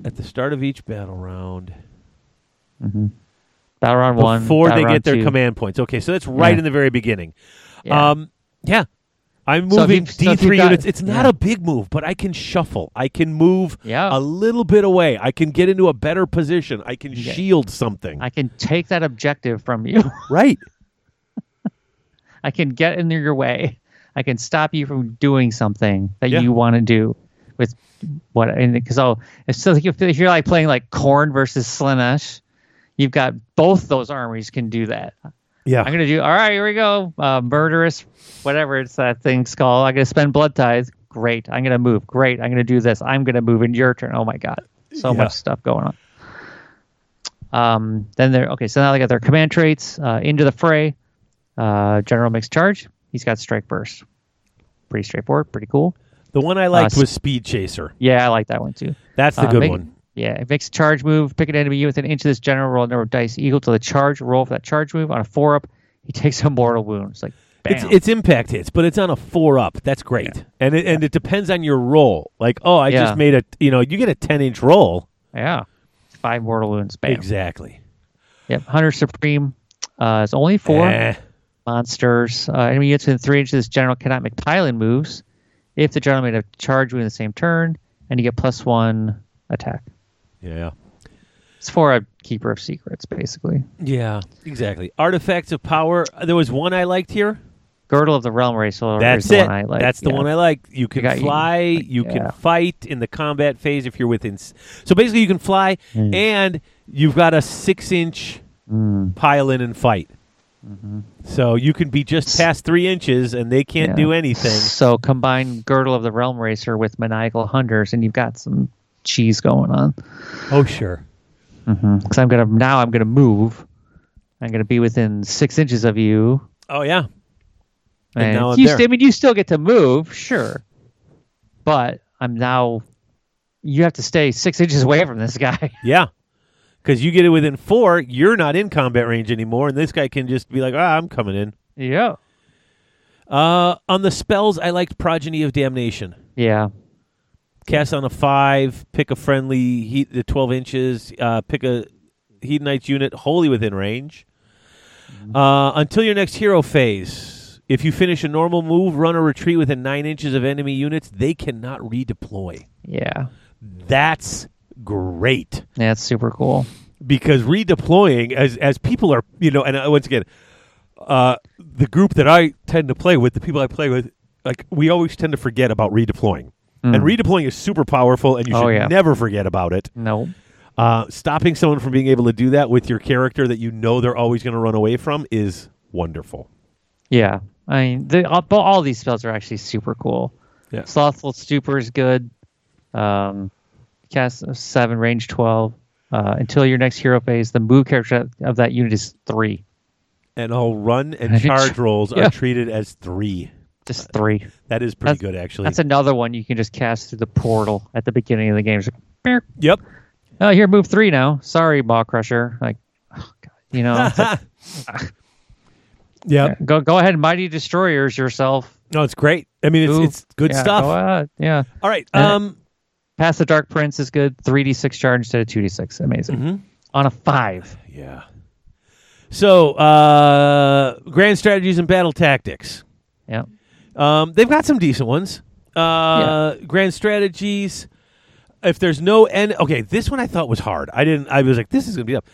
Speaker 1: at the start of each battle round
Speaker 2: Battle round one.
Speaker 1: before
Speaker 2: battle
Speaker 1: they
Speaker 2: round
Speaker 1: get their
Speaker 2: two.
Speaker 1: command points. Okay, so that's right
Speaker 2: Yeah.
Speaker 1: in the very beginning.
Speaker 2: Yeah.
Speaker 1: Um, yeah. I'm
Speaker 2: So if
Speaker 1: moving
Speaker 2: you've- so
Speaker 1: D
Speaker 2: if you've
Speaker 1: three
Speaker 2: got-
Speaker 1: units. It's not
Speaker 2: yeah.
Speaker 1: a big move, but I can shuffle. I can move
Speaker 2: Yeah.
Speaker 1: a little bit away. I can get into a better position. I can
Speaker 2: Yeah.
Speaker 1: shield something.
Speaker 2: I can take that objective from you.
Speaker 1: right.
Speaker 2: I can get in your way. I can stop you from doing something that
Speaker 1: Yeah.
Speaker 2: you want to do with what and because oh if so if if you're like playing like corn versus Slanesh, you've got both those armies can do that.
Speaker 1: Yeah.
Speaker 2: I'm gonna do all right. Here we go. Uh, murderous, whatever it's that thing's called. I'm gonna spend blood ties. Great. I'm gonna move. Great. I'm gonna do this. I'm gonna move in your turn. Oh my god, so
Speaker 1: Yeah.
Speaker 2: much stuff going on. Um. Then they're okay. So now they got their command traits. Uh, into the fray. Uh, General mixed charge. He's got strike burst. Pretty straightforward. Pretty cool.
Speaker 1: the one I liked
Speaker 2: uh,
Speaker 1: was Speed Chaser.
Speaker 2: Yeah, I like that one too.
Speaker 1: That's the
Speaker 2: Uh,
Speaker 1: good
Speaker 2: make-
Speaker 1: one.
Speaker 2: Yeah, it makes a charge move. Pick an enemy unit within an inch of this general. Roll a number of dice equal to the charge. Roll for that charge move on a four up. He takes a mortal wound. It's like bam.
Speaker 1: It's, it's impact hits, but it's on a four up. That's great, and it, and it depends on your roll. Like, oh, I
Speaker 2: Yeah.
Speaker 1: just made a you know you get a ten inch roll.
Speaker 2: yeah, five mortal wounds. Bam.
Speaker 1: Exactly.
Speaker 2: Yep. Hunter Supreme uh, is only four
Speaker 1: Eh.
Speaker 2: monsters. Uh, enemy units within three inches. of This general cannot make pylon moves. if the general made a charge within the same turn, and you get plus one attack.
Speaker 1: Yeah.
Speaker 2: It's for a keeper of secrets, basically.
Speaker 1: Yeah. Exactly. Artifacts of power. There was one I liked here.
Speaker 2: Girdle of the Realm race. or
Speaker 1: That's
Speaker 2: is the
Speaker 1: it.
Speaker 2: One I like.
Speaker 1: That's the
Speaker 2: yeah.
Speaker 1: one I like. You can
Speaker 2: got you.
Speaker 1: fly. You
Speaker 2: Yeah.
Speaker 1: can fight in the combat phase if you're within. s- So basically, you can fly,
Speaker 2: Mm.
Speaker 1: and you've got a six-inch pile in and fight.
Speaker 2: Mm-hmm.
Speaker 1: So you can be just past three inches, and they can't
Speaker 2: Yeah.
Speaker 1: do anything.
Speaker 2: So combine Girdle of the Realm Racer with Maniacal Hunters, and you've got some cheese going on.
Speaker 1: Oh sure. Mm-hmm.
Speaker 2: Because I'm gonna now I'm gonna move. I'm gonna be within six inches of you.
Speaker 1: Oh yeah. And
Speaker 2: And,
Speaker 1: now I'm
Speaker 2: you,
Speaker 1: there.
Speaker 2: st- I mean, you still get to move, sure, but I'm now. You have to stay six inches away from this guy.
Speaker 1: Yeah. Because you get it within four, you're not in combat range anymore, and this guy can just be like, "Ah, I'm coming in."
Speaker 2: yeah.
Speaker 1: Uh, on the spells, I liked Progeny of Damnation.
Speaker 2: Yeah.
Speaker 1: Cast on a five, pick a friendly heat the twelve inches, uh, pick a hedonite's unit wholly within range. Uh, until your next hero phase. If you finish a normal move, run or retreat within nine inches of enemy units, they cannot redeploy.
Speaker 2: Yeah.
Speaker 1: That's great.
Speaker 2: That's super cool.
Speaker 1: Because redeploying as as people are you know, and uh, once again, uh, the group that I tend to play with, the people I play with, like we always tend to forget about redeploying. And redeploying is super powerful, and you should
Speaker 2: Mm. Oh, yeah.
Speaker 1: never forget about it.
Speaker 2: No.
Speaker 1: Uh, stopping someone from being able to do that with your character that you know they're always going to run away from is wonderful.
Speaker 2: Yeah. I mean, the, all, but all these spells are actually super cool.
Speaker 1: Yeah.
Speaker 2: Slothful Stupor is good. Um, cast of 7, range 12. Uh, until your next hero phase, the move character of that unit is 3.
Speaker 1: And all run and charge rolls
Speaker 2: Yeah.
Speaker 1: are treated as three. Uh,
Speaker 2: Just 3.
Speaker 1: That is pretty
Speaker 2: That's-
Speaker 1: good, actually.
Speaker 2: That's another one you can just cast through the portal at the beginning of the game. It's like, "Beep."
Speaker 1: yep.
Speaker 2: oh, here, move 3 now. Sorry, Maw Crusher. Like, oh, God. You know, it's like,
Speaker 1: Yep.
Speaker 2: go, go ahead, Mighty Destroyers yourself.
Speaker 1: No, it's great. I mean, it's,
Speaker 2: Move.
Speaker 1: it's good
Speaker 2: Yeah,
Speaker 1: stuff.
Speaker 2: go ahead. Yeah.
Speaker 1: All right.
Speaker 2: Yeah.
Speaker 1: Um,
Speaker 2: Pass the Dark Prince is good. 3d6 charge instead of 2d6. Amazing.
Speaker 1: Mm-hmm.
Speaker 2: On a 5.
Speaker 1: yeah. So, uh, grand strategies and battle tactics.
Speaker 2: Yeah.
Speaker 1: Um, they've got some decent ones. Uh, Grand strategies. If there's no end, okay. This one I thought was hard. I didn't. I was like, this is gonna be up.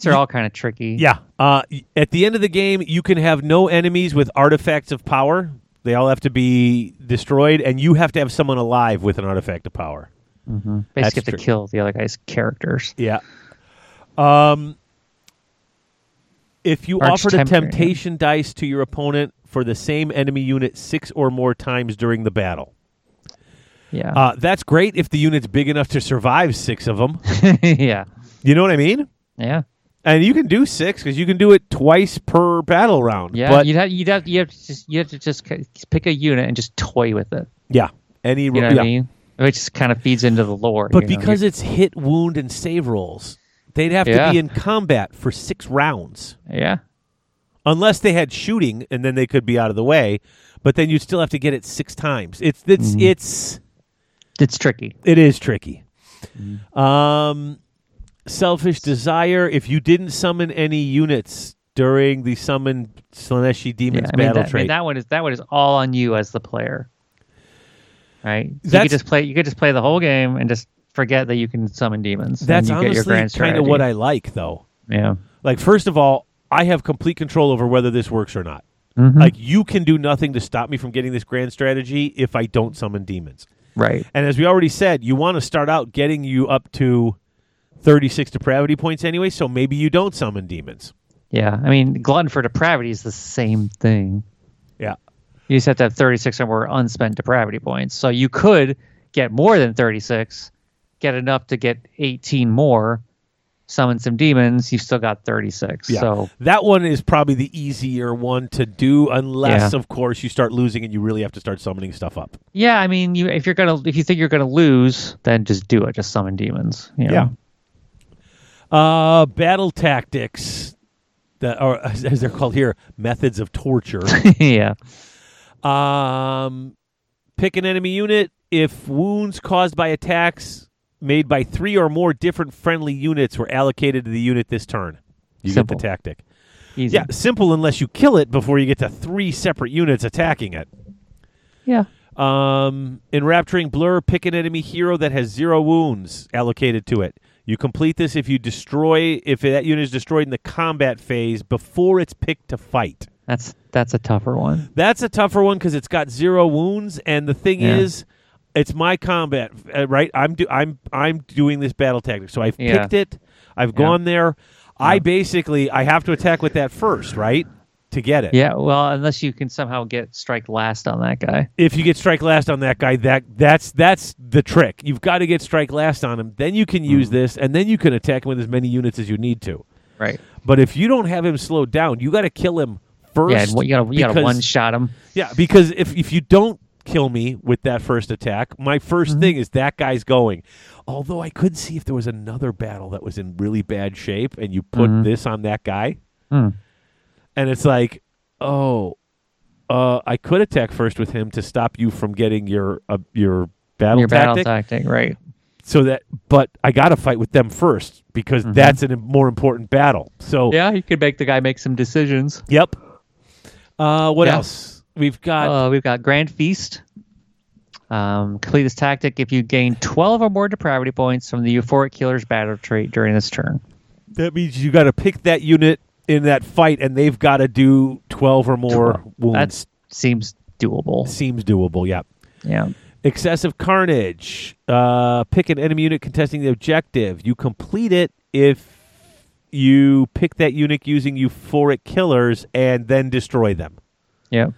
Speaker 2: They're all kind of tricky.
Speaker 1: Yeah. Uh, y- at the end of the game, you can have no enemies with artifacts of power. They all have to be destroyed, and you have to have someone alive with an artifact of power.
Speaker 2: Basically,
Speaker 1: That's
Speaker 2: have to
Speaker 1: true.
Speaker 2: kill the other guy's characters.
Speaker 1: Yeah. Um, if you
Speaker 2: Arch
Speaker 1: offered a
Speaker 2: temper, yeah.
Speaker 1: temptation dice to your opponent for the same enemy unit six or more times during the battle.
Speaker 2: Yeah.
Speaker 1: Uh, that's great if the unit's big enough to survive six of them.
Speaker 2: yeah.
Speaker 1: You know what I mean?
Speaker 2: Yeah.
Speaker 1: And you can do six because you can do it twice per battle round.
Speaker 2: Yeah.
Speaker 1: But
Speaker 2: you'd have, you'd have, you have to just, you have to just c- pick a unit and just toy with it.
Speaker 1: yeah, any
Speaker 2: You know what
Speaker 1: yeah.
Speaker 2: I mean? Which just kind of feeds into the lore.
Speaker 1: But
Speaker 2: you know?
Speaker 1: because it's hit, wound, and save rolls, they'd have to
Speaker 2: Yeah.
Speaker 1: be in combat for six rounds,
Speaker 2: yeah.
Speaker 1: unless they had shooting, and then they could be out of the way. But then you'd still have to get it six times. It's it's
Speaker 2: Mm-hmm.
Speaker 1: it's
Speaker 2: It's tricky.
Speaker 1: it is tricky. Mm-hmm. Um, selfish desire. If you didn't summon any units during the summon Slaneshi
Speaker 2: Yeah.
Speaker 1: demons
Speaker 2: I mean,
Speaker 1: battle
Speaker 2: that, I
Speaker 1: trait,
Speaker 2: mean, that one is that one is all on you as the player. Right? So you
Speaker 1: That's-
Speaker 2: could just play you could just play the whole game and just forget that you can summon demons. and
Speaker 1: that's
Speaker 2: you get your
Speaker 1: honestly
Speaker 2: grand
Speaker 1: kind of what I like, though.
Speaker 2: Yeah.
Speaker 1: Like, first of all, I have complete control over whether this works or not.
Speaker 2: Mm-hmm.
Speaker 1: Like, you can do nothing to stop me from getting this grand strategy if I don't summon demons.
Speaker 2: Right.
Speaker 1: And as we already said, you want to start out getting you up to 36 depravity points anyway, so maybe you don't summon demons.
Speaker 2: Yeah. I mean, glutton for depravity is the same thing.
Speaker 1: Yeah.
Speaker 2: You just have to have 36 or more unspent depravity points. So you could get more than 36, get enough to get 18 more, summon some demons, you've still got 36.
Speaker 1: Yeah.
Speaker 2: So,
Speaker 1: that one is probably the easier one to do, unless,
Speaker 2: Yeah.
Speaker 1: of course, you start losing and you really have to start summoning stuff up.
Speaker 2: yeah, I mean, you if you're going to if you think you're going to lose, then just do it, just summon demons, you know?
Speaker 1: Yeah. Uh, battle tactics, that are as as they're called here, methods of torture.
Speaker 2: yeah.
Speaker 1: um, pick an enemy unit if wounds caused by attacks made by three or more different friendly units were allocated to the unit this turn. You
Speaker 2: Simple.
Speaker 1: get the tactic.
Speaker 2: Easy.
Speaker 1: Yeah, simple unless you kill it before you get to three separate units attacking it.
Speaker 2: Yeah.
Speaker 1: Um, enrapturing blur, pick an enemy hero that has zero wounds allocated to it. You complete this if you destroy if that unit is destroyed in the combat phase before it's picked to fight.
Speaker 2: That's that's a tougher one.
Speaker 1: That's a tougher one because it's got zero wounds, and the thing
Speaker 2: Yeah.
Speaker 1: is, it's my combat, uh, right? I'm do I'm I'm doing this battle tactic, so I've
Speaker 2: Yeah.
Speaker 1: picked it. I've gone there. I basically I have to attack with that first, right? To get it.
Speaker 2: Yeah, well, unless you can somehow get strike last on that guy.
Speaker 1: If you get strike last on that guy, that that's that's the trick. You've got to get strike last on him. Then you can use
Speaker 2: Mm-hmm.
Speaker 1: this, and then you can attack him with as many units as you need to.
Speaker 2: Right.
Speaker 1: But if you don't have him slowed down, you got to kill him first.
Speaker 2: Yeah, and what- you gotta you gotta
Speaker 1: because-
Speaker 2: one shot him.
Speaker 1: Yeah, because if if you don't kill me with that first attack, my 1st
Speaker 2: Mm-hmm.
Speaker 1: thing is that guy's going. Although I could see if there was another battle that was in really bad shape and you put
Speaker 2: Mm-hmm.
Speaker 1: this on that guy.
Speaker 2: Mm.
Speaker 1: And it's like, oh, uh, I could attack first with him to stop you from getting your uh, your battle
Speaker 2: Your battle
Speaker 1: tactic.
Speaker 2: tactic, right?
Speaker 1: so that, but I got to fight with them first because that's a more important battle. So
Speaker 2: Mm-hmm. Yeah, you could make the guy make some decisions.
Speaker 1: yep. Uh, what
Speaker 2: Yeah.
Speaker 1: else? We've got
Speaker 2: Uh, we've got Grand Feast. Um, complete this tactic if you gain 12 or more depravity points from the Euphoric Killer's battle trait during this turn.
Speaker 1: That means you got to pick that unit in that fight, and they've got to do twelve or more wounds.
Speaker 2: That seems doable.
Speaker 1: seems doable. Yeah.
Speaker 2: Yeah.
Speaker 1: Excessive carnage. Uh, pick an enemy unit contesting the objective. You complete it if you pick that unit using euphoric killers and then destroy them.
Speaker 2: Yeah.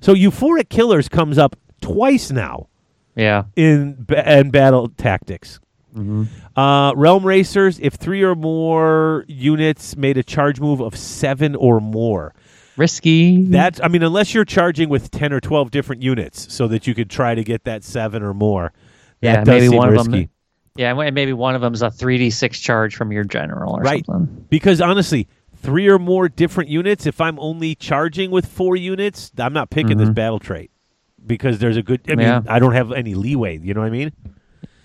Speaker 1: So euphoric killers comes up twice now
Speaker 2: Yeah.
Speaker 1: in ba- and battle tactics.
Speaker 2: Mm-hmm.
Speaker 1: Uh, Realm racers, if three or more units made a charge move of seven or more,
Speaker 2: Risky.
Speaker 1: That's I mean, unless you're charging with ten or twelve different units, so that you could try to get that seven or more.
Speaker 2: yeah,
Speaker 1: that does
Speaker 2: maybe
Speaker 1: seem
Speaker 2: one
Speaker 1: risky.
Speaker 2: of them. Yeah, and maybe one of them's a 3d6 charge from your general or
Speaker 1: Right.
Speaker 2: something.
Speaker 1: Because honestly, three or more different units. If I'm only charging with four units, I'm not picking this battle trait because there's a good. I mean,
Speaker 2: Mm-hmm. Yeah.
Speaker 1: I don't have any leeway. You know what I mean?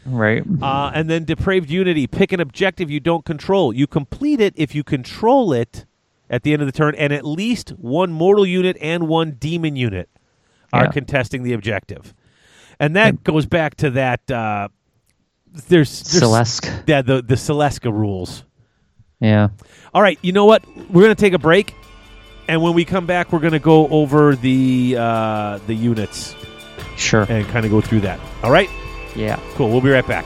Speaker 2: Right.
Speaker 1: Uh, and then depraved unity. Pick an objective you don't control. You complete it if you control it at the end of the turn, and at least one mortal unit and one demon unit are
Speaker 2: Yeah.
Speaker 1: contesting the objective. And that goes back to that. Uh, there's, there's
Speaker 2: Celeste.
Speaker 1: Yeah, the the Celesca rules.
Speaker 2: Yeah.
Speaker 1: All right, you know what? We're gonna take a break, and when we come back, we're gonna go over the uh, the units
Speaker 2: Sure.
Speaker 1: and kind of go through that. All right,
Speaker 2: Yeah.
Speaker 1: cool. We'll be right back.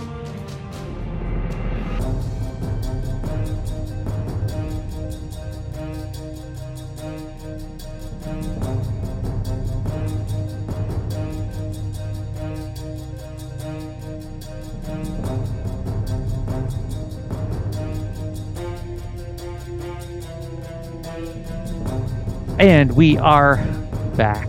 Speaker 2: And we are back.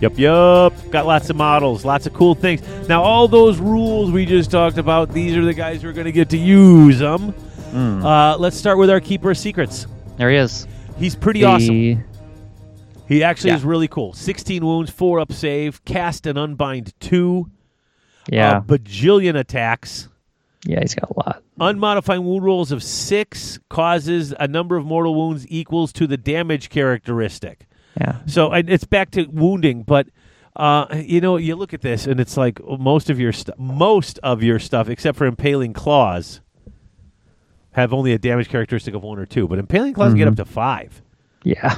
Speaker 1: Yup, yup. Got lots of models, lots of cool things. Now, all those rules we just talked about, these are the guys who are going to get to use them. Uh, let's start with our Keeper of Secrets.
Speaker 2: There he is.
Speaker 1: He's pretty
Speaker 2: The-
Speaker 1: awesome. He actually
Speaker 2: Yeah.
Speaker 1: is really cool. 16 wounds, 4 up save, cast and unbind 2,
Speaker 2: Yeah.
Speaker 1: a bajillion attacks.
Speaker 2: yeah, he's got a lot.
Speaker 1: Unmodifying wound rolls of six causes a number of mortal wounds equals to the damage characteristic.
Speaker 2: Yeah.
Speaker 1: So and it's back to wounding, but Uh, you know, you look at this, and it's like most of your st- most of your stuff, except for impaling claws, have only a damage characteristic of one or two. But impaling claws can get up to five.
Speaker 2: Yeah.
Speaker 1: Uh, you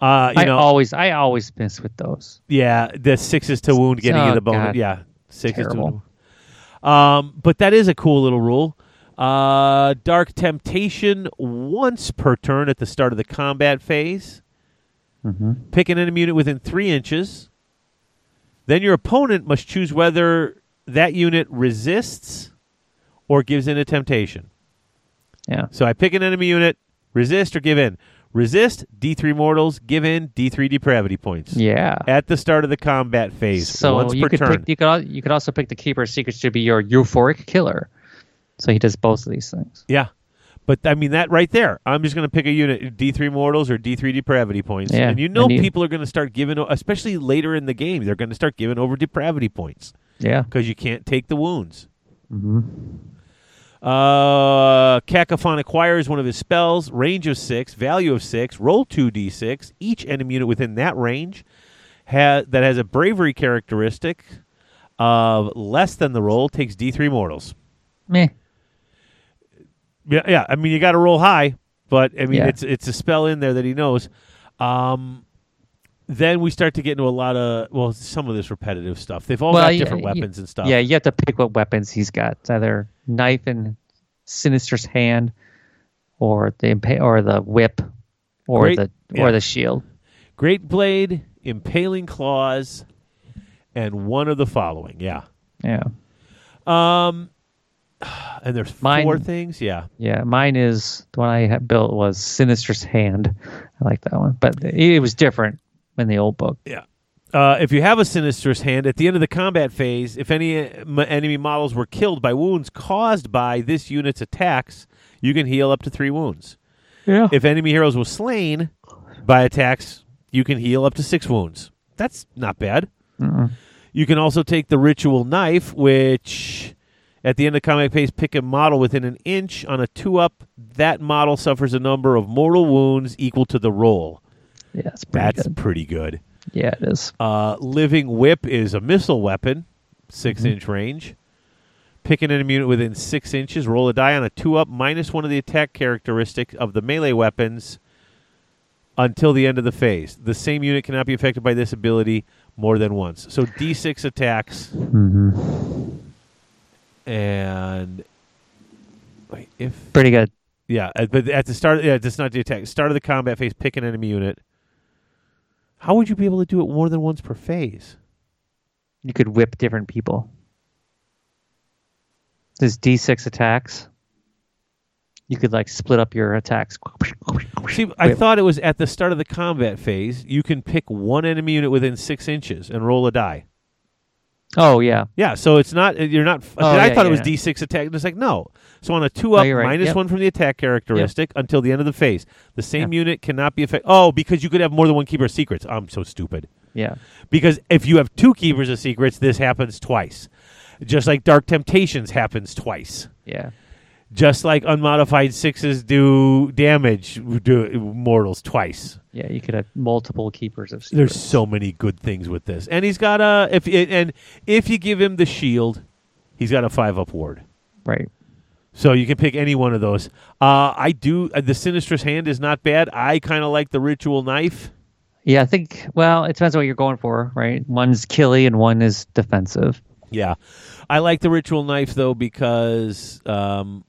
Speaker 2: Mm-hmm. I
Speaker 1: know,
Speaker 2: always I always miss with those.
Speaker 1: yeah, the sixes to wound getting
Speaker 2: Oh,
Speaker 1: in the bone.
Speaker 2: God.
Speaker 1: Yeah, sixes
Speaker 2: Terrible.
Speaker 1: to wound. Um, but that is a cool little rule. Uh, dark temptation once per turn at the start of the combat phase. Pick an enemy unit within three inches. Then your opponent must choose whether that unit resists or gives in to temptation.
Speaker 2: Yeah.
Speaker 1: So I pick an enemy unit, resist or give in. Resist, D3 mortals, give in, D3 depravity points
Speaker 2: Yeah.
Speaker 1: at the start of the combat phase,
Speaker 2: So
Speaker 1: once
Speaker 2: you
Speaker 1: per
Speaker 2: could
Speaker 1: turn.
Speaker 2: pick you could al- you could also pick the keeper of secrets to be your euphoric killer. So he does both of these things.
Speaker 1: yeah, but I mean that right there. I'm just going to pick a unit D three mortals or D three depravity points,
Speaker 2: Yeah,
Speaker 1: and you know
Speaker 2: and you-
Speaker 1: people are going to start giving, o- especially later in the game, they're going to start giving over depravity points
Speaker 2: Yeah.
Speaker 1: because you can't take the wounds. Mm-hmm. Uh, Cacophon acquires one of his spells, range of six, value of six, roll two d6. Each enemy unit within that range ha that has a bravery characteristic of less than the roll takes d3 mortals.
Speaker 2: Meh.
Speaker 1: Yeah, yeah. I mean, you got to roll high, but I mean,
Speaker 2: Yeah.
Speaker 1: it's it's a spell in there that he knows. Um, then we start to get into a lot of well, some of this repetitive stuff. They've all got
Speaker 2: yeah,
Speaker 1: different
Speaker 2: you-
Speaker 1: weapons and stuff.
Speaker 2: Yeah, you have to pick what weapons he's got. It's either knife in Sinister's hand, or the impa- or the whip, or
Speaker 1: Great-
Speaker 2: the
Speaker 1: yeah.
Speaker 2: or the shield.
Speaker 1: Great blade, impaling claws, and one of the following. Yeah.
Speaker 2: Yeah,
Speaker 1: Um, and there's
Speaker 2: Mine-
Speaker 1: four things. Yeah.
Speaker 2: yeah. Mine is the one I had built was Sinister's hand. I like that one, but it was different in the old book.
Speaker 1: Yeah. Uh, if you have a Sinister's Hand, at the end of the combat phase, if any uh, m- enemy models were killed by wounds caused by this unit's attacks, you can heal up to three wounds.
Speaker 2: Yeah,
Speaker 1: If enemy heroes were slain by attacks, you can heal up to six wounds. That's not bad. Mm-hmm. You can also take the ritual knife, which at the end of comic page, pick a model within an inch on a two up. That model suffers a number of mortal wounds equal to the roll.
Speaker 2: yeah. It's pretty
Speaker 1: That's
Speaker 2: good.
Speaker 1: pretty good.
Speaker 2: Yeah, it is.
Speaker 1: Uh, living whip is a missile weapon, 6 inch range. Pick an enemy unit within six inches. Roll a die on a two up minus one of the attack characteristic of the melee weapons until the end of the phase. The same unit cannot be affected by this ability more than once. So D6 attacks. Mm-hmm. And wait, if
Speaker 2: Pretty good.
Speaker 1: yeah, uh, but at the start, yeah, that's not the attack. Start of the combat phase, pick an enemy unit. How would you be able to do it more than once per phase?
Speaker 2: You could whip different people. There's D6 attacks. You could like split up your attacks.
Speaker 1: See, I
Speaker 2: Whip.
Speaker 1: thought it was at the start of the combat phase. You can pick one enemy unit within six inches and roll a die.
Speaker 2: Oh yeah,
Speaker 1: Yeah, so it's not uh, you're not.
Speaker 2: Oh,
Speaker 1: I
Speaker 2: yeah,
Speaker 1: thought it
Speaker 2: yeah,
Speaker 1: was
Speaker 2: yeah. Oh,
Speaker 1: D six attack. It's like no. So on a two up,
Speaker 2: you're right.
Speaker 1: minus
Speaker 2: Yep.
Speaker 1: one from the attack characteristic until the end of the phase. The same unit cannot be affected. Oh, because you could have more than one keeper of secrets. I'm so stupid.
Speaker 2: yeah.
Speaker 1: Because if you have two keepers of secrets, this happens twice. Just like Dark Temptations happens twice.
Speaker 2: Yeah.
Speaker 1: Just like unmodified sixes do damage do mortals twice.
Speaker 2: Yeah, you could have multiple keepers of
Speaker 1: There's
Speaker 2: secrets.
Speaker 1: so many good things with this, and he's got a if and if you give him the shield, he's got a five up ward.
Speaker 2: right.
Speaker 1: So you can pick any one of those. Uh, I do uh, the Sinistrous Hand is not bad. I kind of like the Ritual Knife.
Speaker 2: Yeah, I think well, it depends on what you're going for, right? One's killy and one is defensive.
Speaker 1: Yeah, I like the ritual knife though because um,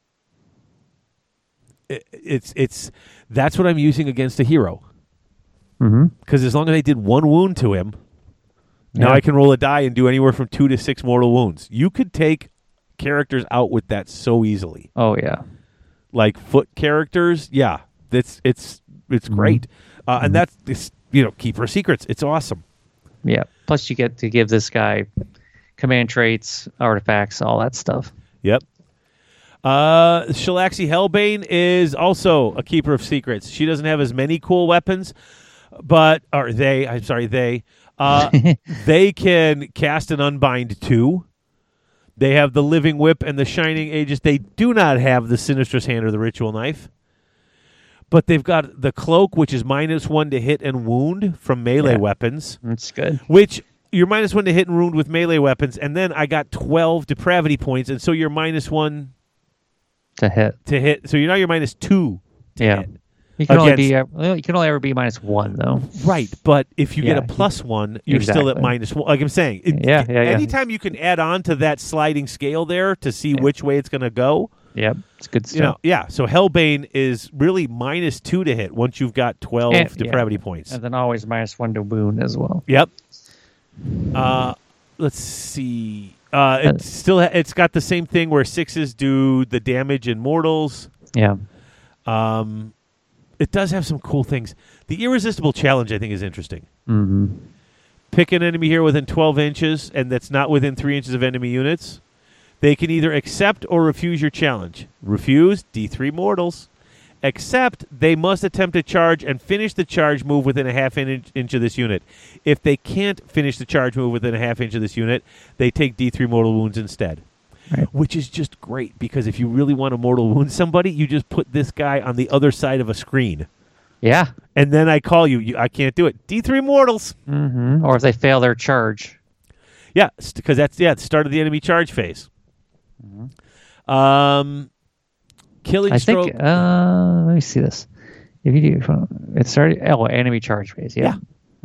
Speaker 1: it, it's it's that's what I'm using against a hero. Because as long as I did one wound to him, now
Speaker 2: Yeah.
Speaker 1: I can roll a die and do anywhere from two to six mortal wounds. You could take characters out with that so easily,
Speaker 2: Oh yeah.
Speaker 1: like foot characters. Yeah, that's it's it's great, uh, and that's this you know keeper of secrets. It's awesome.
Speaker 2: Yeah. Plus you get to give this guy command traits, artifacts, all that stuff.
Speaker 1: Yep. Uh, Shalaxi Hellbane is also a keeper of secrets. She doesn't have as many cool weapons, but or they, I'm sorry, they, uh, they can cast and unbind too. They have the living whip and the shining aegis. They do not have the sinistrous hand or the ritual knife, but they've got the cloak, which is minus one to hit and wound from melee
Speaker 2: Yeah.
Speaker 1: weapons
Speaker 2: That's good.
Speaker 1: which you're minus one to hit and wound with melee weapons, and then I got twelve depravity points, and so you're minus one
Speaker 2: to hit.
Speaker 1: to hit. So you're now you're minus two. To
Speaker 2: Yeah.
Speaker 1: hit.
Speaker 2: You can only be
Speaker 1: Against-
Speaker 2: uh, well, you can only ever be minus one though.
Speaker 1: Right, but if you
Speaker 2: Yeah,
Speaker 1: get a plus one, you're still at
Speaker 2: exactly.
Speaker 1: minus one. Like I'm saying, it-
Speaker 2: Yeah, yeah, yeah.
Speaker 1: anytime you can add on to that sliding scale there to see which way it's going to go,
Speaker 2: Yep, it's good
Speaker 1: you know,
Speaker 2: stuff.
Speaker 1: yeah. So Hellbane is really minus two to hit once you've got twelve
Speaker 2: And- yeah.
Speaker 1: depravity points.
Speaker 2: And then always minus one to wound as well.
Speaker 1: Yep. Uh, let's see. Uh, it's still it's got the same thing where sixes do the damage in mortals.
Speaker 2: Yeah,
Speaker 1: Um, it does have some cool things. The irresistible challenge I think is interesting.
Speaker 2: mm-hmm.
Speaker 1: Pick an enemy here within twelve inches, and that's not within three inches of enemy units. They can either accept or refuse your challenge. Refuse D three mortals. Accept they must attempt a charge and finish the charge move within a half inch, inch of this unit. If they can't finish the charge move within a half inch of this unit, they take D3 mortal wounds instead.
Speaker 2: Right.
Speaker 1: Which is just great because if you really want to mortal wound somebody, you just put this guy on the other side of a screen.
Speaker 2: yeah.
Speaker 1: And then I call you. you I can't do it. D3 mortals.
Speaker 2: Mm-hmm. Or if they fail their charge,
Speaker 1: Yeah, because that's yeah, the start of the enemy charge phase. Um, killing
Speaker 2: Mm-hmm. I
Speaker 1: stroke.
Speaker 2: think. Uh, let me see this. If you do, it's already oh enemy charge phase. Yeah.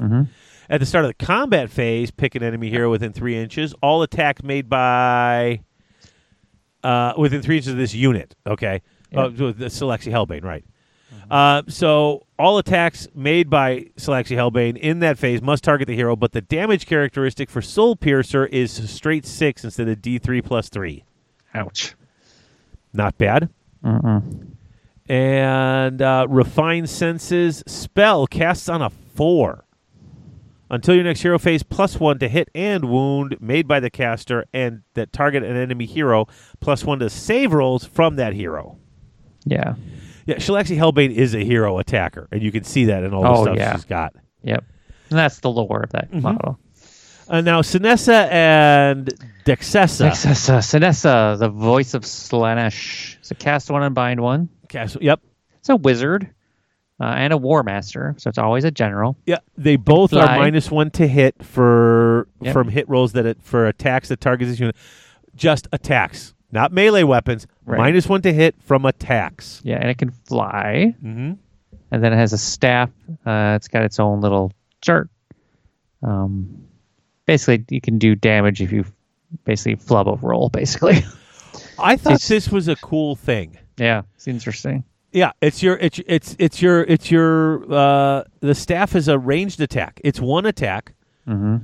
Speaker 2: Mm-hmm.
Speaker 1: At the start of the combat phase, pick an enemy hero within three inches. All attacks made by uh, within three inches of this unit. Okay,
Speaker 2: Yeah. Mm-hmm.
Speaker 1: uh, with the Selexi Hellbane, right? Uh, so all attacks made by Selexi Hellbane in that phase must target the hero, but the damage characteristic for Soul Piercer is straight six instead of D three plus three.
Speaker 2: Ouch.
Speaker 1: Not bad.
Speaker 2: Mm-mm.
Speaker 1: And uh, Refine Senses spell casts on a four. Until your next hero phase, plus one to hit and wound made by the caster and that target an enemy hero, plus one to save rolls from that hero.
Speaker 2: Yeah.
Speaker 1: Yeah, Shalaxi Hellbane is a hero attacker, and you can see that in all the
Speaker 2: Oh,
Speaker 1: stuff
Speaker 2: yeah.
Speaker 1: she's got.
Speaker 2: Yep. And that's the lore of that model.
Speaker 1: Uh, now, Sinessa and Dexessa.
Speaker 2: Sinessa, Sinessa, uh, the voice of Slanesh. It's a cast one and bind one.
Speaker 1: Cast- yep.
Speaker 2: It's a wizard uh, and a war master, so it's always a general.
Speaker 1: Yeah, they both are
Speaker 2: Fly.
Speaker 1: minus one to hit for
Speaker 2: Yep.
Speaker 1: from hit rolls that it, for attacks that target this unit. Just attacks, not melee weapons.
Speaker 2: Right.
Speaker 1: Minus one to hit from attacks.
Speaker 2: Yeah, and it can fly.
Speaker 1: Mm-hmm.
Speaker 2: and then it has a staff. Uh, it's got its own little chart. Um, basically, you can do damage if you basically flub a roll. Basically,
Speaker 1: I thought
Speaker 2: It's-
Speaker 1: this was a cool thing.
Speaker 2: yeah, it's interesting.
Speaker 1: Yeah, it's your it's it's it's your it's your uh, the staff is a ranged attack. It's one attack.
Speaker 2: hmm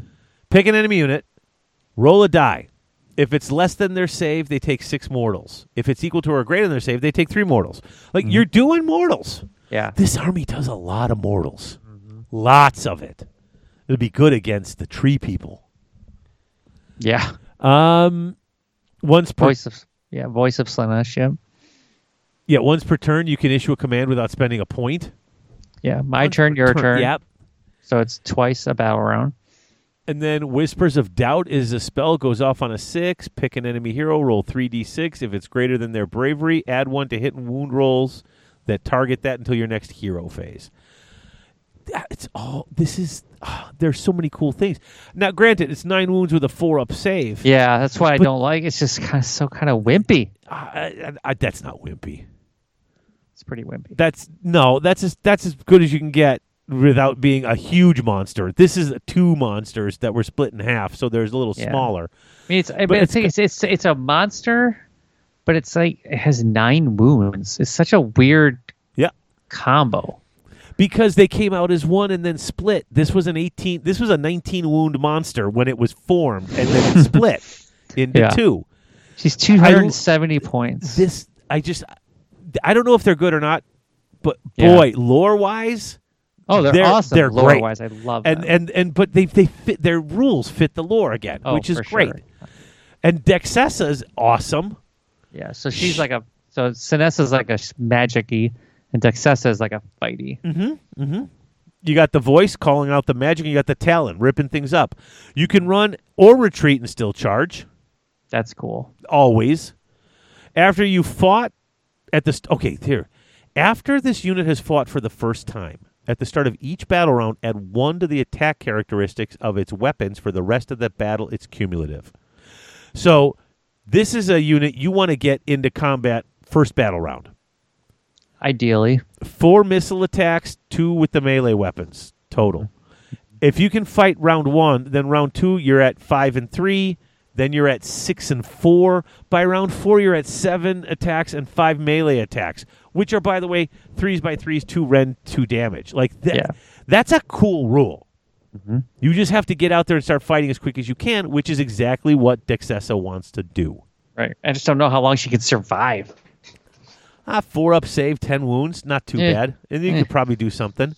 Speaker 1: Pick an enemy unit, roll a die. If it's less than their save, they take six mortals. If it's equal to or greater than their save, they take three mortals. Like
Speaker 2: Mm.
Speaker 1: you're doing mortals.
Speaker 2: Yeah,
Speaker 1: This army does a lot of mortals. Lots of it. It'd be good against the tree people.
Speaker 2: yeah.
Speaker 1: Um once per
Speaker 2: Voice of yeah, voice of Slanesh. Yeah,
Speaker 1: yeah, once per turn you can issue a command without spending a point.
Speaker 2: yeah. My
Speaker 1: Once
Speaker 2: turn,
Speaker 1: per
Speaker 2: your turn.
Speaker 1: Yep.
Speaker 2: So it's twice a battle round.
Speaker 1: And then Whispers of Doubt is a spell goes off on a 6, pick an enemy hero, roll 3d6 if it's greater than their bravery, add 1 to hit and wound rolls that target that until your next hero phase. That- It's all this is ah, there's so many cool things. Now granted, it's 9 wounds with a 4 up save.
Speaker 2: Yeah, that's what I
Speaker 1: But-
Speaker 2: don't like. It's just kind of so kind of wimpy.
Speaker 1: I, I, I, that's not wimpy.
Speaker 2: It's pretty wimpy.
Speaker 1: That's no. That's as that's as good as you can get without being a huge monster. This is two monsters that were split in half, so there's a little
Speaker 2: Yeah.
Speaker 1: smaller.
Speaker 2: I mean, it's I mean,
Speaker 1: it's
Speaker 2: it's, it's it's it's a monster, but it's like it has nine wounds. It's such a weird
Speaker 1: Yeah.
Speaker 2: combo.
Speaker 1: Because they came out as one and then split. This was an eighteen. This was a nineteen wound monster when it was formed and then it split into
Speaker 2: Yeah.
Speaker 1: two.
Speaker 2: She's two hundred and seventy points.
Speaker 1: This I just I don't know if they're good or not, but
Speaker 2: Yeah.
Speaker 1: boy, lore wise,
Speaker 2: oh, they're,
Speaker 1: they're-
Speaker 2: awesome.
Speaker 1: they're
Speaker 2: lore
Speaker 1: great.
Speaker 2: wise, I love
Speaker 1: and
Speaker 2: them.
Speaker 1: and and but they they fit their rules fit the lore again,
Speaker 2: Oh,
Speaker 1: which is
Speaker 2: for
Speaker 1: great.
Speaker 2: sure.
Speaker 1: And Dexessa's awesome.
Speaker 2: yeah. So she's like a so Sinessa's like a s- magic-y, and Dexessa is like a fighty.
Speaker 1: Mm-hmm. You got the voice calling out the magic, and you got the talon ripping things up. You can run or retreat and still charge,
Speaker 2: That's cool.
Speaker 1: always. After you fought at this, okay, here. After this unit has fought for the first time, at at the start of each battle round, add one to the attack characteristics of its weapons. For the rest of the battle, it's cumulative. So, this is a unit you want to get into combat first battle round.
Speaker 2: Ideally,
Speaker 1: Four missile attacks, two with the melee weapons total. If you can fight round one, then round two, you're at five and three. Then you're at six and four. By round four, you're at seven attacks and five melee attacks, which are, by the way, threes by threes, two rend, two damage. Like that,
Speaker 2: Yeah.
Speaker 1: that's a cool rule. You just have to get out there and start fighting as quick as you can, which is exactly what Dexessa wants to do.
Speaker 2: right? I just don't know how long she can survive.
Speaker 1: Ah, four up save, ten wounds, not too
Speaker 2: Eh.
Speaker 1: bad. And you could probably do something.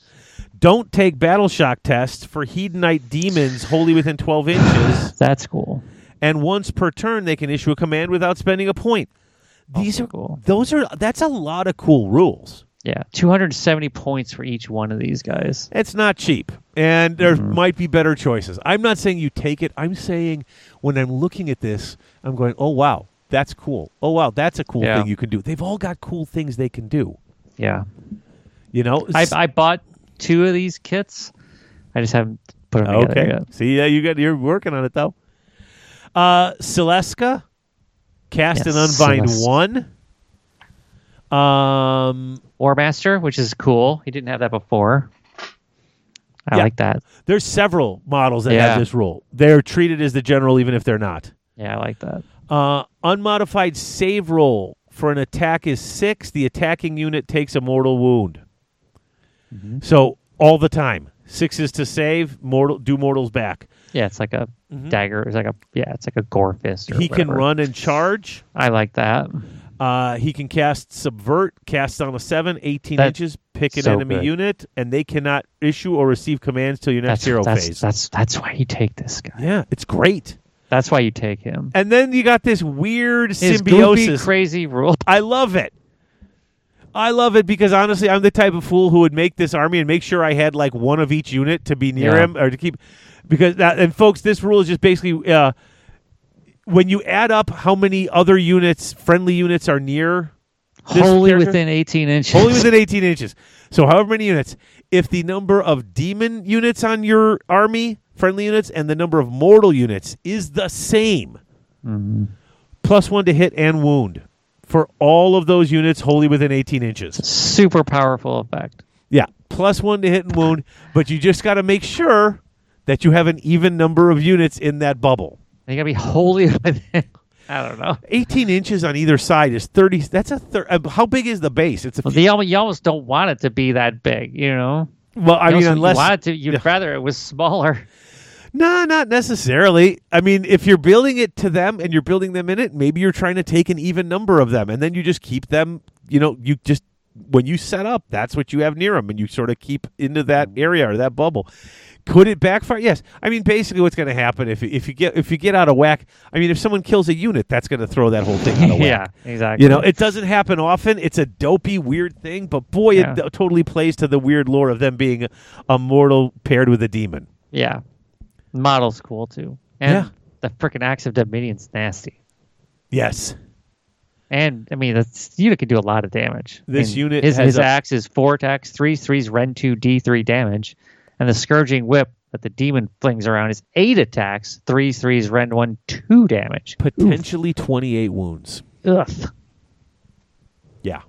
Speaker 1: Don't take battle shock tests for hedonite demons wholly within twelve inches,
Speaker 2: That's cool.
Speaker 1: and once per turn they can issue a command without spending a point. These
Speaker 2: Also
Speaker 1: are
Speaker 2: cool.
Speaker 1: those are that's a lot of cool rules.
Speaker 2: Yeah, 270 points for each one of these guys.
Speaker 1: It's not cheap, and there
Speaker 2: Mm-hmm.
Speaker 1: might be better choices. I'm not saying you take it. I'm saying when I'm looking at this, I'm going, "Oh wow, that's cool. Oh wow, that's a cool
Speaker 2: Yeah.
Speaker 1: thing you can do." They've all got cool things they can do.
Speaker 2: Yeah,
Speaker 1: You know,
Speaker 2: I, I bought two of these kits. I just haven't put them together
Speaker 1: okay.
Speaker 2: yet.
Speaker 1: See, yeah, you got you're working on it though. Uh Celeska, cast and
Speaker 2: Yes,
Speaker 1: unbind
Speaker 2: Celeste.
Speaker 1: one. Um,
Speaker 2: War Master, which is cool. He didn't have that before. I
Speaker 1: Yeah.
Speaker 2: like that.
Speaker 1: there's several models that
Speaker 2: Yeah.
Speaker 1: have this rule. They're treated as the general, even if they're not.
Speaker 2: Yeah, I like that.
Speaker 1: Uh, unmodified save roll for an attack is six. The attacking unit takes a mortal wound.
Speaker 2: Mm-hmm.
Speaker 1: So all the time, six is to save. Mortal do mortals back.
Speaker 2: Yeah, it's like a dagger. It's like a yeah, it's like a gore fist. Or
Speaker 1: Mm-hmm. He can
Speaker 2: whatever.
Speaker 1: run and charge.
Speaker 2: I like that.
Speaker 1: Uh, he can cast Subvert, cast on a 7, 18
Speaker 2: That's
Speaker 1: inches, pick an
Speaker 2: so
Speaker 1: enemy
Speaker 2: good.
Speaker 1: unit, and they cannot issue or receive commands till your next
Speaker 2: That's
Speaker 1: hero
Speaker 2: that's,
Speaker 1: phase.
Speaker 2: that's that's why you take this guy.
Speaker 1: yeah, it's great.
Speaker 2: That's why you take him.
Speaker 1: And then you got this weird
Speaker 2: His goofy,
Speaker 1: symbiosis.
Speaker 2: crazy rule.
Speaker 1: I love it. I love it because honestly, I'm the type of fool who would make this army and make sure I had like one of each unit to be near
Speaker 2: Yeah.
Speaker 1: him or to keep. Because that, and folks, this rule is just basically uh, when you add up how many other units, friendly units, are near this
Speaker 2: Wholly
Speaker 1: character-
Speaker 2: within 18 inches.
Speaker 1: Only within 18 inches. So, however many units, if the number of demon units on your army, friendly units, and the number of mortal units is the same, plus one to hit and wound for all of those units wholly within 18 inches.
Speaker 2: Super powerful effect.
Speaker 1: Yeah. Plus one to hit and wound, but you just got to make sure that you have an even number of units in that bubble.
Speaker 2: They gotta be wholly within. I don't know.
Speaker 1: 18 inches on either side is 30. That's a third. Uh, how big is the base? It's a.
Speaker 2: Well, the, you almost don't want it to be that big, you know.
Speaker 1: well I
Speaker 2: You
Speaker 1: mean,
Speaker 2: also-
Speaker 1: unless
Speaker 2: you wanted to, you'd rather it was smaller.
Speaker 1: No, not necessarily. I mean, if you're building it to them and you're building them in it, maybe you're trying to take an even number of them and then you just keep them, you know, you just when you set up, that's what you have near them and you sort of keep into that
Speaker 2: Mm.
Speaker 1: area or that bubble. Could it backfire? Yes. I mean, basically what's going to happen if if you get if you get out of whack, I mean, if someone kills a unit, that's going to throw that whole thing out of whack.
Speaker 2: yeah, exactly.
Speaker 1: You know, it doesn't happen often. It's a dopey, weird thing, but boy,
Speaker 2: Yeah.
Speaker 1: it t- totally plays to the weird lore of them being a, a mortal paired with a demon.
Speaker 2: yeah, model's cool too, and
Speaker 1: Yeah.
Speaker 2: the freaking axe of Dominion's nasty.
Speaker 1: Yes.
Speaker 2: And I mean, that's unit can do a lot of damage. I
Speaker 1: This
Speaker 2: mean,
Speaker 1: unit
Speaker 2: his,
Speaker 1: has
Speaker 2: his
Speaker 1: a-
Speaker 2: axe is four attacks, three threes, ren two, d three damage, and the scourging whip that the demon flings around is eight attacks, three threes, ren one, two damage.
Speaker 1: potentially 28 wounds.
Speaker 2: Ugh.
Speaker 1: Yeah.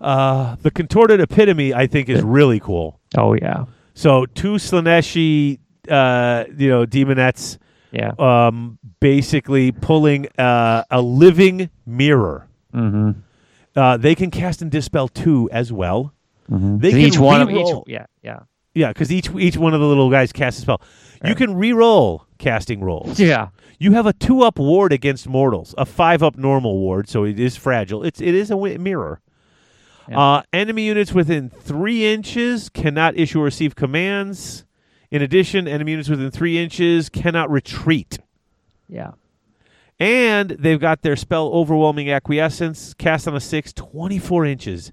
Speaker 1: Uh, the contorted epitome, I think, is really cool.
Speaker 2: Oh yeah,
Speaker 1: So two Slaneshi, uh, you know, demonettes,
Speaker 2: yeah.
Speaker 1: um, basically pulling uh, a living mirror.
Speaker 2: mm-hmm.
Speaker 1: Uh, they can cast and dispel two as well. They
Speaker 2: Mm-hmm. each
Speaker 1: can
Speaker 2: one of each.
Speaker 1: re-roll-
Speaker 2: Yeah, yeah,
Speaker 1: yeah, because each each one of the little guys casts a spell. You can re-roll casting rolls.
Speaker 2: yeah.
Speaker 1: You have a two up ward against mortals, a five up normal ward, so it is fragile. It's it is a wi- mirror.
Speaker 2: Yeah.
Speaker 1: Uh, enemy units within three inches cannot issue or receive commands. In addition, enemy units within three inches cannot retreat.
Speaker 2: Yeah.
Speaker 1: And they've got their spell Overwhelming Acquiescence, cast on a 6, 24 inches.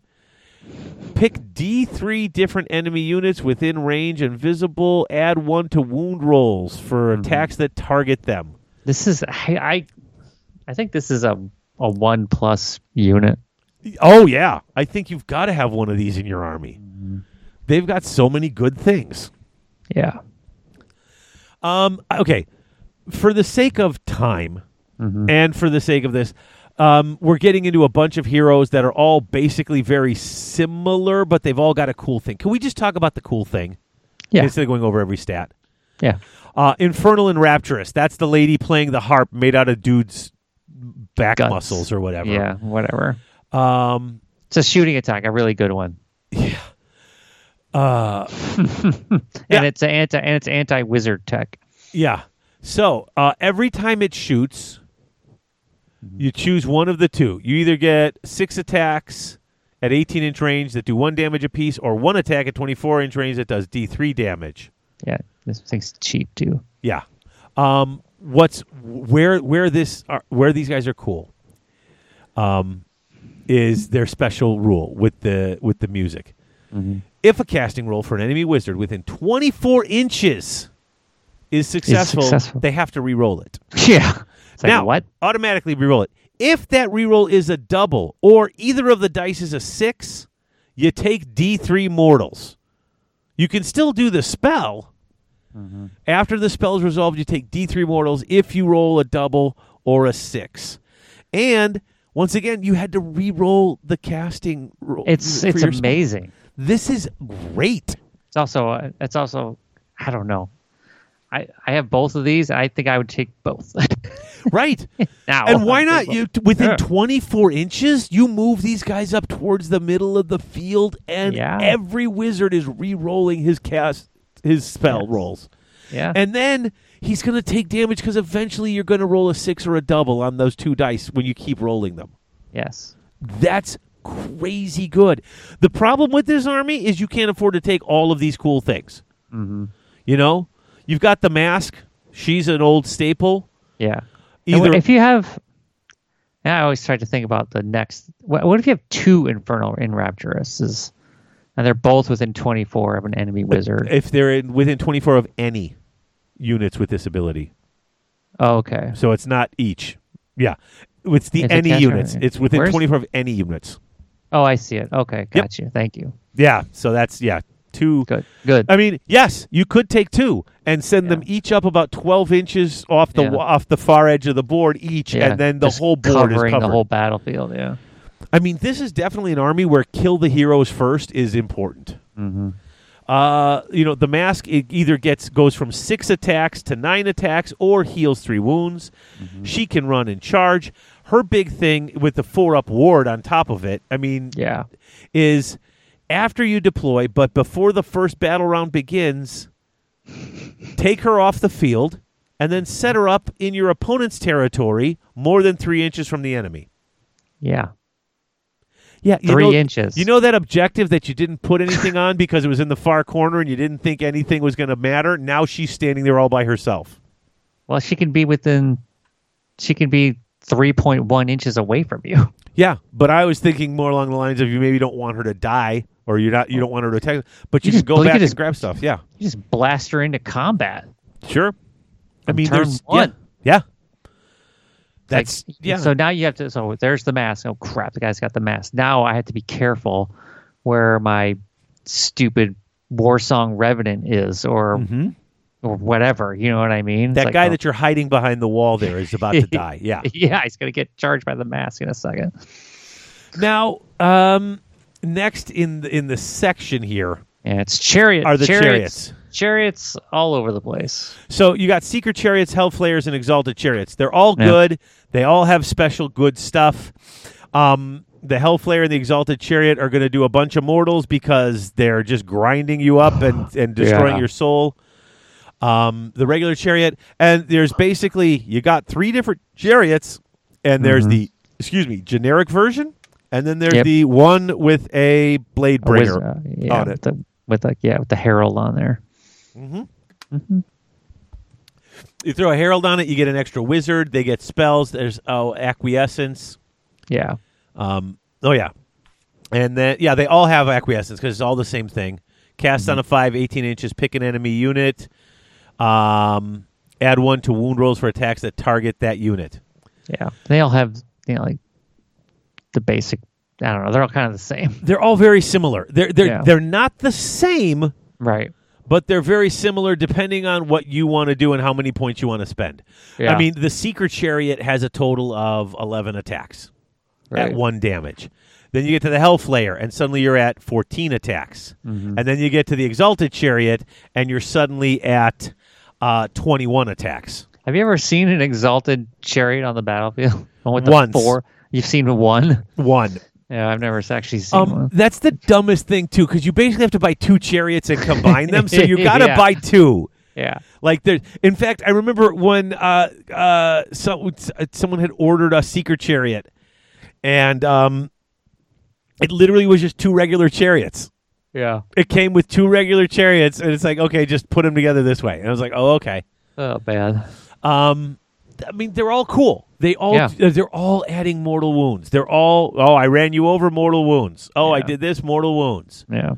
Speaker 1: Pick D3 different enemy units within range and visible. Add one to wound rolls for attacks that target them.
Speaker 2: This is I, I I think this is a a one plus unit.
Speaker 1: Oh yeah, I think you've got to have one of these in your army. They've got so many good things.
Speaker 2: Yeah.
Speaker 1: Um, okay, for the sake of time
Speaker 2: Mm-hmm.
Speaker 1: and for the sake of this, um, we're getting into a bunch of heroes that are all basically very similar, but they've all got a cool thing. Can we just talk about the cool thing
Speaker 2: Yeah.
Speaker 1: instead of going over every stat?
Speaker 2: yeah.
Speaker 1: Uh, Infernal and Rapturous. That's the lady playing the harp made out of dude's back
Speaker 2: Guts.
Speaker 1: muscles or whatever.
Speaker 2: Yeah. Whatever.
Speaker 1: Um,
Speaker 2: It's a shooting attack, a really good one. Yeah. Uh,
Speaker 1: yeah.
Speaker 2: and it's a anti and it's anti wizard tech.
Speaker 1: yeah. So uh, every time it shoots, you choose one of the two. You either get six attacks at 18 inch range that do one damage apiece, or one attack at 24 inch range that does D3 damage.
Speaker 2: Yeah, this thing's cheap too.
Speaker 1: Yeah. Um, what's where where this are, where these guys are cool? Um, is their special rule with the with the music? If a casting roll for an enemy wizard within 24 inches is successful,
Speaker 2: successful.
Speaker 1: they have to re-roll it.
Speaker 2: Yeah. It's like
Speaker 1: now
Speaker 2: what?
Speaker 1: Automatically re-roll it. If that re-roll is a double or either of the dice is a six, you take D3 mortals. You can still do the spell. After the spell's resolved, you take D3 mortals if you roll a double or a six. And once again, you had to re-roll the casting roll.
Speaker 2: It's
Speaker 1: for
Speaker 2: it's
Speaker 1: your spell.
Speaker 2: amazing.
Speaker 1: This is great.
Speaker 2: It's also uh, it's also I don't know. I I have both of these. I think I would take both.
Speaker 1: Right.
Speaker 2: now.
Speaker 1: And why
Speaker 2: I'd
Speaker 1: not?
Speaker 2: take both.
Speaker 1: You t- within
Speaker 2: Yeah.
Speaker 1: 24 inches, you move these guys up towards the middle of the field, and
Speaker 2: Yeah.
Speaker 1: every wizard is re-rolling his cast, his spell
Speaker 2: Yes.
Speaker 1: rolls,
Speaker 2: Yeah.
Speaker 1: and then he's going to take damage because eventually you're going to roll a six or a double on those two dice when you keep rolling them.
Speaker 2: yes.
Speaker 1: That's crazy good. The problem with this army is you can't afford to take all of these cool things.
Speaker 2: Mm-hmm.
Speaker 1: You know, you've got the mask. She's an old staple.
Speaker 2: Yeah. And
Speaker 1: Either
Speaker 2: what if you have, and I always try to think about the next. What, what if you have two infernal in rapturouses, and they're both within twenty four of an enemy wizard?
Speaker 1: if they're in, within 24 of any units with this ability.
Speaker 2: Oh, okay.
Speaker 1: So it's not each. Yeah. It's the
Speaker 2: It's a
Speaker 1: any
Speaker 2: catch
Speaker 1: units.
Speaker 2: area.
Speaker 1: It's within
Speaker 2: Where's-
Speaker 1: 24 of any units.
Speaker 2: Oh, I see it. Okay, got you. Thank you.
Speaker 1: Yeah. So that's, yeah, two.
Speaker 2: Good. Good.
Speaker 1: I mean, yes, you could take two and send them
Speaker 2: Yeah.
Speaker 1: each up about 12 inches off the
Speaker 2: Yeah.
Speaker 1: off the far edge of the board each,
Speaker 2: Yeah,
Speaker 1: and then the
Speaker 2: just
Speaker 1: whole board is
Speaker 2: covering
Speaker 1: covered.
Speaker 2: the whole battlefield. Yeah.
Speaker 1: I mean, this is definitely an army where kill the heroes first is important. Uh, you know, the mask it either gets goes from six attacks to nine attacks or heals three wounds. She can run and charge. Her big thing with the four up ward on top of it, I mean,
Speaker 2: Yeah.
Speaker 1: is after you deploy, but before the first battle round begins, take her off the field and then set her up in your opponent's territory more than three inches from the enemy.
Speaker 2: Yeah.
Speaker 1: Yeah, you
Speaker 2: Three
Speaker 1: know-
Speaker 2: inches.
Speaker 1: You know that objective that you didn't put anything on because it was in the far corner and you didn't think anything was going to matter. Now she's standing there all by herself.
Speaker 2: Well, she can be within. She can be three point one inches away from you.
Speaker 1: Yeah, but I was thinking more along the lines of you maybe don't want her to die or you're not you don't want her to attack, but you, can
Speaker 2: You just
Speaker 1: go
Speaker 2: blink
Speaker 1: back
Speaker 2: it as-
Speaker 1: and grab stuff. Yeah,
Speaker 2: You just blast her into combat.
Speaker 1: sure. I
Speaker 2: From
Speaker 1: mean,
Speaker 2: turn
Speaker 1: there's
Speaker 2: one.
Speaker 1: yeah, yeah.
Speaker 2: Like,
Speaker 1: That's yeah.
Speaker 2: So now you have to. So there's the mask. Oh crap! The guy's got the mask. Now I have to be careful where my stupid war song revenant is, or or whatever. You know what I mean? It's
Speaker 1: Mm-hmm. that
Speaker 2: like,
Speaker 1: guy
Speaker 2: oh,
Speaker 1: that you're hiding behind the wall there is about to die. Yeah.
Speaker 2: yeah, he's gonna get charged by the mask in a second.
Speaker 1: Now, um, next in the, in the section here
Speaker 2: Yeah, it's chariot.
Speaker 1: Are the
Speaker 2: chariots? Chariots all over the place.
Speaker 1: So you got Seeker Chariots, Hellflayers, and Exalted Chariots. They're all
Speaker 2: Yeah.
Speaker 1: good. They all have special good stuff. Um, the Hellflayer and the Exalted Chariot are going to do a bunch of mortals because they're just grinding you up and, and destroying
Speaker 2: Yeah.
Speaker 1: your soul. Um, the regular chariot, and there's basically you got three different chariots, and there's the excuse me generic version, and then there's
Speaker 2: Mm-hmm.
Speaker 1: the
Speaker 2: Yep.
Speaker 1: one with a blade
Speaker 2: A wiz-
Speaker 1: bringer.
Speaker 2: uh, yeah,
Speaker 1: on
Speaker 2: with
Speaker 1: it.
Speaker 2: the, with like yeah, with the herald on there.
Speaker 1: You throw a herald on it, you get an extra wizard. They get spells. There's oh acquiescence.
Speaker 2: Yeah,
Speaker 1: Um, oh yeah, and then yeah, they all have acquiescence because it's all the same thing. Cast on a
Speaker 2: Mm-hmm.
Speaker 1: five, 18 inches. Pick an enemy unit. Um, add one to wound rolls for attacks that target that unit.
Speaker 2: yeah. They all have you know like the basic I don't know. They're all kind of the same,
Speaker 1: They're all very similar. They're they're
Speaker 2: Yeah.
Speaker 1: they're not the same,
Speaker 2: right?
Speaker 1: but they're very similar depending on what you want to do and how many points you want to spend. I
Speaker 2: Yeah.
Speaker 1: mean, the Secret Chariot has a total of 11 attacks
Speaker 2: Right.
Speaker 1: at one damage. Then you get to the Hellflayer, and suddenly you're at 14 attacks.
Speaker 2: Mm-hmm.
Speaker 1: And then you get to the Exalted Chariot, and you're suddenly at uh, 21 attacks.
Speaker 2: Have you ever seen an exalted chariot on the battlefield? One with the
Speaker 1: Once.
Speaker 2: four. You've seen one.
Speaker 1: One.
Speaker 2: Yeah, I've never actually seen
Speaker 1: Um,
Speaker 2: one.
Speaker 1: that's the dumbest thing, too, because you basically have to buy two chariots and combine them, so you got to
Speaker 2: Yeah.
Speaker 1: buy two.
Speaker 2: Yeah.
Speaker 1: Like there, in fact, I remember when uh, uh, so, someone had ordered a secret chariot, and um, it literally was just two regular chariots.
Speaker 2: Yeah.
Speaker 1: It came with two regular chariots, and it's like, okay, just put them together this way. And I was like, oh, okay.
Speaker 2: Oh, bad.
Speaker 1: Um, I mean, they're all cool. They all uh,
Speaker 2: Yeah.
Speaker 1: they're all adding mortal wounds. They're all oh, I ran you over, mortal wounds. Oh, I
Speaker 2: Yeah.
Speaker 1: did this, mortal wounds.
Speaker 2: Yeah.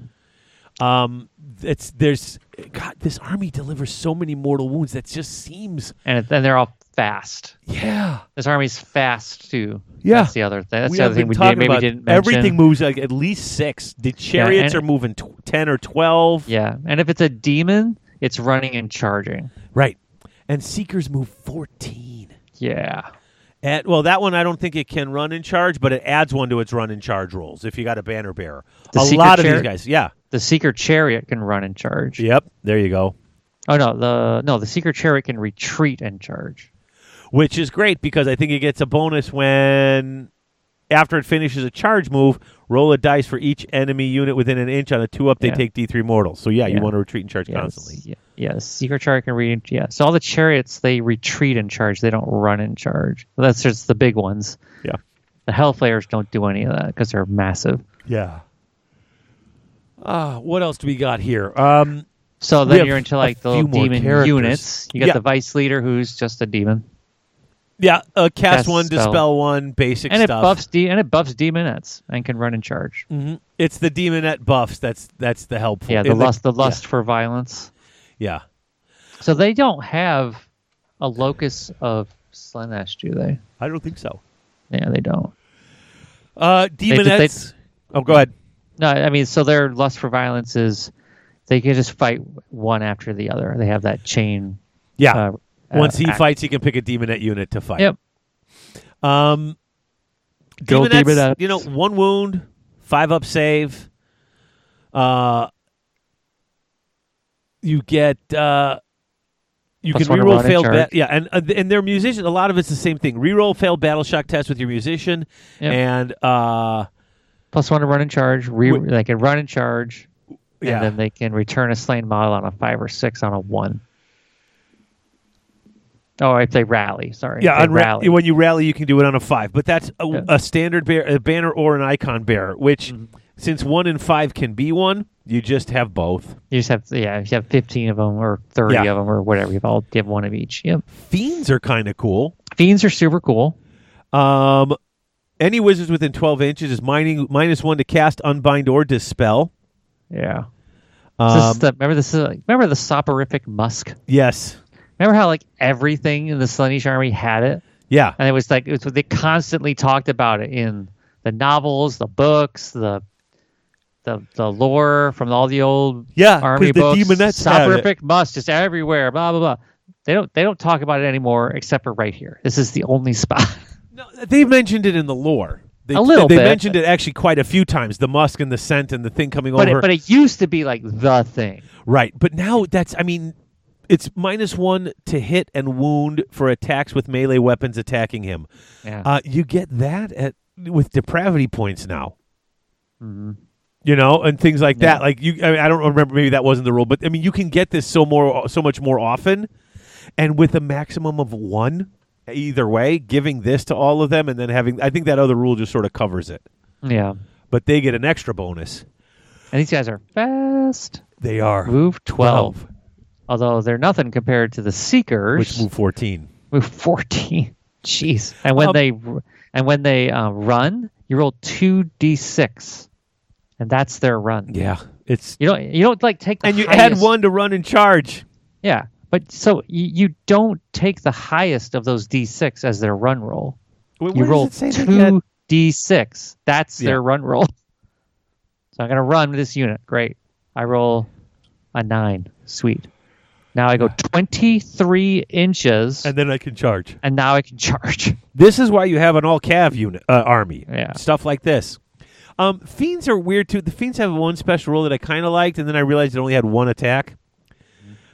Speaker 1: Um, it's there's God, this army delivers so many mortal wounds that just seems
Speaker 2: And then they're all fast.
Speaker 1: yeah.
Speaker 2: This army's fast too.
Speaker 1: Yeah.
Speaker 2: That's the other thing. That's
Speaker 1: we
Speaker 2: the
Speaker 1: have
Speaker 2: other
Speaker 1: been
Speaker 2: thing we did,
Speaker 1: talking
Speaker 2: maybe
Speaker 1: about
Speaker 2: didn't mention.
Speaker 1: everything moves like at least six. The chariots
Speaker 2: and-
Speaker 1: are moving tw- ten or twelve.
Speaker 2: Yeah. And if it's a demon, it's running and charging.
Speaker 1: Right, and seekers move fourteen.
Speaker 2: Yeah.
Speaker 1: At, well, that one I don't think it can run in charge, but it adds one to its run in charge rolls if you got a banner bearer.
Speaker 2: The
Speaker 1: a
Speaker 2: secret
Speaker 1: lot of
Speaker 2: chariot?
Speaker 1: these guys, yeah,
Speaker 2: The seeker chariot can run and charge.
Speaker 1: yep. There you go.
Speaker 2: Oh no, the no, the seeker chariot can retreat and charge.
Speaker 1: Which is great because I think it gets a bonus when after it finishes a charge move, roll a dice for each enemy unit within an inch on a two up. They
Speaker 2: Yeah.
Speaker 1: take D three mortals. So yeah, you
Speaker 2: Yeah.
Speaker 1: want to retreat and charge
Speaker 2: Yes.
Speaker 1: constantly.
Speaker 2: Yeah. yeah. The seeker chariot can re yeah. So all the chariots they retreat and charge. They don't run and charge. That's just the big ones.
Speaker 1: Yeah.
Speaker 2: The hellflayers don't do any of that because they're massive.
Speaker 1: Yeah. Uh, what else do we got here? Um,
Speaker 2: So
Speaker 1: We
Speaker 2: then
Speaker 1: have
Speaker 2: you're into
Speaker 1: a
Speaker 2: like the
Speaker 1: few
Speaker 2: little
Speaker 1: more
Speaker 2: demon
Speaker 1: characters.
Speaker 2: units. You got
Speaker 1: Yeah.
Speaker 2: the vice leader who's just a demon,
Speaker 1: yeah, uh, cast,
Speaker 2: Cast
Speaker 1: one,
Speaker 2: spell.
Speaker 1: dispel one, basic
Speaker 2: and
Speaker 1: stuff.
Speaker 2: it buffs de- and it buffs demonettes and can run and charge.
Speaker 1: hmm It's the demonette buffs. That's that's the helpful.
Speaker 2: Yeah,
Speaker 1: Uh,
Speaker 2: the lust, the lust for violence.
Speaker 1: Yeah.
Speaker 2: So they don't have a locus of Slanesh, do they?
Speaker 1: I don't think so.
Speaker 2: Yeah, they don't.
Speaker 1: Uh,
Speaker 2: just- they-
Speaker 1: demonettes. oh, go ahead.
Speaker 2: No, I mean, so their lust for violence is they can just fight one after the other. They have that chain.
Speaker 1: Yeah.
Speaker 2: Uh,
Speaker 1: Once
Speaker 2: uh,
Speaker 1: he
Speaker 2: act.
Speaker 1: fights, he can pick a demonette unit to fight.
Speaker 2: Yep.
Speaker 1: Um,
Speaker 2: Go
Speaker 1: demonettes,
Speaker 2: demonettes.
Speaker 1: You know, one wound, five up save. Uh, you get uh, you
Speaker 2: Plus
Speaker 1: can
Speaker 2: one to
Speaker 1: reroll
Speaker 2: run in
Speaker 1: failed.
Speaker 2: charge.
Speaker 1: Ba- yeah, and uh, and their musician. A lot of it's the same thing. Reroll failed battle shock test with your musician,
Speaker 2: Yep.
Speaker 1: and uh,
Speaker 2: Plus one to run and charge. Re-
Speaker 1: Wait.
Speaker 2: they can run and charge,
Speaker 1: Yeah.
Speaker 2: and then they can return a slain model on a five or six on a one. Oh, if they rally. Sorry. if
Speaker 1: Yeah,
Speaker 2: they
Speaker 1: on ra-
Speaker 2: rally.
Speaker 1: when you rally, you can do it on a five, but that's a,
Speaker 2: Yeah. Mm-hmm.
Speaker 1: a standard bear, a banner or an icon bearer. Which, since one and five can be one, you just have both.
Speaker 2: You just have yeah, you have fifteen of them or thirty
Speaker 1: Yeah.
Speaker 2: of them or whatever. You've all you have one of each. Yep.
Speaker 1: Fiends are kind of cool.
Speaker 2: Fiends are super cool.
Speaker 1: Um, any wizards within twelve inches is mining minus one to cast, unbind, or dispel.
Speaker 2: Yeah. this
Speaker 1: Um,
Speaker 2: is the, remember this is like, remember the soporific musk.
Speaker 1: yes,
Speaker 2: Remember how like everything in the Slanish army had it,
Speaker 1: yeah,
Speaker 2: and it was like it was, they constantly talked about it in the novels, the books, the the the lore from all the old
Speaker 1: yeah.
Speaker 2: army
Speaker 1: 'cause the
Speaker 2: books.
Speaker 1: demonettes have it.
Speaker 2: soporific musk just everywhere. Blah blah blah. They don't they don't talk about it anymore except for right here. This is the only spot.
Speaker 1: No, they mentioned it in the lore. They,
Speaker 2: A little
Speaker 1: They
Speaker 2: bit.
Speaker 1: mentioned it actually quite a few times. The musk and the scent and the thing coming
Speaker 2: but
Speaker 1: over.
Speaker 2: it, but it used to be like the thing.
Speaker 1: Right, but now that's I mean, it's minus one to hit and wound for attacks with melee weapons attacking him.
Speaker 2: Yeah.
Speaker 1: Uh, you get that at with depravity points now. You know, and things like that. Like you, I, mean, I don't remember. Maybe that wasn't the rule, but I mean, you can get this so more, so much more often, and with a maximum of one either way. Giving this to all of them, and then having, I think that other rule just sort of covers it.
Speaker 2: yeah.
Speaker 1: But they get an extra bonus.
Speaker 2: And these guys are fast.
Speaker 1: They are
Speaker 2: Move 12. Although they're nothing compared to the Seekers,
Speaker 1: which move fourteen.
Speaker 2: move 14. Jeez. And when
Speaker 1: Um,
Speaker 2: they and when they uh, run, you roll 2d6. And that's their run.
Speaker 1: Yeah, it's
Speaker 2: You don't you don't like take the
Speaker 1: and you add
Speaker 2: highest-
Speaker 1: one to run and charge.
Speaker 2: Yeah. But so you, you don't take the highest of those d6 as their run roll.
Speaker 1: Wait,
Speaker 2: you
Speaker 1: where
Speaker 2: roll
Speaker 1: does it say they
Speaker 2: two D6. That's
Speaker 1: Yeah.
Speaker 2: their run roll. So I'm going to run this unit. Great. I roll a nine. Sweet. Now I go 23 inches,
Speaker 1: And
Speaker 2: and,
Speaker 1: then I can charge.
Speaker 2: now I can charge.
Speaker 1: This is why you have an all cav unit uh, army.
Speaker 2: Yeah.
Speaker 1: Stuff like this. Um, fiends are weird too. The fiends have one special rule that I kind of liked, and then I realized it only had one attack.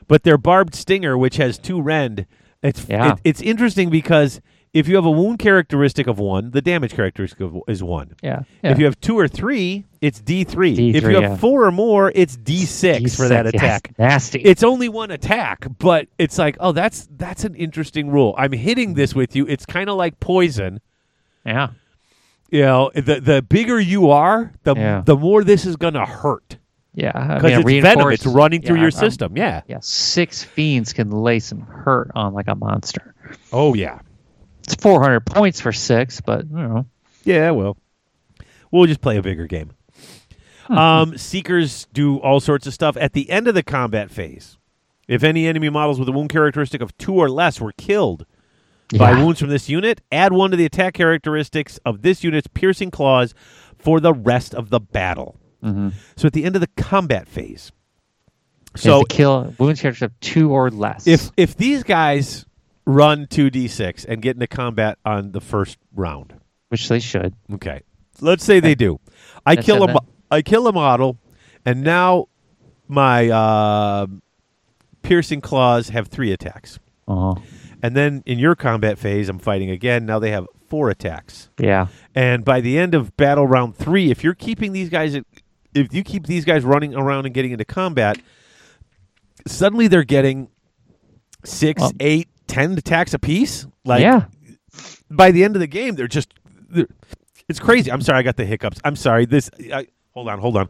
Speaker 1: But their barbed stinger, which has two rend, it's
Speaker 2: Yeah.
Speaker 1: it- it's interesting because if you have a wound characteristic of one, the damage characteristic of, is one.
Speaker 2: Yeah.
Speaker 1: If you have two or three, it's D three.
Speaker 2: D3,
Speaker 1: If you have
Speaker 2: yeah.
Speaker 1: four or more, it's D six for that
Speaker 2: D6, yes.
Speaker 1: attack
Speaker 2: Nasty.
Speaker 1: it's only one attack, but it's like, oh, that's that's an interesting rule. I'm hitting
Speaker 2: Mm.
Speaker 1: this with you. It's kind of like poison.
Speaker 2: yeah.
Speaker 1: You know, the the bigger you are, the
Speaker 2: Yeah.
Speaker 1: the more this is gonna hurt
Speaker 2: Yeah. I
Speaker 1: because
Speaker 2: mean,
Speaker 1: it's venom. It's
Speaker 2: reinforced-
Speaker 1: running through
Speaker 2: yeah,
Speaker 1: your
Speaker 2: I'm-
Speaker 1: system. yeah.
Speaker 2: Yeah. Six fiends can lay some hurt on like a monster.
Speaker 1: Oh yeah.
Speaker 2: It's 400 points for six, but you know.
Speaker 1: Yeah. Well, we'll just play a bigger game.
Speaker 2: Hmm.
Speaker 1: Um, seekers do all sorts of stuff at the end of the combat phase. If any enemy models with a wound characteristic of two or less were killed, by
Speaker 2: Yeah.
Speaker 1: wounds from this unit. Add one to the attack characteristics of this unit's piercing claws for the rest of the battle. So at the end of the combat phase.
Speaker 2: So
Speaker 1: So
Speaker 2: to kill wounds character of two or less.
Speaker 1: if if these guys run 2d6 and get into combat on the first round.
Speaker 2: which they should.
Speaker 1: Okay. Let's say they do. I
Speaker 2: That's
Speaker 1: kill
Speaker 2: it
Speaker 1: a
Speaker 2: then.
Speaker 1: mo- I kill a model and now my uh, piercing claws have 3 attacks.
Speaker 2: Oh,
Speaker 1: And then in your combat phase I'm fighting again. Now they have 4 attacks.
Speaker 2: yeah,
Speaker 1: And by the end of battle round three, if you're keeping these guys, if you keep these guys running around and getting into combat, suddenly they're getting six,
Speaker 2: Well-
Speaker 1: eight, ten attacks apiece. Like
Speaker 2: yeah.
Speaker 1: by the end of the game, they're just they're, it's crazy. I'm sorry, I got the hiccups. I'm sorry. This I, hold on, hold on.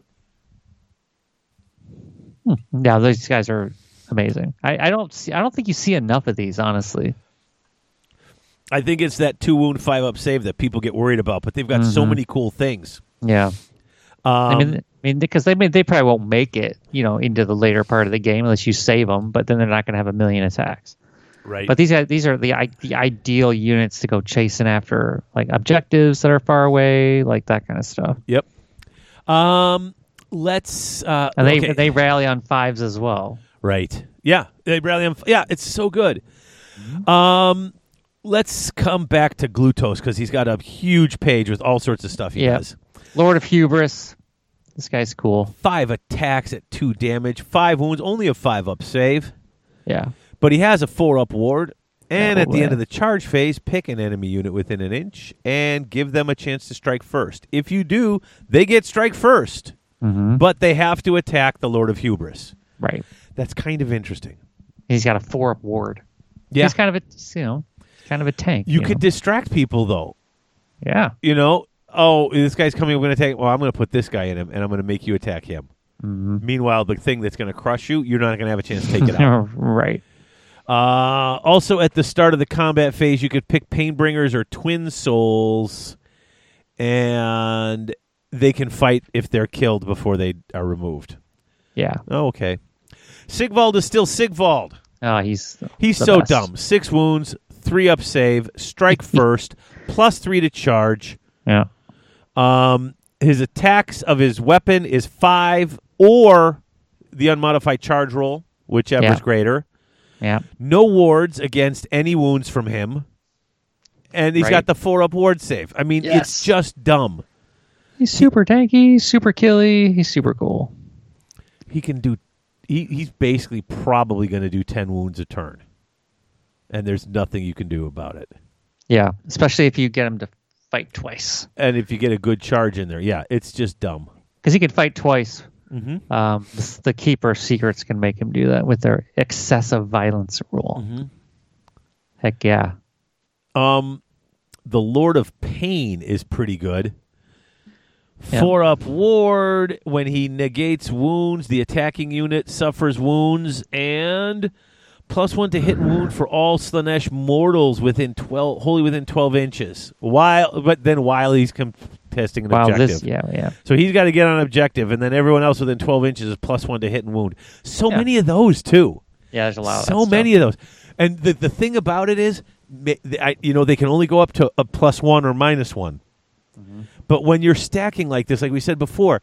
Speaker 2: Yeah, Hmm. those guys are amazing. I, I don't see. I don't think you see enough of these, honestly.
Speaker 1: I think it's that two wound five up save that people get worried about, but they've got so many cool things.
Speaker 2: Yeah,
Speaker 1: Um,
Speaker 2: Mm-hmm. I mean, I mean, because they may, they probably won't make it, you know, into the later part of the game unless you save them. But then they're not going to have a million attacks.
Speaker 1: right?
Speaker 2: But these guys, these are the i- the ideal units to go chasing after, like objectives that are far away, like that kind of stuff.
Speaker 1: yep. Um, let's. Uh,
Speaker 2: And they
Speaker 1: okay.
Speaker 2: they rally on fives as well.
Speaker 1: Right. Yeah. They rally on- Yeah, it's so good. Um, let's come back to Glutos because he's got a huge page with all sorts of stuff he
Speaker 2: Yeah.
Speaker 1: does.
Speaker 2: Lord of Hubris. This guy's cool.
Speaker 1: Five attacks at two damage, five wounds, only a five up save,
Speaker 2: Yeah.
Speaker 1: but he has a four up ward. And
Speaker 2: Yeah,
Speaker 1: at the end
Speaker 2: well,
Speaker 1: of the charge phase, pick an enemy unit within an inch and give them a chance to strike first. If you do, they get strike 1st but they have to attack the Lord of Hubris.
Speaker 2: Mm-hmm. Right.
Speaker 1: That's kind of interesting.
Speaker 2: He's got a four up ward.
Speaker 1: Yeah.
Speaker 2: He's kind of a you know, kind of a tank.
Speaker 1: you could
Speaker 2: know?
Speaker 1: distract people, though.
Speaker 2: yeah.
Speaker 1: you know, oh, this guy's coming. I'm going to take. Well, I'm going to put this guy in him, and I'm going to make you attack him.
Speaker 2: Mm-hmm.
Speaker 1: Meanwhile, the thing that's going to crush you, you're not going to have a chance to take it out.
Speaker 2: right.
Speaker 1: Uh, also, at the start of the combat phase, you could pick Painbringers or Twin Souls, and they can fight if they're killed before they are removed.
Speaker 2: Yeah.
Speaker 1: Oh, okay. Sigvald is still Sigvald.
Speaker 2: Oh, he's
Speaker 1: He's
Speaker 2: the
Speaker 1: so
Speaker 2: best.
Speaker 1: dumb. Six wounds, three up save, strike first, plus three to charge.
Speaker 2: Yeah.
Speaker 1: Um, his attacks of his weapon is five or the unmodified charge roll, whichever
Speaker 2: Yeah.
Speaker 1: is greater.
Speaker 2: Yeah.
Speaker 1: No wards against any wounds from him. And he's
Speaker 2: Right.
Speaker 1: got the four up ward save. I mean, it's
Speaker 2: Yes.
Speaker 1: just dumb.
Speaker 2: He's super tanky, super killy, he's super cool.
Speaker 1: He can do, he, he's basically probably going to do 10 wounds a turn. And there's nothing you can do about it.
Speaker 2: Yeah. Especially if you get him to fight twice.
Speaker 1: And if you get a good charge in there, yeah, it's just dumb.
Speaker 2: Because he can fight twice. Mm-hmm. Um, the, the keeper of secrets can make him do that with their excessive violence rule. Heck yeah.
Speaker 1: Um, the Lord of Pain is pretty good.
Speaker 2: Yeah.
Speaker 1: Four up ward. When he negates wounds, the attacking unit suffers wounds and plus one to hit and wound for all Slanesh mortals within twelve, wholly within twelve inches. While, but then while he's contesting an
Speaker 2: Wow,
Speaker 1: objective,
Speaker 2: this yeah, yeah.
Speaker 1: so he's got to get on objective, and then everyone else within twelve inches is plus one to hit and wound. So
Speaker 2: Yeah.
Speaker 1: many of those too
Speaker 2: Yeah, there's a lot of
Speaker 1: so many of those. And the the thing about it is, ma- the- I, you know, they can only go up to a plus one or minus one. But when you're stacking like this, like we said before,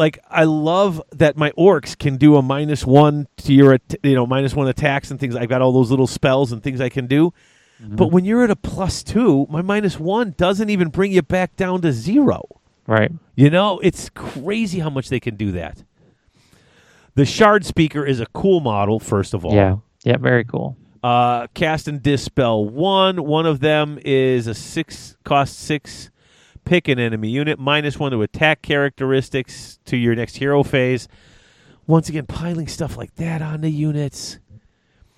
Speaker 1: like I love that my orcs can do a minus one to your, at- you know, minus one attacks and things. I've got all those little spells and things I can do. But when you're at a plus two, my minus one doesn't even bring you back down to zero.
Speaker 2: Right.
Speaker 1: You know, it's crazy how much they can do that. The shard speaker is a cool model, first of all.
Speaker 2: Yeah. Yeah. Very cool.
Speaker 1: Uh, cast and dispel one. One of them is a six cost six. Pick an enemy unit minus one to attack characteristics to your next hero phase. Once again, piling stuff like that on the units.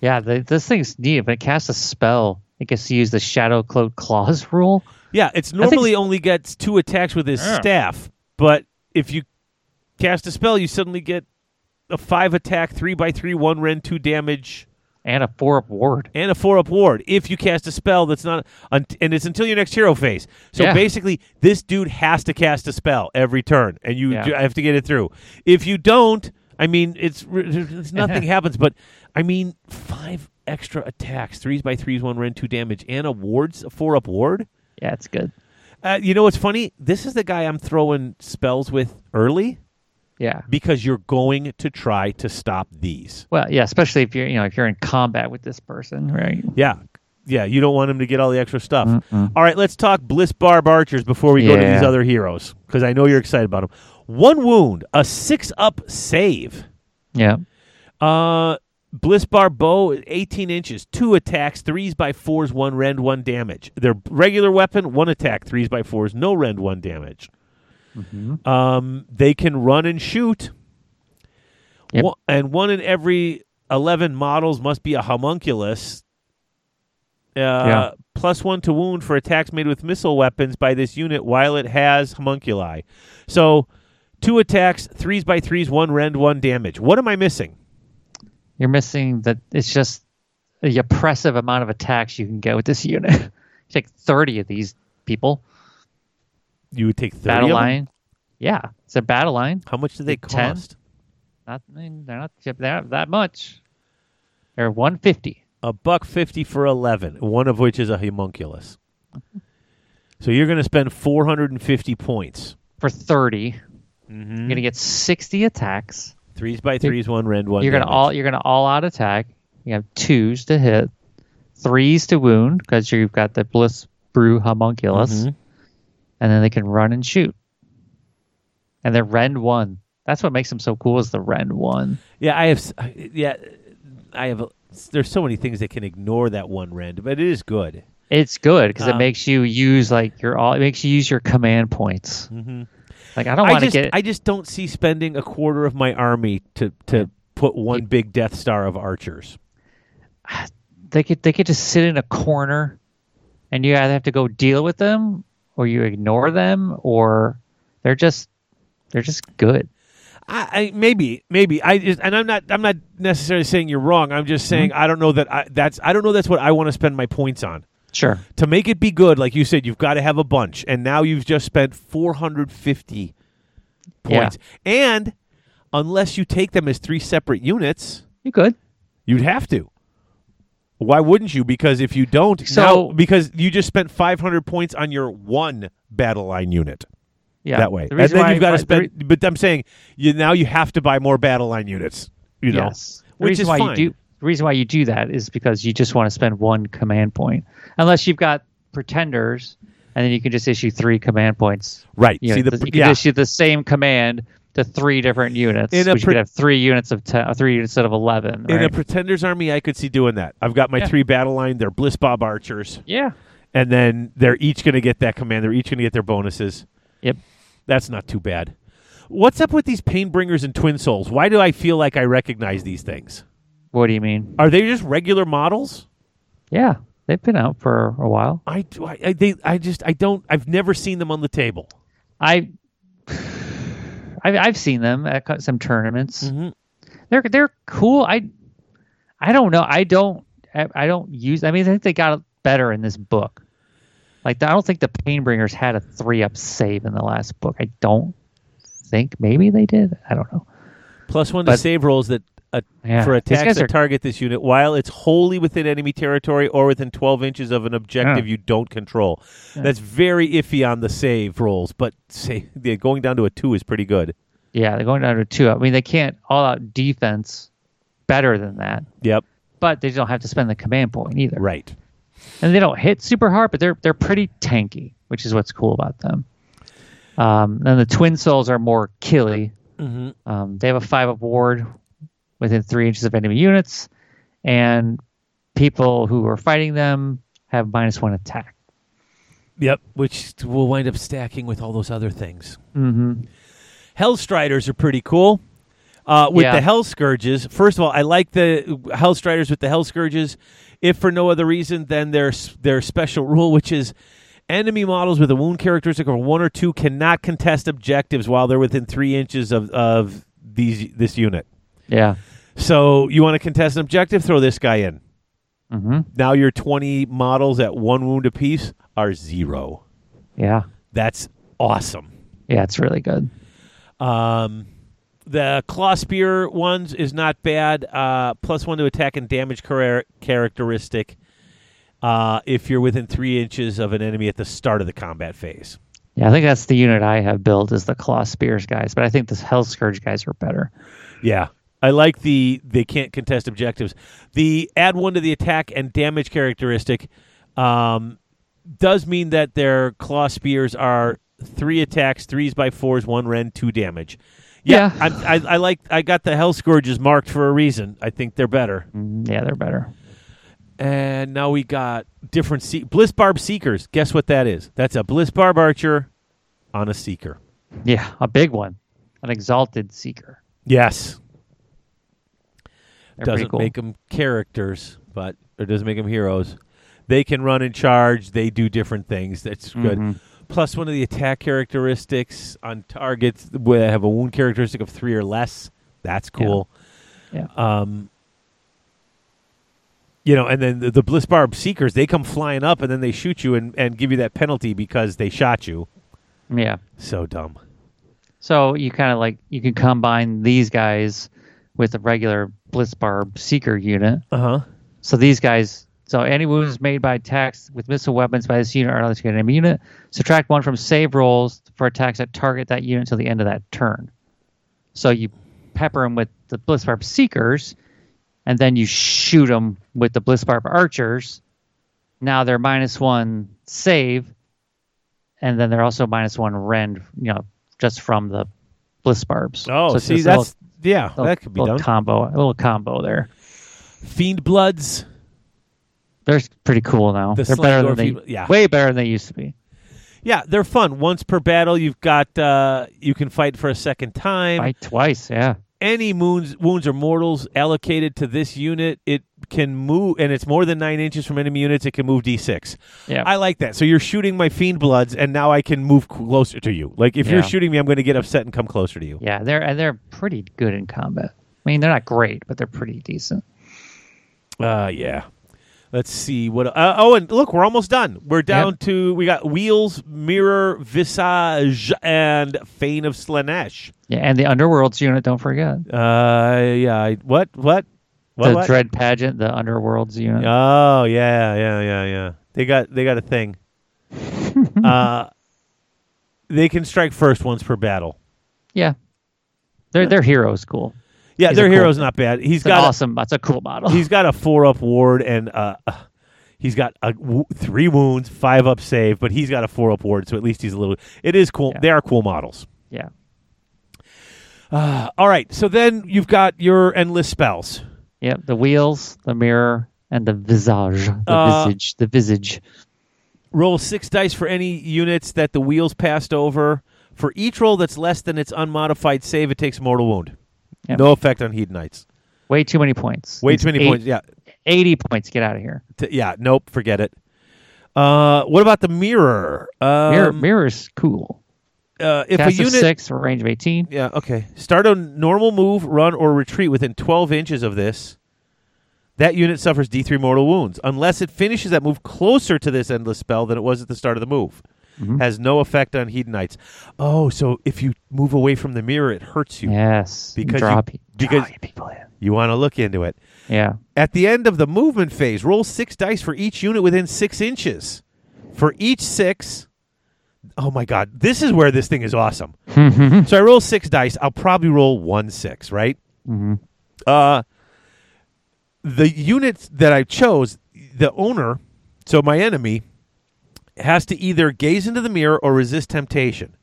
Speaker 2: Yeah. The, this thing's neat. But it casts a spell. It gets to use the shadow cloak claws rule.
Speaker 1: Yeah, it's
Speaker 2: think-
Speaker 1: normally only gets two attacks with his
Speaker 5: Yeah.
Speaker 1: staff, but if you cast a spell, you suddenly get a five attack, three by three, one rend, two damage.
Speaker 2: and a four up ward.
Speaker 1: and a four up ward if you cast a spell that's not unt- and it's until your next hero phase so
Speaker 2: Yeah.
Speaker 1: basically this dude has to cast a spell every turn and you
Speaker 2: Yeah.
Speaker 1: do- have to get it through if you don't i mean it's, r- it's nothing happens but i mean five extra attacks threes by threes one rend two damage and a ward's a four up ward
Speaker 2: Yeah, it's good.
Speaker 1: uh, you know what's funny this is the guy i'm throwing spells with early
Speaker 2: Yeah.
Speaker 1: because you're going to try to stop these
Speaker 2: Well, yeah, especially if you're you know if you're in combat with this person, right?
Speaker 1: Yeah. Yeah, you don't want him to get all the extra stuff. All right, let's talk Bliss Barb Archers before we go to
Speaker 2: Yeah.
Speaker 1: these other heroes because I know you're excited about them. One wound, a six up save.
Speaker 2: Yeah.
Speaker 1: Uh, Bliss Barb Bow, 18 inches, two attacks, threes by fours, one rend, one damage. Their regular weapon, one attack, threes by fours, no rend, one damage. Um, they can run and shoot.
Speaker 2: Yep.
Speaker 1: One- and one in every 11 models must be a homunculus. Uh,
Speaker 2: Yeah.
Speaker 1: Plus one to wound for attacks made with missile weapons by this unit while it has homunculi. So, two attacks, threes by threes, one rend, one damage. What am I missing?
Speaker 2: You're missing that it's just the oppressive amount of attacks you can get with this unit. you take thirty of these people.
Speaker 1: You would take 30
Speaker 2: Battle
Speaker 1: of them?
Speaker 2: line. Yeah. It's a battle line.
Speaker 1: How much do they
Speaker 2: Like 10?
Speaker 1: cost?
Speaker 2: Not I mean, they're not they're not that much. They're one fifty.
Speaker 1: A buck 50 for 11, one of which is a homunculus. So you're going to spend 450 points.
Speaker 2: For 30 you
Speaker 1: Mm-hmm.
Speaker 2: You're gonna get sixty attacks.
Speaker 1: Threes by threes, one rend, one.
Speaker 2: you're gonna
Speaker 1: damage.
Speaker 2: all you're gonna all out attack. You have twos to hit, threes to wound because you've got the bliss brew homunculus,
Speaker 1: Mm-hmm.
Speaker 2: and then they can run and shoot. And they're rend one. That's what makes them so cool is the rend one.
Speaker 1: Yeah, I have. s- Yeah, I have. a- There's so many things that can ignore that one rend, but it is good.
Speaker 2: It's good because
Speaker 1: Uh,
Speaker 2: it makes you use like your all. It makes you use your command points. Mm-hmm. Like I don't
Speaker 1: I
Speaker 2: want to
Speaker 1: just,
Speaker 2: get.
Speaker 1: I just don't see spending a quarter of my army to to put one big Death Star of archers.
Speaker 2: they could they could just sit in a corner, and you either have to go deal with them or you ignore them or they're just they're just good.
Speaker 1: I, I maybe maybe I just, and I'm not I'm not necessarily saying you're wrong. I'm just saying
Speaker 2: Mm-hmm.
Speaker 1: I don't know that I, that's I don't know that's what I want to spend my points on.
Speaker 2: Sure.
Speaker 1: To make it be good, like you said, you've got to have a bunch, and now you've just spent 450
Speaker 2: Yeah.
Speaker 1: points. And unless you take them as three separate units,
Speaker 2: You good?
Speaker 1: You'd have to. Why wouldn't you? Because if you don't,
Speaker 2: So-
Speaker 1: now- because you just spent 500 points on your one battle line unit
Speaker 2: Yeah.
Speaker 1: that way,
Speaker 2: The
Speaker 1: and
Speaker 2: reason
Speaker 1: then
Speaker 2: why-
Speaker 1: you've got
Speaker 2: why-
Speaker 1: to
Speaker 2: the
Speaker 1: spend.
Speaker 2: re-
Speaker 1: but I'm saying you now you have to buy more battle line units. You know,
Speaker 2: yes. The
Speaker 1: which
Speaker 2: reason
Speaker 1: is
Speaker 2: why
Speaker 1: fine.
Speaker 2: you do. The reason why you do that is because you just want to spend one command point, unless you've got pretenders, and then you can just issue three command points.
Speaker 1: right?
Speaker 2: You,
Speaker 1: See
Speaker 2: know,
Speaker 1: the
Speaker 2: you can
Speaker 1: yeah.
Speaker 2: issue the same command to three different units.
Speaker 1: In a
Speaker 2: which you
Speaker 1: pre-
Speaker 2: could have three units of ten, uh, three units instead of eleven.
Speaker 1: In a
Speaker 2: right?
Speaker 1: pretender's army, I could see doing that. I've got my
Speaker 2: Yeah.
Speaker 1: three battle line. They're Bliss Bob archers,
Speaker 2: yeah.
Speaker 1: and then they're each going to get that command. They're each going to get their bonuses.
Speaker 2: Yep.
Speaker 1: That's not too bad. What's up with these Painbringers and Twin Souls? Why do I feel like I recognize these things?
Speaker 2: What do you mean?
Speaker 1: Are they just regular models?
Speaker 2: Yeah, they've been out for a while.
Speaker 1: I, do- I, I they I just I don't I've never seen them on the table.
Speaker 2: I. I've, I've seen them at co- some tournaments.
Speaker 1: Mhm.
Speaker 2: They're they're cool. I I don't know. I don't I, I don't use. I mean, I think they got better in this book. Like I don't think the Painbringers had a three up save in the last book. I don't think maybe they did. I don't know.
Speaker 1: Plus one to
Speaker 2: But-
Speaker 1: save rolls that a,
Speaker 2: Yeah.
Speaker 1: for
Speaker 2: These
Speaker 1: attacks
Speaker 2: guys
Speaker 1: that
Speaker 2: are-
Speaker 1: target this unit while it's wholly within enemy territory or within 12 inches of an objective you don't control. That's very iffy on the save rolls, but say yeah, going down to a two is pretty good.
Speaker 2: Yeah, they're going down to two. I mean, they can't all out defense better than that,
Speaker 1: Yep.
Speaker 2: but they don't have to spend the command point either.
Speaker 1: Right.
Speaker 2: And they don't hit super hard, but they're they're pretty tanky, which is what's cool about them. Um, then the twin souls are more killy.
Speaker 1: Mm-hmm.
Speaker 2: Um, they have a five up ward within three inches of enemy units, and people who are fighting them have minus one attack.
Speaker 1: Yep. Which will wind up stacking with all those other things.
Speaker 2: hmm
Speaker 1: Hellstriders are pretty cool. Uh, with
Speaker 2: Yeah.
Speaker 1: the Hell Scourges, first of all, I like the Hellstriders with the Hell Scourges, if for no other reason than their s- their special rule, which is enemy models with a wound characteristic of one or two cannot contest objectives while they're within three inches of, of these this unit.
Speaker 2: Yeah.
Speaker 1: So you want to contest an objective, throw this guy in.
Speaker 2: hmm
Speaker 1: Now your twenty models at one wound apiece are zero.
Speaker 2: Yeah.
Speaker 1: That's awesome.
Speaker 2: Yeah. It's really good.
Speaker 1: Um, the claw spear ones is not bad. Uh, plus one to attack and damage chara- characteristic. Uh, if you're within three inches of an enemy at the start of the combat phase.
Speaker 2: Yeah, I think that's the unit I have built is the Claw Spears guys, but I think the Hell Scourge guys are better.
Speaker 1: Yeah, I like the they can't contest objectives. The add one to the attack and damage characteristic um, does mean that their claw spears are three attacks, threes by fours, one ren, two damage. Yeah,
Speaker 2: Yeah.
Speaker 1: I'm, I, I like. I got the hell scourges marked for a reason. I think they're better.
Speaker 2: Mm, Yeah, they're better.
Speaker 1: And now we got different se- bliss barb seekers. Guess what that is? That's a bliss barb archer on a seeker.
Speaker 2: Yeah, a big one, an Exalted Seeker.
Speaker 1: Yes,
Speaker 2: They're
Speaker 1: doesn't
Speaker 2: pretty cool.
Speaker 1: make them characters, but or doesn't make them heroes. They can run and charge. They do different things. That's good.
Speaker 2: Mm-hmm.
Speaker 1: Plus one of the attack characteristics on targets where have a wound characteristic of three or less. That's cool.
Speaker 2: Yeah.
Speaker 1: Um, you know, and then the, the Bliss Barb Seekers, they come flying up and then they shoot you and, and give you that penalty because they shot you.
Speaker 2: yeah.
Speaker 1: So dumb.
Speaker 2: So you kind of like you can combine these guys with the regular Blitzbarb Seeker unit.
Speaker 1: Uh huh.
Speaker 2: So these guys. So any wounds made by attacks with missile weapons by this unit are allowed to get an enemy unit. Subtract one from save rolls for attacks that target that unit until the end of that turn. So you pepper them with the Blitzbarb Seekers, and then you shoot them with the Blitzbarb Archers. Now they're minus one save, and then they're also minus one rend. You know, just from the Blitzbarbs.
Speaker 1: Oh,
Speaker 2: So it's
Speaker 1: see,
Speaker 2: this
Speaker 1: that's, yeah,
Speaker 2: little-
Speaker 1: that could be
Speaker 2: little
Speaker 1: done.
Speaker 2: combo, a little combo there.
Speaker 1: Fiend Bloods.
Speaker 2: They're pretty cool now.
Speaker 1: The
Speaker 2: They're
Speaker 1: Slendorf
Speaker 2: better than they,
Speaker 1: people- yeah.
Speaker 2: way better than they used to be.
Speaker 1: Yeah, they're fun. Once per battle, you've got uh, you can fight for a second time.
Speaker 2: Fight twice, yeah,
Speaker 1: Any wounds, wounds or mortals allocated to this unit, it can move, and it's more than nine inches from enemy units. It can move d six.
Speaker 2: yeah,
Speaker 1: I like that. So you're shooting my fiend bloods, and now I can move closer to you. Like if
Speaker 2: Yeah.
Speaker 1: you're shooting me, I'm going to get upset and come closer to you.
Speaker 2: yeah. They're and they're pretty good in combat. I mean, they're not great, but they're pretty decent.
Speaker 1: Uh, yeah. Let's see what. Uh, oh, and look, we're almost done. We're down to we got wheels, mirror, visage, and Fane of Slanesh.
Speaker 2: Yeah, and the Underworld's unit, don't forget
Speaker 1: Uh, yeah. I- What? What? What?
Speaker 2: the
Speaker 1: what?
Speaker 2: Dread Pageant, the Underworld's unit.
Speaker 1: Oh yeah, yeah, yeah, yeah. They got they got a thing. uh, they can strike first once per battle.
Speaker 2: Yeah, they're they're heroes. Cool.
Speaker 1: Yeah,
Speaker 2: He's
Speaker 1: their
Speaker 2: a cool-
Speaker 1: hero's not bad. He's
Speaker 2: It's an
Speaker 1: got
Speaker 2: awesome. That's a cool model.
Speaker 1: a, he's got a four up ward and uh, uh, he's got a w- three wounds, five up save, but he's got a four up ward, so at least he's a little. It is cool.
Speaker 2: Yeah.
Speaker 1: They are cool models.
Speaker 2: yeah,
Speaker 1: Uh, all right, so then you've got your endless spells.
Speaker 2: yeah. The wheels, the mirror, and the visage, the
Speaker 1: Uh,
Speaker 2: visage, the visage.
Speaker 1: Roll six dice for any units that the wheels passed over. For each roll that's less than its unmodified save, it takes a mortal wound.
Speaker 2: Yep.
Speaker 1: No effect on Hedonites.
Speaker 2: Way too many points.
Speaker 1: Way
Speaker 2: It's
Speaker 1: too many
Speaker 2: eight-
Speaker 1: points. Yeah,
Speaker 2: Eighty points. Get out of here.
Speaker 1: T- yeah. Nope. Forget it. Uh, what about the mirror? Um,
Speaker 2: Mirror, mirror's cool.
Speaker 1: Uh, if
Speaker 2: Cast
Speaker 1: a
Speaker 2: of
Speaker 1: unit.
Speaker 2: six, range of eighteen.
Speaker 1: Yeah. Okay. Start a normal move, run, or retreat within 12 inches of this. That unit suffers D3 mortal wounds unless it finishes that move closer to this endless spell than it was at the start of the move. Has no effect on Hedonites. Oh, so if you move away from the mirror, it hurts you
Speaker 2: Yes.
Speaker 1: because
Speaker 2: draw
Speaker 1: you
Speaker 2: pe-
Speaker 1: because
Speaker 2: Draw your people in.
Speaker 1: you want to look into it.
Speaker 2: Yeah.
Speaker 1: At the end of the movement phase, roll six dice for each unit within six inches. For each six, oh my God, this is where this thing is awesome. so I roll six dice. I'll probably roll one six, right? Mm-hmm. Uh, the units that I chose, the owner, so my enemy, has to either gaze into the mirror or resist temptation,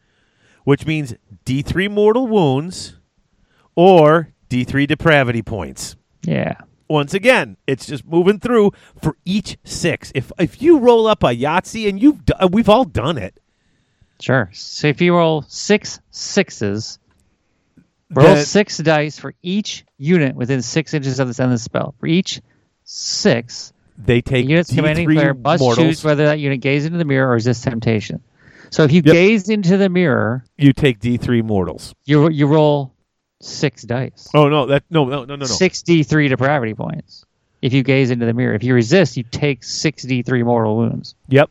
Speaker 1: which means D3 mortal wounds or D3 depravity points
Speaker 2: Yeah.
Speaker 1: once again, it's just moving through for each six. If if you roll up a Yahtzee and you've do- we've all done it.
Speaker 2: Sure. So if you roll six sixes, roll
Speaker 1: That-
Speaker 2: six dice for each unit within six inches of this end of the spell. For each six,
Speaker 1: They
Speaker 2: the
Speaker 1: take
Speaker 2: unit's
Speaker 1: D
Speaker 2: commanding
Speaker 1: three
Speaker 2: player must
Speaker 1: mortals.
Speaker 2: choose whether that unit gaze into the mirror or resist temptation. So if you
Speaker 1: Yep.
Speaker 2: gaze into the mirror,
Speaker 1: You take D three mortals.
Speaker 2: you you roll six dice.
Speaker 1: Oh no, that no no no no no.
Speaker 2: Six D three depravity points. If you gaze into the mirror, if you resist, you take six D three mortal wounds.
Speaker 1: Yep.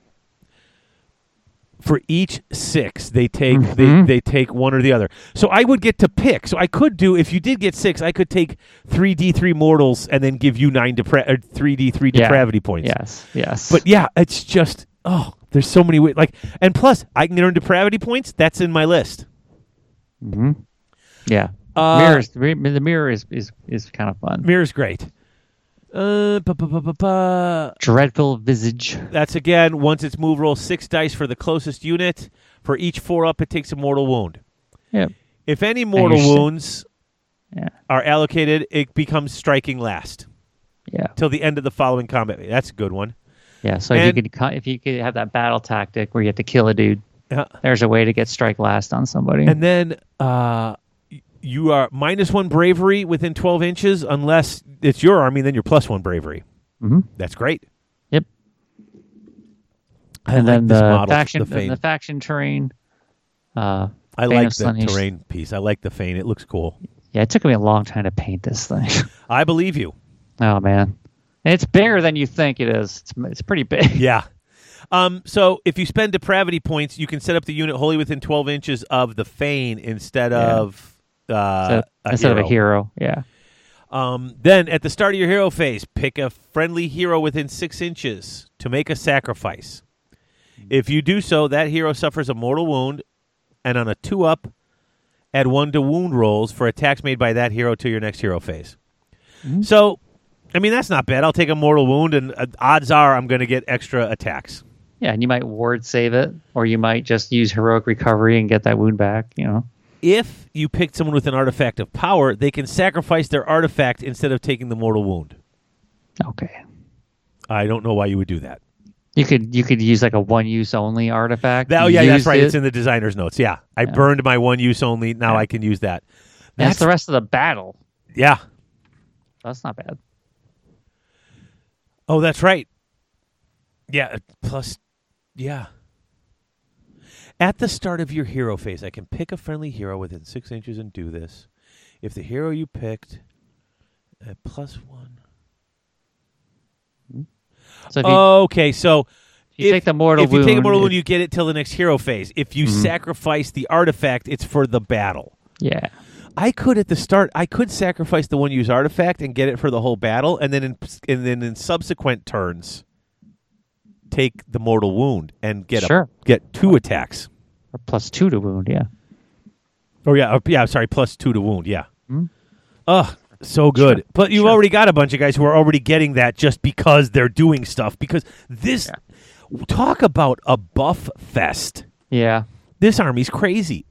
Speaker 1: For each six, they take
Speaker 2: Mhm.
Speaker 1: they, they take one or the other. So I would get to pick. So I could do if you did get six, I could take three D three mortals and then give you nine depra- or three D three
Speaker 2: Yeah.
Speaker 1: depravity points.
Speaker 2: Yes, yes.
Speaker 1: But yeah, it's just oh, there's so many ways. Like, and plus, I can earn depravity points. That's in my list.
Speaker 2: yeah,
Speaker 1: Uh,
Speaker 2: mirrors. The mi- the mirror is is, is kind of fun.
Speaker 1: Mirror's great. Uh, ba, ba, ba, ba, ba.
Speaker 2: Dreadful visage.
Speaker 1: That's again. Once it's move, roll six dice for the closest unit. For each four up, it takes a mortal wound.
Speaker 2: Yeah,
Speaker 1: If any mortal
Speaker 2: you're sh-
Speaker 1: wounds
Speaker 2: yeah,
Speaker 1: are allocated, it becomes striking last
Speaker 2: yeah,
Speaker 1: till the end of the following combat. phase. That's a good one.
Speaker 2: yeah. So if you
Speaker 1: And-
Speaker 2: could cut- if you could have that battle tactic where you have to kill a dude,
Speaker 1: Yeah.
Speaker 2: there's a way to get strike last on somebody.
Speaker 1: And then uh, y- you are minus one bravery within 12 inches, unless it's your army, then you're plus one bravery.
Speaker 2: Mhm.
Speaker 1: That's great.
Speaker 2: yep.
Speaker 1: I
Speaker 2: and
Speaker 1: like
Speaker 2: then
Speaker 1: this
Speaker 2: the
Speaker 1: model,
Speaker 2: faction
Speaker 1: the fane.
Speaker 2: the faction terrain. Uh,
Speaker 1: I
Speaker 2: Fane
Speaker 1: like
Speaker 2: of
Speaker 1: the
Speaker 2: Slanish.
Speaker 1: terrain piece. I like the fane. It looks cool.
Speaker 2: Yeah, it took me a long time to paint this thing.
Speaker 1: I believe you.
Speaker 2: oh man, and it's bigger than you think it is. It's it's pretty big.
Speaker 1: Yeah. Um, so if you spend depravity points, you can set up the unit wholly within 12 inches of the fane instead
Speaker 2: Yeah.
Speaker 1: of uh,
Speaker 2: So- instead of a hero. Yeah.
Speaker 1: Um, then at the start of your hero phase, pick a friendly hero within six inches to make a sacrifice. If you do so, that hero suffers a mortal wound, and on a two up, add one to wound rolls for attacks made by that hero to your next hero phase.
Speaker 2: Mm-hmm.
Speaker 1: So, I mean, that's not bad. I'll take a mortal wound, and uh, odds are I'm going to get extra attacks.
Speaker 2: Yeah, and you might ward save it, or you might just use heroic recovery and get that wound back. You know,
Speaker 1: If you picked someone with an artifact of power, they can sacrifice their artifact instead of taking the mortal wound.
Speaker 2: okay.
Speaker 1: I don't know why you would do that.
Speaker 2: You could you could use like a one use only artifact.
Speaker 1: That- oh yeah,
Speaker 2: use
Speaker 1: that's right.
Speaker 2: it-
Speaker 1: It's in the designer's notes. Yeah, I burned my one use only. Now
Speaker 2: Yeah.
Speaker 1: I can use that.
Speaker 2: that's the rest of the battle.
Speaker 1: Yeah.
Speaker 2: That's not bad.
Speaker 1: Oh, that's right. Yeah. uh, Plus, yeah. At the start of your hero phase, I can pick a friendly hero within six inches and do this. If the hero you picked, at plus one.
Speaker 2: So if you,
Speaker 1: Okay, so
Speaker 2: you take the mortal
Speaker 1: Uh, if you take a
Speaker 2: wound,
Speaker 1: mortal
Speaker 2: it- Mm-hmm.
Speaker 1: wound, you get it till the next hero phase. If you sacrifice the artifact, it's for the battle.
Speaker 2: yeah,
Speaker 1: I could at the start. I could sacrifice the one use artifact and get it for the whole battle, and then in, and then in subsequent turns, take the mortal wound and get
Speaker 2: Sure.
Speaker 1: a, get two attacks.
Speaker 2: or plus two to wound. Yeah,
Speaker 1: Oh yeah, oh, yeah. Sorry, plus two to wound. Yeah.
Speaker 2: Mm-hmm.
Speaker 1: Ugh, so good. But you've already got a bunch of guys who are already getting that just because they're doing stuff. Because this, talk about a buff fest.
Speaker 2: yeah.
Speaker 1: This army's crazy.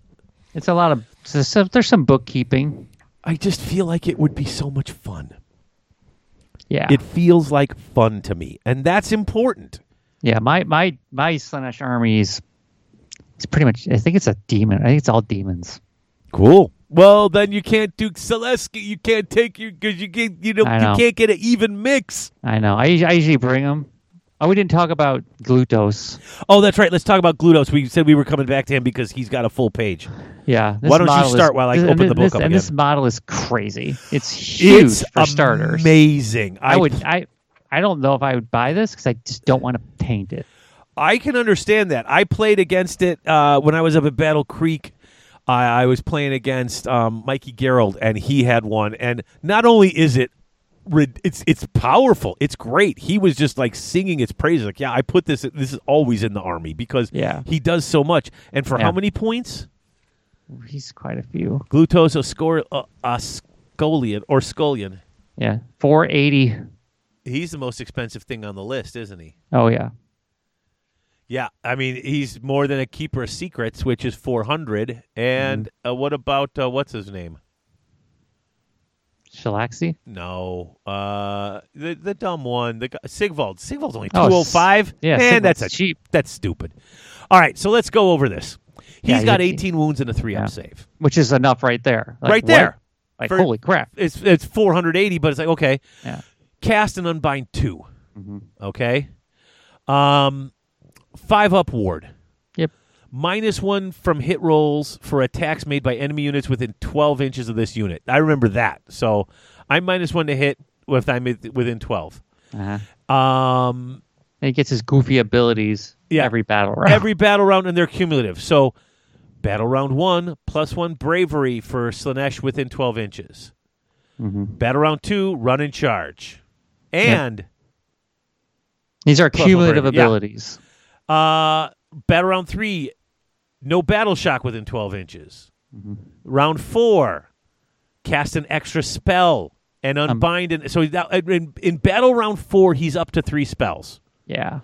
Speaker 2: It's a lot of so so there's some bookkeeping.
Speaker 1: I just feel like it would be so much fun.
Speaker 2: Yeah,
Speaker 1: It feels like fun to me, and that's important.
Speaker 2: yeah. My my my Slanesh army is it's pretty much. I think it's a demon. I think it's all demons.
Speaker 1: Cool. Well, then you can't do Selesky. You can't take your because you get you know,
Speaker 2: I know.
Speaker 1: you can't get an even mix.
Speaker 2: I know. I us- I usually bring them. Oh, we didn't talk about glucose.
Speaker 1: Oh, that's right. Let's talk about Glutos. We said we were coming back to him because he's got a full page.
Speaker 2: Yeah. This
Speaker 1: Why don't you
Speaker 2: model
Speaker 1: start while I
Speaker 2: this- and
Speaker 1: open the
Speaker 2: this-
Speaker 1: book up again?
Speaker 2: And this model is crazy. It's huge
Speaker 1: it's
Speaker 2: for starters.
Speaker 1: amazing.
Speaker 2: I would. I. I don't know if I would buy this because I just don't want to paint it.
Speaker 1: I can understand that. I played against it uh, when I was up at Battle Creek. I, I was playing against um, Mikey Gerald, and he had one. And not only is it rid- it's it's powerful. It's great. He was just like singing its praises. Like, yeah, I put this. This is always in the army because
Speaker 2: Yeah.
Speaker 1: he does so much. And for how
Speaker 2: Yeah.
Speaker 1: many points?
Speaker 2: He's quite a few.
Speaker 1: Glucose oscor- uh, oscolian or scolian.
Speaker 2: Yeah, four eighty.
Speaker 1: He's the most expensive thing on the list, isn't he?
Speaker 2: Oh yeah,
Speaker 1: Yeah, I mean he's more than a keeper of secrets, which is four hundred. And
Speaker 2: Mm-hmm.
Speaker 1: uh, what about uh, what's his name?
Speaker 2: Shilaxi.
Speaker 1: No, uh, the the dumb one, the guy, Sigvald. Sigvald's only two
Speaker 2: Oh,
Speaker 1: oh five.
Speaker 2: yeah,
Speaker 1: man,
Speaker 2: Sigvald's
Speaker 1: that's a,
Speaker 2: cheap.
Speaker 1: That's stupid. All right, so let's go over this. He's
Speaker 2: Yeah,
Speaker 1: got
Speaker 2: he-
Speaker 1: eighteen wounds and a three
Speaker 2: Yeah.
Speaker 1: up save.
Speaker 2: which is enough right there. Like,
Speaker 1: Right
Speaker 2: what?
Speaker 1: there.
Speaker 2: Like
Speaker 1: For-
Speaker 2: holy crap.
Speaker 1: It's it's four hundred eighty, but it's like okay,
Speaker 2: Yeah. Mm-hmm.
Speaker 1: cast and unbind 2 Okay, um, five up ward.
Speaker 2: Yep.
Speaker 1: minus one from hit rolls for attacks made by enemy units within 12 inches of this unit. I remember that. So I'm minus one to hit if I'm with- within 12.
Speaker 2: Uh-huh.
Speaker 1: Um,
Speaker 2: And he gets his goofy abilities
Speaker 1: Yeah.
Speaker 2: every battle round.
Speaker 1: every battle round, and they're cumulative. So battle round one, plus one bravery for Slanesh within 12 inches. Battle round two, run and charge. And.
Speaker 2: These are
Speaker 1: Plus
Speaker 2: cumulative
Speaker 1: one for every- yeah.
Speaker 2: abilities.
Speaker 1: Uh, battle round three, no battle shock within 12 inches. Round four, cast an extra spell and unbind. and so that, in, in battle round four, he's up to three spells.
Speaker 2: Yeah.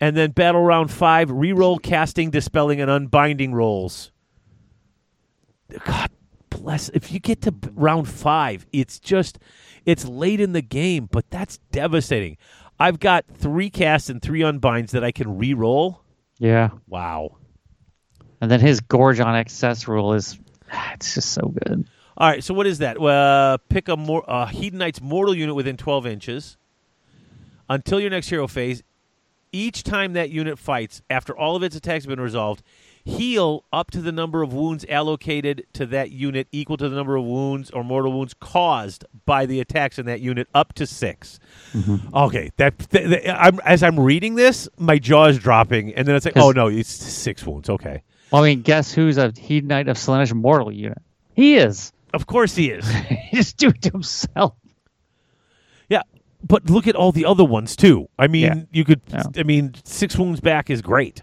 Speaker 1: And then battle round five, reroll casting, dispelling, and unbinding rolls. God bless. If you get to b- round five, it's just, it's late in the game, but that's devastating. I've got three casts and three unbinds that I can reroll.
Speaker 2: Yeah.
Speaker 1: Wow.
Speaker 2: And then his gorge on excess rule is it's just so good.
Speaker 1: All right. So what is that? Uh, pick a mor- uh, Hedonite's mortal unit within 12 inches until your next hero phase. Each time that unit fights, after all of its attacks have been resolved, heal up to the number of wounds allocated to that unit equal to the number of wounds or mortal wounds caused by the attacks in that unit up to 6 Okay, that th- th- I'm, as I'm reading this, my jaw is dropping, and then it's like,
Speaker 2: Yes.
Speaker 1: oh no, it's six wounds. Okay,
Speaker 2: Well, I mean, guess who's a Heed Knight of Slanish mortal unit? He is.
Speaker 1: of course he is.
Speaker 2: he just do it to himself.
Speaker 1: Yeah, but look at all the other ones too. I mean,
Speaker 2: Yeah.
Speaker 1: you could.
Speaker 2: Yeah. Mm-hmm.
Speaker 1: I mean, six wounds back is great.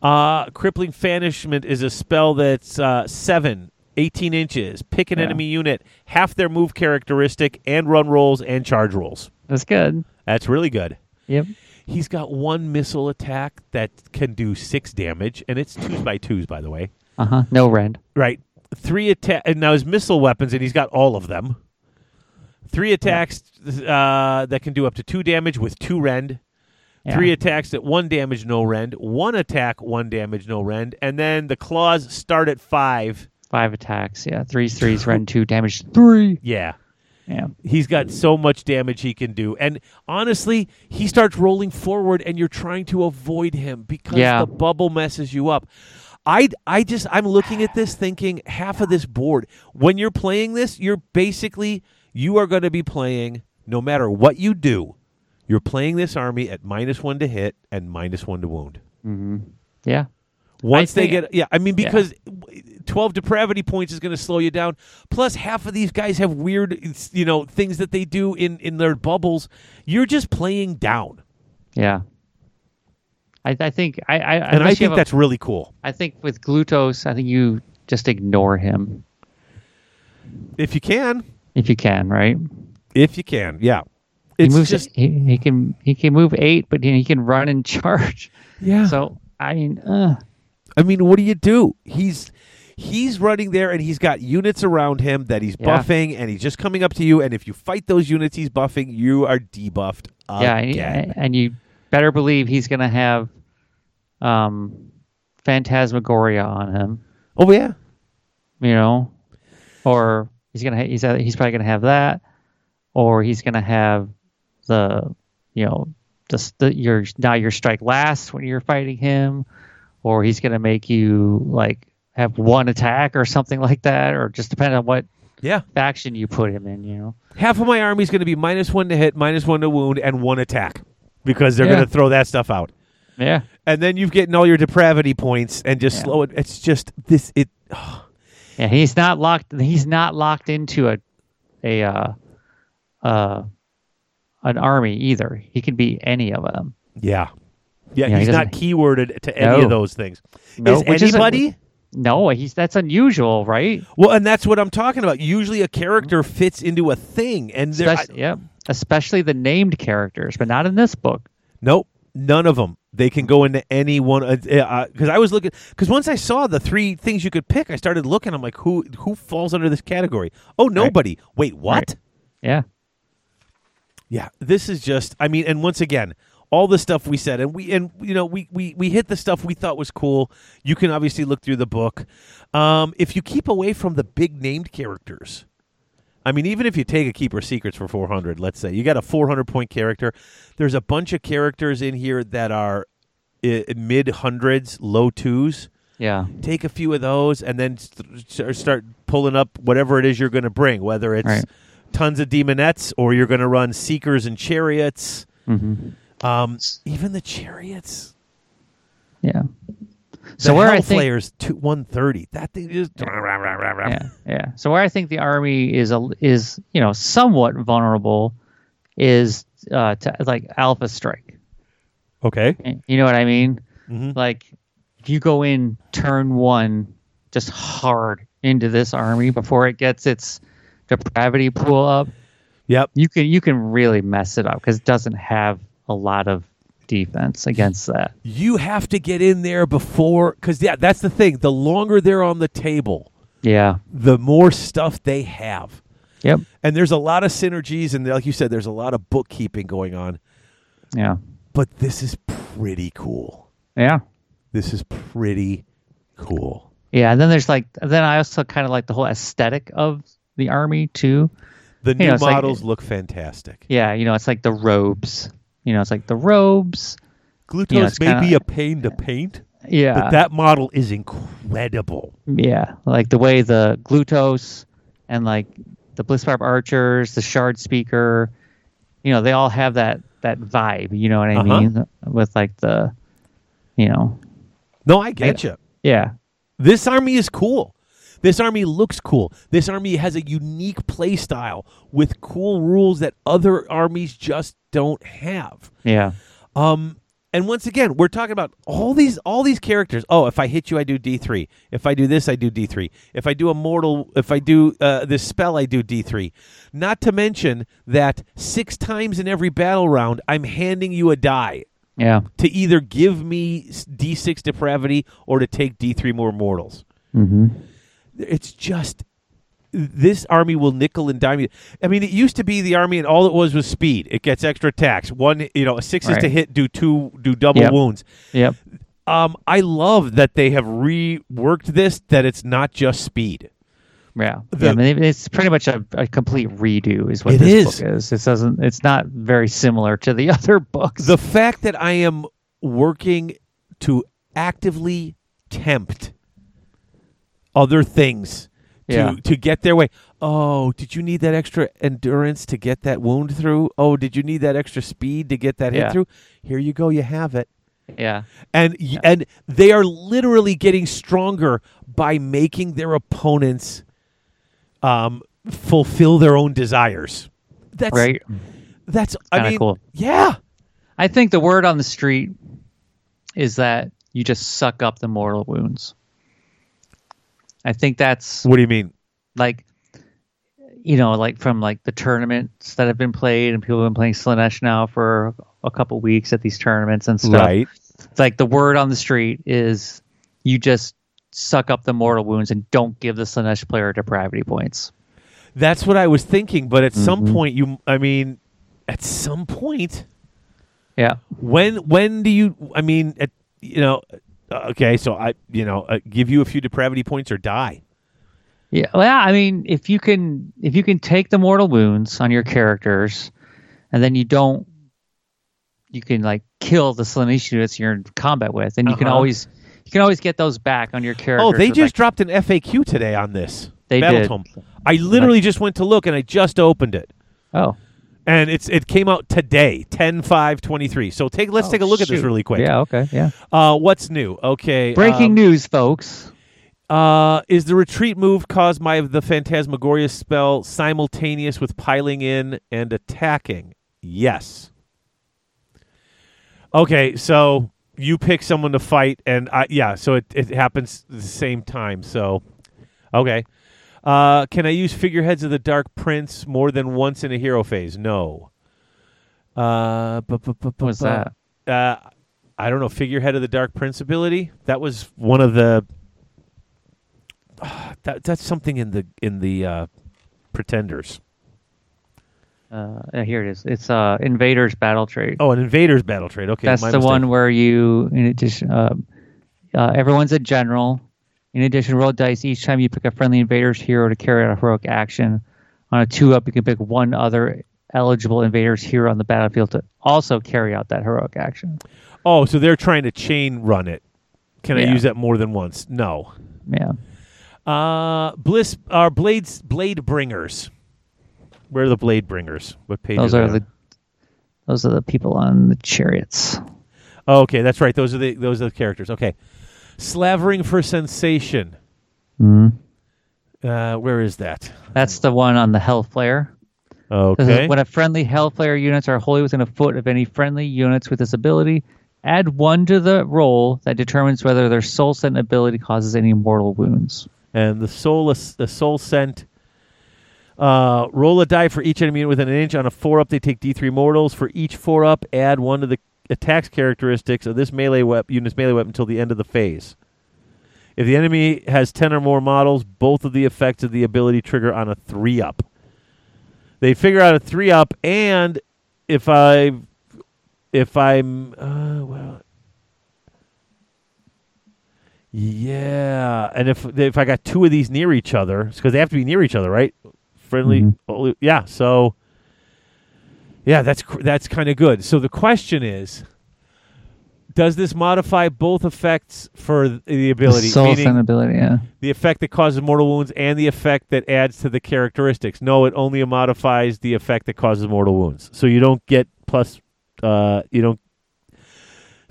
Speaker 1: Uh, crippling Fanishment is a spell that's uh, seven. 18 inches. Pick an
Speaker 2: Yeah.
Speaker 1: enemy unit, half their move characteristic, and run rolls and charge rolls.
Speaker 2: That's good.
Speaker 1: That's really good.
Speaker 2: Yep.
Speaker 1: He's got one missile attack that can do six damage, and it's twos by twos, by the way.
Speaker 2: Uh huh. No rend.
Speaker 1: Right. Three attack. And now his missile weapons, and he's got all of them. Three attacks uh, that can do up to two damage with two rend.
Speaker 2: Yeah.
Speaker 1: Three attacks at one damage, no rend. One attack, one damage, no rend. And then the claws start at five.
Speaker 2: Five attacks. Yeah. Threes, threes, rend two, damage three.
Speaker 1: Yeah.
Speaker 2: Yeah.
Speaker 1: He's got so much damage he can do. And honestly, he starts rolling forward and you're trying to avoid him because
Speaker 2: Yeah.
Speaker 1: the bubble messes you up. I I just I'm looking at this thinking half of this board. When you're playing this, you're basically you are going to be playing no matter what you do. You're playing this army at minus 1 to hit and minus 1 to wound.
Speaker 2: Yeah.
Speaker 1: Once they
Speaker 2: think-
Speaker 1: get, yeah, I mean, because twelve depravity points is going to slow you down. Plus, half of these guys have weird, you know, things that they do in in their bubbles. You're just playing down,
Speaker 2: Yeah. I, I think I, I
Speaker 1: and I
Speaker 2: unless you
Speaker 1: think
Speaker 2: have a-
Speaker 1: that's really cool.
Speaker 2: I think with Glutos, I think you just ignore him
Speaker 1: If you can,
Speaker 2: if you can, right?
Speaker 1: if you can, yeah.
Speaker 2: He
Speaker 1: It's
Speaker 2: moves.
Speaker 1: just
Speaker 2: He, he can he can move eight, but he can run and charge.
Speaker 1: yeah.
Speaker 2: So I mean, uh,
Speaker 1: I mean, what do you do? He's he's running there, and he's got units around him that he's
Speaker 2: Yeah.
Speaker 1: buffing, and he's just coming up to you. And if you fight those units he's buffing, you are debuffed.
Speaker 2: yeah,
Speaker 1: again.
Speaker 2: and, and you better believe he's gonna have um, Phantasmagoria on him,
Speaker 1: oh yeah.
Speaker 2: you know, or he's gonna ha- he's either- he's probably gonna have that, or he's gonna have the you know just the, your now your strike last when you're fighting him, or he's gonna make you like have one attack or something like that, or just depending on what
Speaker 1: Yeah.
Speaker 2: faction you put him in, you know.
Speaker 1: half of my army is going to be minus one to hit, minus one to wound, and one attack because they're
Speaker 2: Yeah.
Speaker 1: going to throw that stuff out.
Speaker 2: Yeah.
Speaker 1: And then you've getting all your depravity points and just
Speaker 2: Yeah.
Speaker 1: slow it. It's just this. It
Speaker 2: Yeah, he's not locked. He's not locked into a, a, uh, uh, an army either. He could be any of them.
Speaker 1: Yeah. Yeah,
Speaker 2: Yeah, he
Speaker 1: he's not
Speaker 2: doesn't-
Speaker 1: keyworded to any
Speaker 2: No.
Speaker 1: of those things.
Speaker 2: No, which
Speaker 1: is
Speaker 2: isn't-
Speaker 1: anybody?
Speaker 2: No, he's that's unusual, right?
Speaker 1: well, and that's what I'm talking about. Usually a character fits into a thing, and there, I-
Speaker 2: Especially, yeah, especially the named characters, but not in this book.
Speaker 1: Nope, none of them. They can go into any one because uh, uh 'cause I was looking because once I saw the three things you could pick, I started looking. I'm like, who who falls under this category? Oh, nobody. Wait, what?
Speaker 2: Right. Yeah,
Speaker 1: Yeah, this is just. I mean, and once again, all the stuff we said, and we and you know we we we hit the stuff we thought was cool. You can obviously look through the book. Um, if you keep away from the big named characters, I mean, even if you take a keeper secrets for four hundred, let's say you got a four hundred point character, there's a bunch of characters in here that are i mid hundreds, low twos
Speaker 2: yeah,
Speaker 1: take a few of those and then st- st- start pulling up whatever it is you're going to bring, whether it's
Speaker 2: Right.
Speaker 1: tons of demonettes or you're going to run seekers and chariots.
Speaker 2: Mm-hmm.
Speaker 1: Um, even the chariots.
Speaker 2: yeah.
Speaker 1: So
Speaker 2: So
Speaker 1: the
Speaker 2: where I think
Speaker 1: Hellflayers two one thirty. That thing is
Speaker 2: yeah, yeah. So where I think the army is a, is you know somewhat vulnerable is uh, to, like Alpha Strike.
Speaker 1: okay.
Speaker 2: You know what I mean?
Speaker 1: Mm-hmm.
Speaker 2: Like if you go in turn one just hard into this army before it gets its depravity pool up,
Speaker 1: Yep.
Speaker 2: you can you can really mess it up because it doesn't have a lot of defense against that.
Speaker 1: You have to get in there before because yeah, that's the thing. The longer they're on the table,
Speaker 2: Yeah.
Speaker 1: the more stuff they have.
Speaker 2: Yep.
Speaker 1: And there's a lot of synergies, and like you said, there's a lot of bookkeeping going on.
Speaker 2: Yeah.
Speaker 1: But this is pretty cool.
Speaker 2: Yeah.
Speaker 1: this is pretty cool.
Speaker 2: Yeah. And then there's like then I also kind of like the whole aesthetic of the army too.
Speaker 1: The new
Speaker 2: know, it's like-
Speaker 1: models look fantastic.
Speaker 2: Yeah, you know, it's like the robes. You know, it's like the robes.
Speaker 1: Glutos
Speaker 2: Yeah, it's
Speaker 1: may
Speaker 2: kinda-
Speaker 1: be a pain to paint,
Speaker 2: Yeah.
Speaker 1: but that model is incredible.
Speaker 2: Yeah, like the way the glutos and like the Blitzbarb archers, the shard speaker, you know, they all have that that vibe. You know what I
Speaker 1: Uh-huh.
Speaker 2: mean? With like the, you know,
Speaker 1: No, I get you.
Speaker 2: yeah,
Speaker 1: This army is cool. This army looks cool. This army has a unique play style with cool rules that other armies just don't have.
Speaker 2: yeah,
Speaker 1: Um, and once again, we're talking about all these all these characters. Oh, if I hit you, I do D three. If I do this, I do D three. If I do a mortal, if I do uh, this spell, I do D three. Not to mention that six times in every battle round, I'm handing you a die
Speaker 2: yeah,
Speaker 1: to either give me D six depravity or to take D three more mortals.
Speaker 2: mm-hmm.
Speaker 1: It's just this army will nickel and dime you. I mean, it used to be the army, and all it was was speed. It gets extra attacks. One, you know, six is to
Speaker 2: Right.
Speaker 1: hit, do two, do double
Speaker 2: Yep.
Speaker 1: wounds.
Speaker 2: yep,
Speaker 1: Um, I love that they have reworked this. That it's not just speed.
Speaker 2: yeah.
Speaker 1: The-
Speaker 2: yeah I mean, it's pretty much a, a complete redo, is what
Speaker 1: It
Speaker 2: this
Speaker 1: is.
Speaker 2: book is. It doesn't. It's not very similar to the other books.
Speaker 1: The fact that I am working to actively tempt other things to
Speaker 2: Yeah.
Speaker 1: to get their way. Oh, did you need that extra endurance to get that wound through? Oh, did you need that extra speed to get that hit
Speaker 2: Yeah.
Speaker 1: through? Here you go. You have it.
Speaker 2: yeah,
Speaker 1: and y and they are literally getting stronger by making their opponents um, fulfill their own desires. That's
Speaker 2: right.
Speaker 1: That's I
Speaker 2: kinda
Speaker 1: mean,
Speaker 2: cool.
Speaker 1: yeah,
Speaker 2: I think the word on the street is that you just suck up the mortal wounds. I think that's
Speaker 1: What do you mean?
Speaker 2: like, you know, like from like the tournaments that have been played, and people have been playing Slanesh now for a couple weeks at these tournaments and stuff. It's like the word on the street is you just suck up the mortal wounds and don't give the Slanesh player depravity points.
Speaker 1: That's what I was thinking. But at some point, you. I mean, at some point,
Speaker 2: Yeah.
Speaker 1: when when do you? I mean, at, you know. uh, Okay, so I, you know, uh, give you a few depravity points or die.
Speaker 2: Yeah, well, yeah, I mean, if you can if you can take the mortal wounds on your characters, and then you don't, you can like kill the Slanesh units you're in combat with, and you can
Speaker 1: Uh-huh.
Speaker 2: always you can always get those back on your characters.
Speaker 1: Oh, they
Speaker 2: with,
Speaker 1: just dropped an FAQ today on this.
Speaker 2: They
Speaker 1: Battle
Speaker 2: did.
Speaker 1: Tome. I literally just went to look and I just opened it.
Speaker 2: like, oh,
Speaker 1: And it's it came out today, 10 5 23. So take let's take a look at this
Speaker 2: Oh, shoot.
Speaker 1: really quick.
Speaker 2: Yeah, okay, yeah.
Speaker 1: Uh, what's new? Okay.
Speaker 2: Breaking
Speaker 1: um,
Speaker 2: news, folks.
Speaker 1: Uh, is the retreat move caused by the Phantasmagoria spell simultaneous with piling in and attacking? Yes. Okay, so you pick someone to fight, and I, yeah, so it, it happens at the same time. So, okay. Uh, can I use figureheads of the Dark Prince more than once in a hero phase? No. Uh, bu- bu- bu- bu-
Speaker 2: What's
Speaker 1: bu-
Speaker 2: that?
Speaker 1: uh, I don't know, figurehead of the Dark Prince ability. That was one of the. that that's something in the in the uh, Pretenders.
Speaker 2: Uh, yeah, here it is. It's uh, Invaders Battle Trait.
Speaker 1: Oh, an Invaders battle trade. Okay,
Speaker 2: That's the
Speaker 1: my
Speaker 2: one
Speaker 1: mistake.
Speaker 2: where you, in addition, uh, uh, everyone's a general. In addition, roll dice each time you pick a friendly invader's hero to carry out a heroic action. On a two up, you can pick one other eligible invader's hero on the battlefield to also carry out that heroic action.
Speaker 1: Oh, so they're trying to chain run it. Can I
Speaker 2: Yeah.
Speaker 1: use that more than once? No.
Speaker 2: Yeah.
Speaker 1: Uh, Bliss are blades blade bringers. Where are the blade bringers? What page?
Speaker 2: Those
Speaker 1: they
Speaker 2: are
Speaker 1: on?
Speaker 2: the those are the people on the chariots.
Speaker 1: Oh, okay, that's right. Those are the those are the characters. Okay, slavering for sensation. Uh, where is that?
Speaker 2: That's the one on the Hellflare. This is
Speaker 1: Okay.
Speaker 2: Uh-huh. When a friendly Hellflare units are wholly within a foot of any friendly units with this ability, add one to the roll that determines whether their soul sent ability causes any mortal wounds.
Speaker 1: and the soul the soul sent. Uh, roll a die for each enemy unit within an inch. On a four up, they take D three mortals. For each four up, add one to the attacks characteristics of this melee wep- unit's melee weapon until the end of the phase. If the enemy has ten or more models, both of the effects of the ability trigger on a three up. They figure out a three up, and if I, if I'm, uh, well, Yeah, and if if I got two of these near each other, because they have to be near each other, right? Friendly, oh, yeah. So, yeah, that's cr- that's kind of good. So the question is, does this modify both effects for th- the ability,
Speaker 2: soul
Speaker 1: meaning
Speaker 2: sent ability, yeah.
Speaker 1: the effect that causes mortal wounds and the effect that adds to the characteristics? No, it only modifies the effect that causes mortal wounds. So you don't get plus, uh, you don't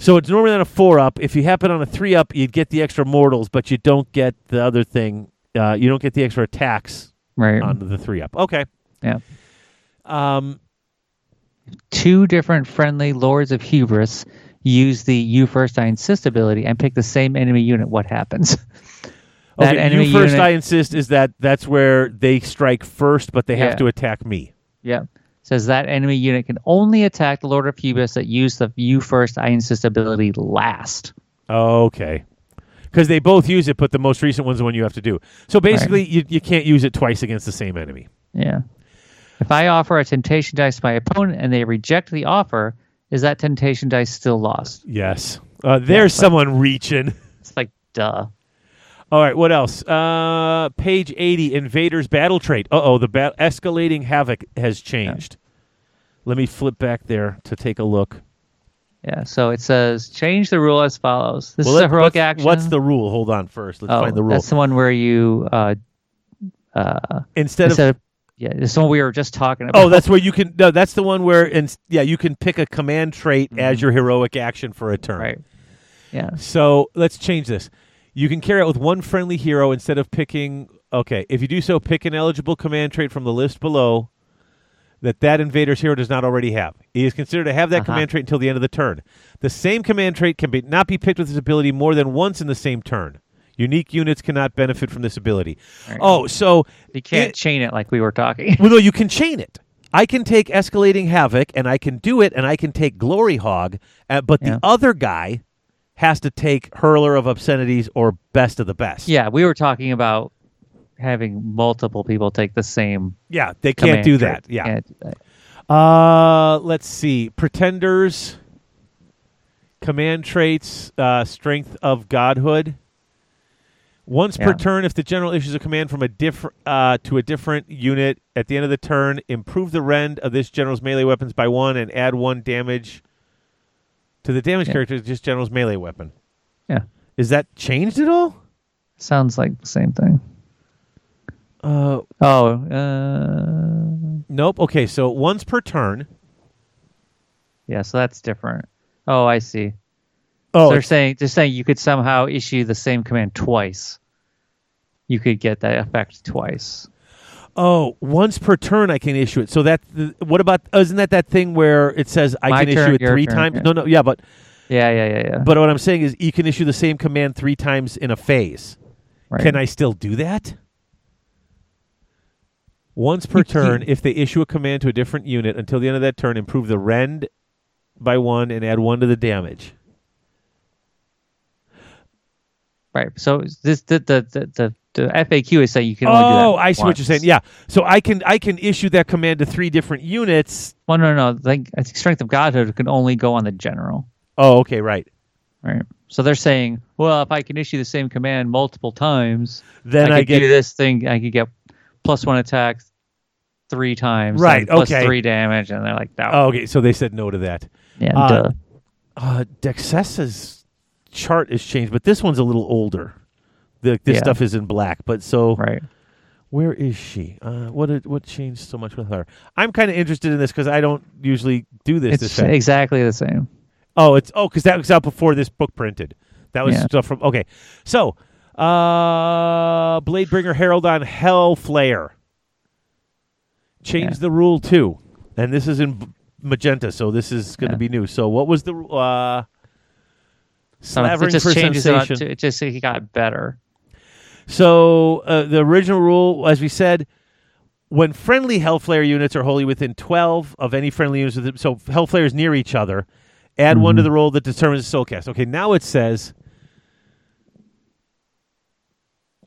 Speaker 1: so it's normally on a four up. If you happen on a three up, you'd get the extra mortals, but you don't get the other thing. Uh, you don't get the extra attacks
Speaker 2: Right.
Speaker 1: on the three up. Okay.
Speaker 2: Yeah.
Speaker 1: Um,
Speaker 2: Two different friendly Lords of Hubris use the You First I Insist ability and pick the same enemy unit. What happens?
Speaker 1: okay.
Speaker 2: That enemy
Speaker 1: you first,
Speaker 2: unit-
Speaker 1: I insist, is that that's where they strike first, but they have
Speaker 2: Yeah.
Speaker 1: to attack me.
Speaker 2: Yeah. Says that enemy unit can only attack the Lord of Hubris that used the You First I Insist ability last.
Speaker 1: Okay. Because they both use it, but the most recent one's the one you have to do. So basically, you, you can't use it twice against the same enemy.
Speaker 2: Yeah. If I offer a temptation dice to my opponent and they reject the offer, is that temptation dice still lost?
Speaker 1: Yes. Uh, there's someone reaching.
Speaker 2: It's like, duh.
Speaker 1: All right, what else? Uh, page 80, Invaders Battle Trait. Uh oh, the ba- escalating havoc has changed. Let me flip back there to take a look.
Speaker 2: Yeah. So it says change the rule as follows. This
Speaker 1: Well,
Speaker 2: is a
Speaker 1: let-
Speaker 2: heroic
Speaker 1: what's,
Speaker 2: action.
Speaker 1: What's the rule? Hold on first. Let's
Speaker 2: oh,
Speaker 1: find the rule.
Speaker 2: That's the one where you uh, uh,
Speaker 1: Instead of.
Speaker 2: instead of yeah, it's the one we were just talking about.
Speaker 1: Oh, that's where you can. No, that's the one where. In, yeah, you can pick a command trait
Speaker 2: Mm-hmm.
Speaker 1: as your heroic action for a turn.
Speaker 2: right. Yeah.
Speaker 1: So let's change this. You can carry out with one friendly hero instead of picking. Okay, if you do so, pick an eligible command trait from the list below that that invader's hero does not already have. He is considered to have that
Speaker 2: Uh-huh.
Speaker 1: command trait until the end of the turn. The same command trait can be not be picked with this ability more than once in the same turn. Unique units cannot benefit from this ability. Oh, so
Speaker 2: You can't
Speaker 1: it-
Speaker 2: chain it like we were talking.
Speaker 1: well, no, you can chain it. I can take escalating havoc, and I can do it, and I can take glory hog, uh, but
Speaker 2: Yeah.
Speaker 1: the other guy has to take hurler of obscenities or best of the best.
Speaker 2: yeah, we were talking about having multiple people take the same.
Speaker 1: yeah, they can't
Speaker 2: command
Speaker 1: do
Speaker 2: trait.
Speaker 1: that. Yeah.
Speaker 2: Can't do that.
Speaker 1: Uh, let's see. Pretenders, command traits, uh, strength of godhood. Once per
Speaker 2: Yeah.
Speaker 1: turn, if the general issues a command from a different uh, to a different unit at the end of the turn, improve the rend of this general's melee weapons by one and add one damage to the damage
Speaker 2: Yeah.
Speaker 1: character to this general's melee weapon.
Speaker 2: Yeah.
Speaker 1: Is that changed at all?
Speaker 2: Sounds like the same thing.
Speaker 1: Uh,
Speaker 2: Oh, uh,
Speaker 1: nope. Okay, so once per turn.
Speaker 2: yeah. So that's different. Oh, I see.
Speaker 1: Oh,
Speaker 2: so they're saying they're saying you could somehow issue the same command twice. you could get that effect twice.
Speaker 1: Oh, once per turn I can issue it. So that th- what about isn't that that thing where it says I
Speaker 2: My
Speaker 1: can
Speaker 2: turn,
Speaker 1: issue it
Speaker 2: your
Speaker 1: three
Speaker 2: turn,
Speaker 1: times?
Speaker 2: yeah.
Speaker 1: No, no, yeah, but
Speaker 2: Yeah, yeah, yeah, yeah.
Speaker 1: but what I'm saying is you can issue the same command three times in a phase.
Speaker 2: Right.
Speaker 1: Can I still do that? Once per turn, if they issue a command to a different unit until the end of that turn, improve the rend by one and add one to the damage.
Speaker 2: Right. So this the the the, the, the FAQ is saying you can only do that.
Speaker 1: Oh, I see what you're
Speaker 2: once.
Speaker 1: saying. Yeah, so I can I can issue that command to three different units.
Speaker 2: Well, no, no. Like I think Strength of Godhood can only go on the general.
Speaker 1: Oh, okay, right.
Speaker 2: Right. So they're saying, well, if I can issue the same command multiple times,
Speaker 1: Then
Speaker 2: I,
Speaker 1: I
Speaker 2: could
Speaker 1: get
Speaker 2: do this thing. I could get plus one attack three times.
Speaker 1: Right,
Speaker 2: and plus
Speaker 1: okay.
Speaker 2: Three damage, and they're like, no.
Speaker 1: Oh, okay, so they said no to that.
Speaker 2: yeah.
Speaker 1: uh,
Speaker 2: duh.
Speaker 1: Uh, Dexessa's chart is changed, but this one's a little older. The, this
Speaker 2: Yeah.
Speaker 1: stuff is in black, but so
Speaker 2: Right.
Speaker 1: where is she? Uh, what did, what changed so much with her? I'm kind of interested in this because I don't usually do this.
Speaker 2: It's
Speaker 1: this fast.
Speaker 2: exactly the same.
Speaker 1: Oh, it's oh because that was out before this book printed. That was
Speaker 2: Yeah.
Speaker 1: stuff from okay. So, uh, Bladebringer Herald on Hellflare changed the rule too, and this is in b- magenta, so this is going to
Speaker 2: Yeah.
Speaker 1: be new. So, what was the ru- uh,
Speaker 2: So it
Speaker 1: slavering
Speaker 2: just
Speaker 1: for
Speaker 2: changes it. up
Speaker 1: sensation?
Speaker 2: to- It just it got better.
Speaker 1: So uh, the original rule, as we said, when friendly Hellflare units are wholly within twelve of any friendly units, within, so Hellflares near each other, add one to the roll that determines the soul cast. Okay, now it says,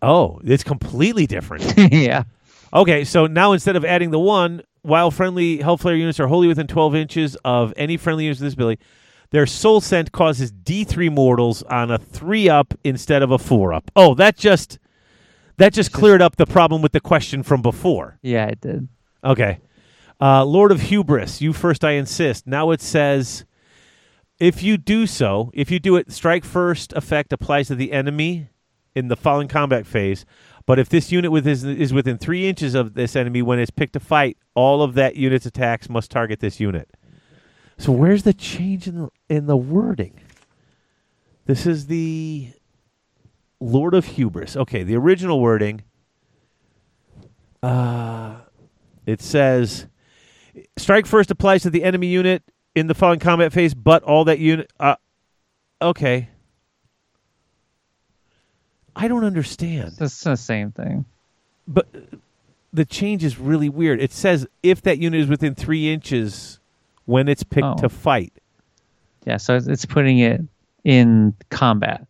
Speaker 1: oh, it's completely different.
Speaker 2: yeah.
Speaker 1: okay, so now instead of adding the one, while friendly Hellflare units are wholly within twelve inches of any friendly units with this ability, their soul scent causes D three mortals on a three up instead of a four up. Oh, that just that just cleared up the problem with the question from before.
Speaker 2: Yeah, it did.
Speaker 1: Okay. Uh, Lord of Hubris, you first, I insist. Now it says if you do so, if you do it, strike first effect applies to the enemy in the following combat phase. But if this unit with is, is within three inches of this enemy when it's picked to fight, all of that unit's attacks must target this unit. So where's the change in the, in the wording? This is the Lord of Hubris. Okay, the original wording. uh, It says strike first applies to the enemy unit in the following combat phase, but all that unit. Uh, okay. I don't understand.
Speaker 2: It's the same thing.
Speaker 1: But the change is really weird. It says if that unit is within three inches when it's picked
Speaker 2: Oh.
Speaker 1: to fight.
Speaker 2: Yeah. So it's- it's putting it in combat.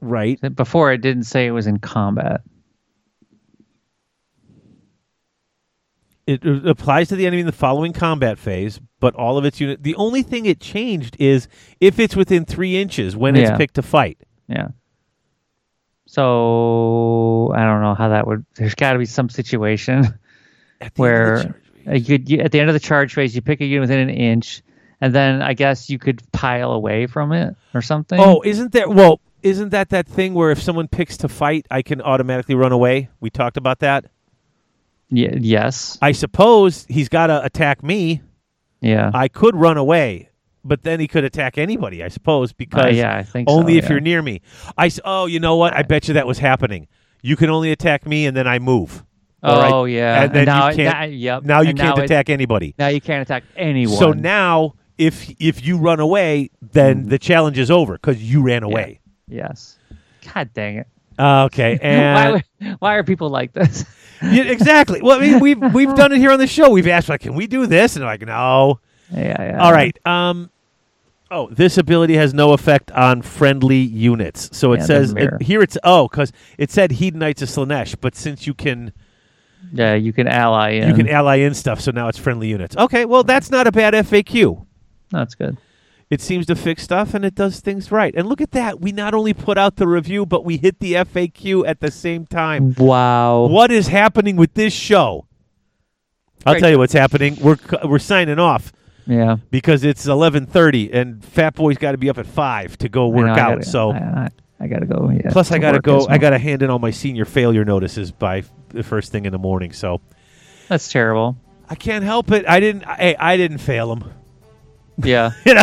Speaker 1: Right.
Speaker 2: Before it didn't say it was in combat.
Speaker 1: It, it applies to the enemy in the following combat phase, but all of its unit. The only thing it changed is if it's within three inches when it's
Speaker 2: Yeah.
Speaker 1: picked to fight.
Speaker 2: Yeah. So I don't know how that would. There's got to be some situation
Speaker 1: At the end of the
Speaker 2: where
Speaker 1: char-
Speaker 2: uh, you could you, at the end of the charge phase you pick a unit within an inch, and then I guess you could pile away from it or something.
Speaker 1: Oh, isn't there? Well, isn't that that thing where if someone picks to fight, I can automatically run away? We talked about that.
Speaker 2: yeah, yes,
Speaker 1: I suppose he's got to attack me.
Speaker 2: yeah,
Speaker 1: I could run away, but then he could attack anybody. I suppose because
Speaker 2: Uh, yeah. I think
Speaker 1: only
Speaker 2: so,
Speaker 1: if
Speaker 2: yeah.
Speaker 1: you're near me. I s- oh, you know what? I bet you that was happening. You can only attack me, and then I move. All right?
Speaker 2: Oh yeah.
Speaker 1: and then
Speaker 2: now,
Speaker 1: you can't.
Speaker 2: now- yep.
Speaker 1: now you
Speaker 2: And
Speaker 1: can't
Speaker 2: now it-
Speaker 1: attack anybody.
Speaker 2: now you can't attack anyone.
Speaker 1: So now, if if you run away, then the challenge is over because you ran away.
Speaker 2: yes. God dang it.
Speaker 1: Ah, Okay,
Speaker 2: why,
Speaker 1: and
Speaker 2: would- why are people like this?
Speaker 1: yeah, exactly. Well, I mean, we've we've done it here on the show. We've asked like, can we do this? And they're like, no.
Speaker 2: yeah, yeah.
Speaker 1: All right. Um. Oh, this ability has no effect on friendly units. So it
Speaker 2: Yeah, the
Speaker 1: says
Speaker 2: mirror.
Speaker 1: it- here it's oh because it said Hedonites of Slanesh, but since you can
Speaker 2: Yeah, you can ally in.
Speaker 1: you can ally in stuff, so now it's friendly units. Okay, well that's not a bad FAQ.
Speaker 2: That's good.
Speaker 1: It seems to fix stuff and it does things right. And look at that, we not only put out the review, but we hit the FAQ at the same time.
Speaker 2: Wow.
Speaker 1: what is happening with this show? I'll
Speaker 2: Great.
Speaker 1: tell you what's happening. We're cu- we're signing off
Speaker 2: Yeah.
Speaker 1: because it's eleven thirty, and Fat Boy's got to be up at five to go
Speaker 2: I
Speaker 1: work
Speaker 2: know, I
Speaker 1: out.
Speaker 2: gotta-
Speaker 1: so
Speaker 2: I, I, I gotta go. Yeah,
Speaker 1: plus, I gotta
Speaker 2: work
Speaker 1: go.
Speaker 2: as
Speaker 1: I
Speaker 2: well.
Speaker 1: gotta hand in all my senior failure notices by f- the first thing in the morning. So
Speaker 2: That's terrible.
Speaker 1: I can't help it. I didn't. Hey, I didn't fail them.
Speaker 2: Yeah.
Speaker 1: you know,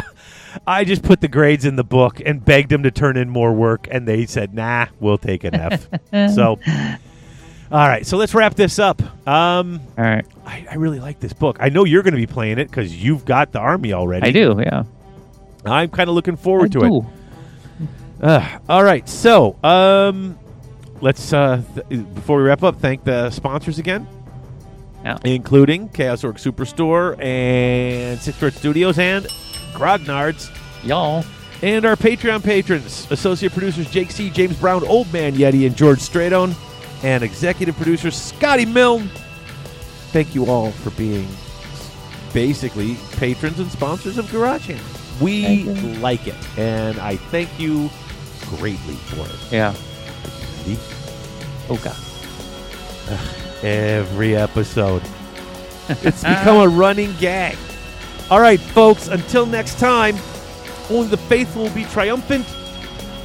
Speaker 1: I just put the grades in the book and begged them to turn in more work, and they said, "Nah, we'll take an F." so, all right, so let's wrap this up. Um,
Speaker 2: All right.
Speaker 1: I, I really like this book. I know you're going to be playing it because you've got the army already.
Speaker 2: I do, yeah.
Speaker 1: I'm kind of looking forward
Speaker 2: I
Speaker 1: to it.
Speaker 2: do.
Speaker 1: Ugh. all right, so um, let's uh, th- before we wrap up, thank the sponsors again,
Speaker 2: Yeah.
Speaker 1: including Chaos Org Superstore and Six Word Studios and Grodnards.
Speaker 2: Y'all.
Speaker 1: And our Patreon patrons, associate producers Jake C, James Brown, Old Man Yeti, and George Stradone, and executive producer Scotty Milne. Thank you all for being basically patrons and sponsors of Garage Hand. We
Speaker 2: Thank you.
Speaker 1: like it, and I thank you greatly for it.
Speaker 2: Yeah.
Speaker 1: The-
Speaker 2: Oka.
Speaker 1: Every episode, it's become a running gag. All right, folks, until next time, only the faithful will be triumphant.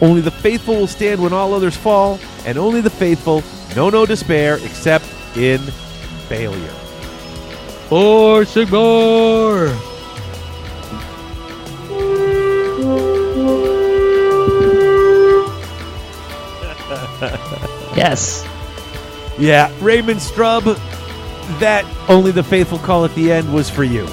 Speaker 1: Only the faithful will stand when all others fall, and only the faithful know no despair except in failure.
Speaker 2: Or Sigmar! yes.
Speaker 1: Yeah, Raymond Strub, that only the faithful call at the end was for you.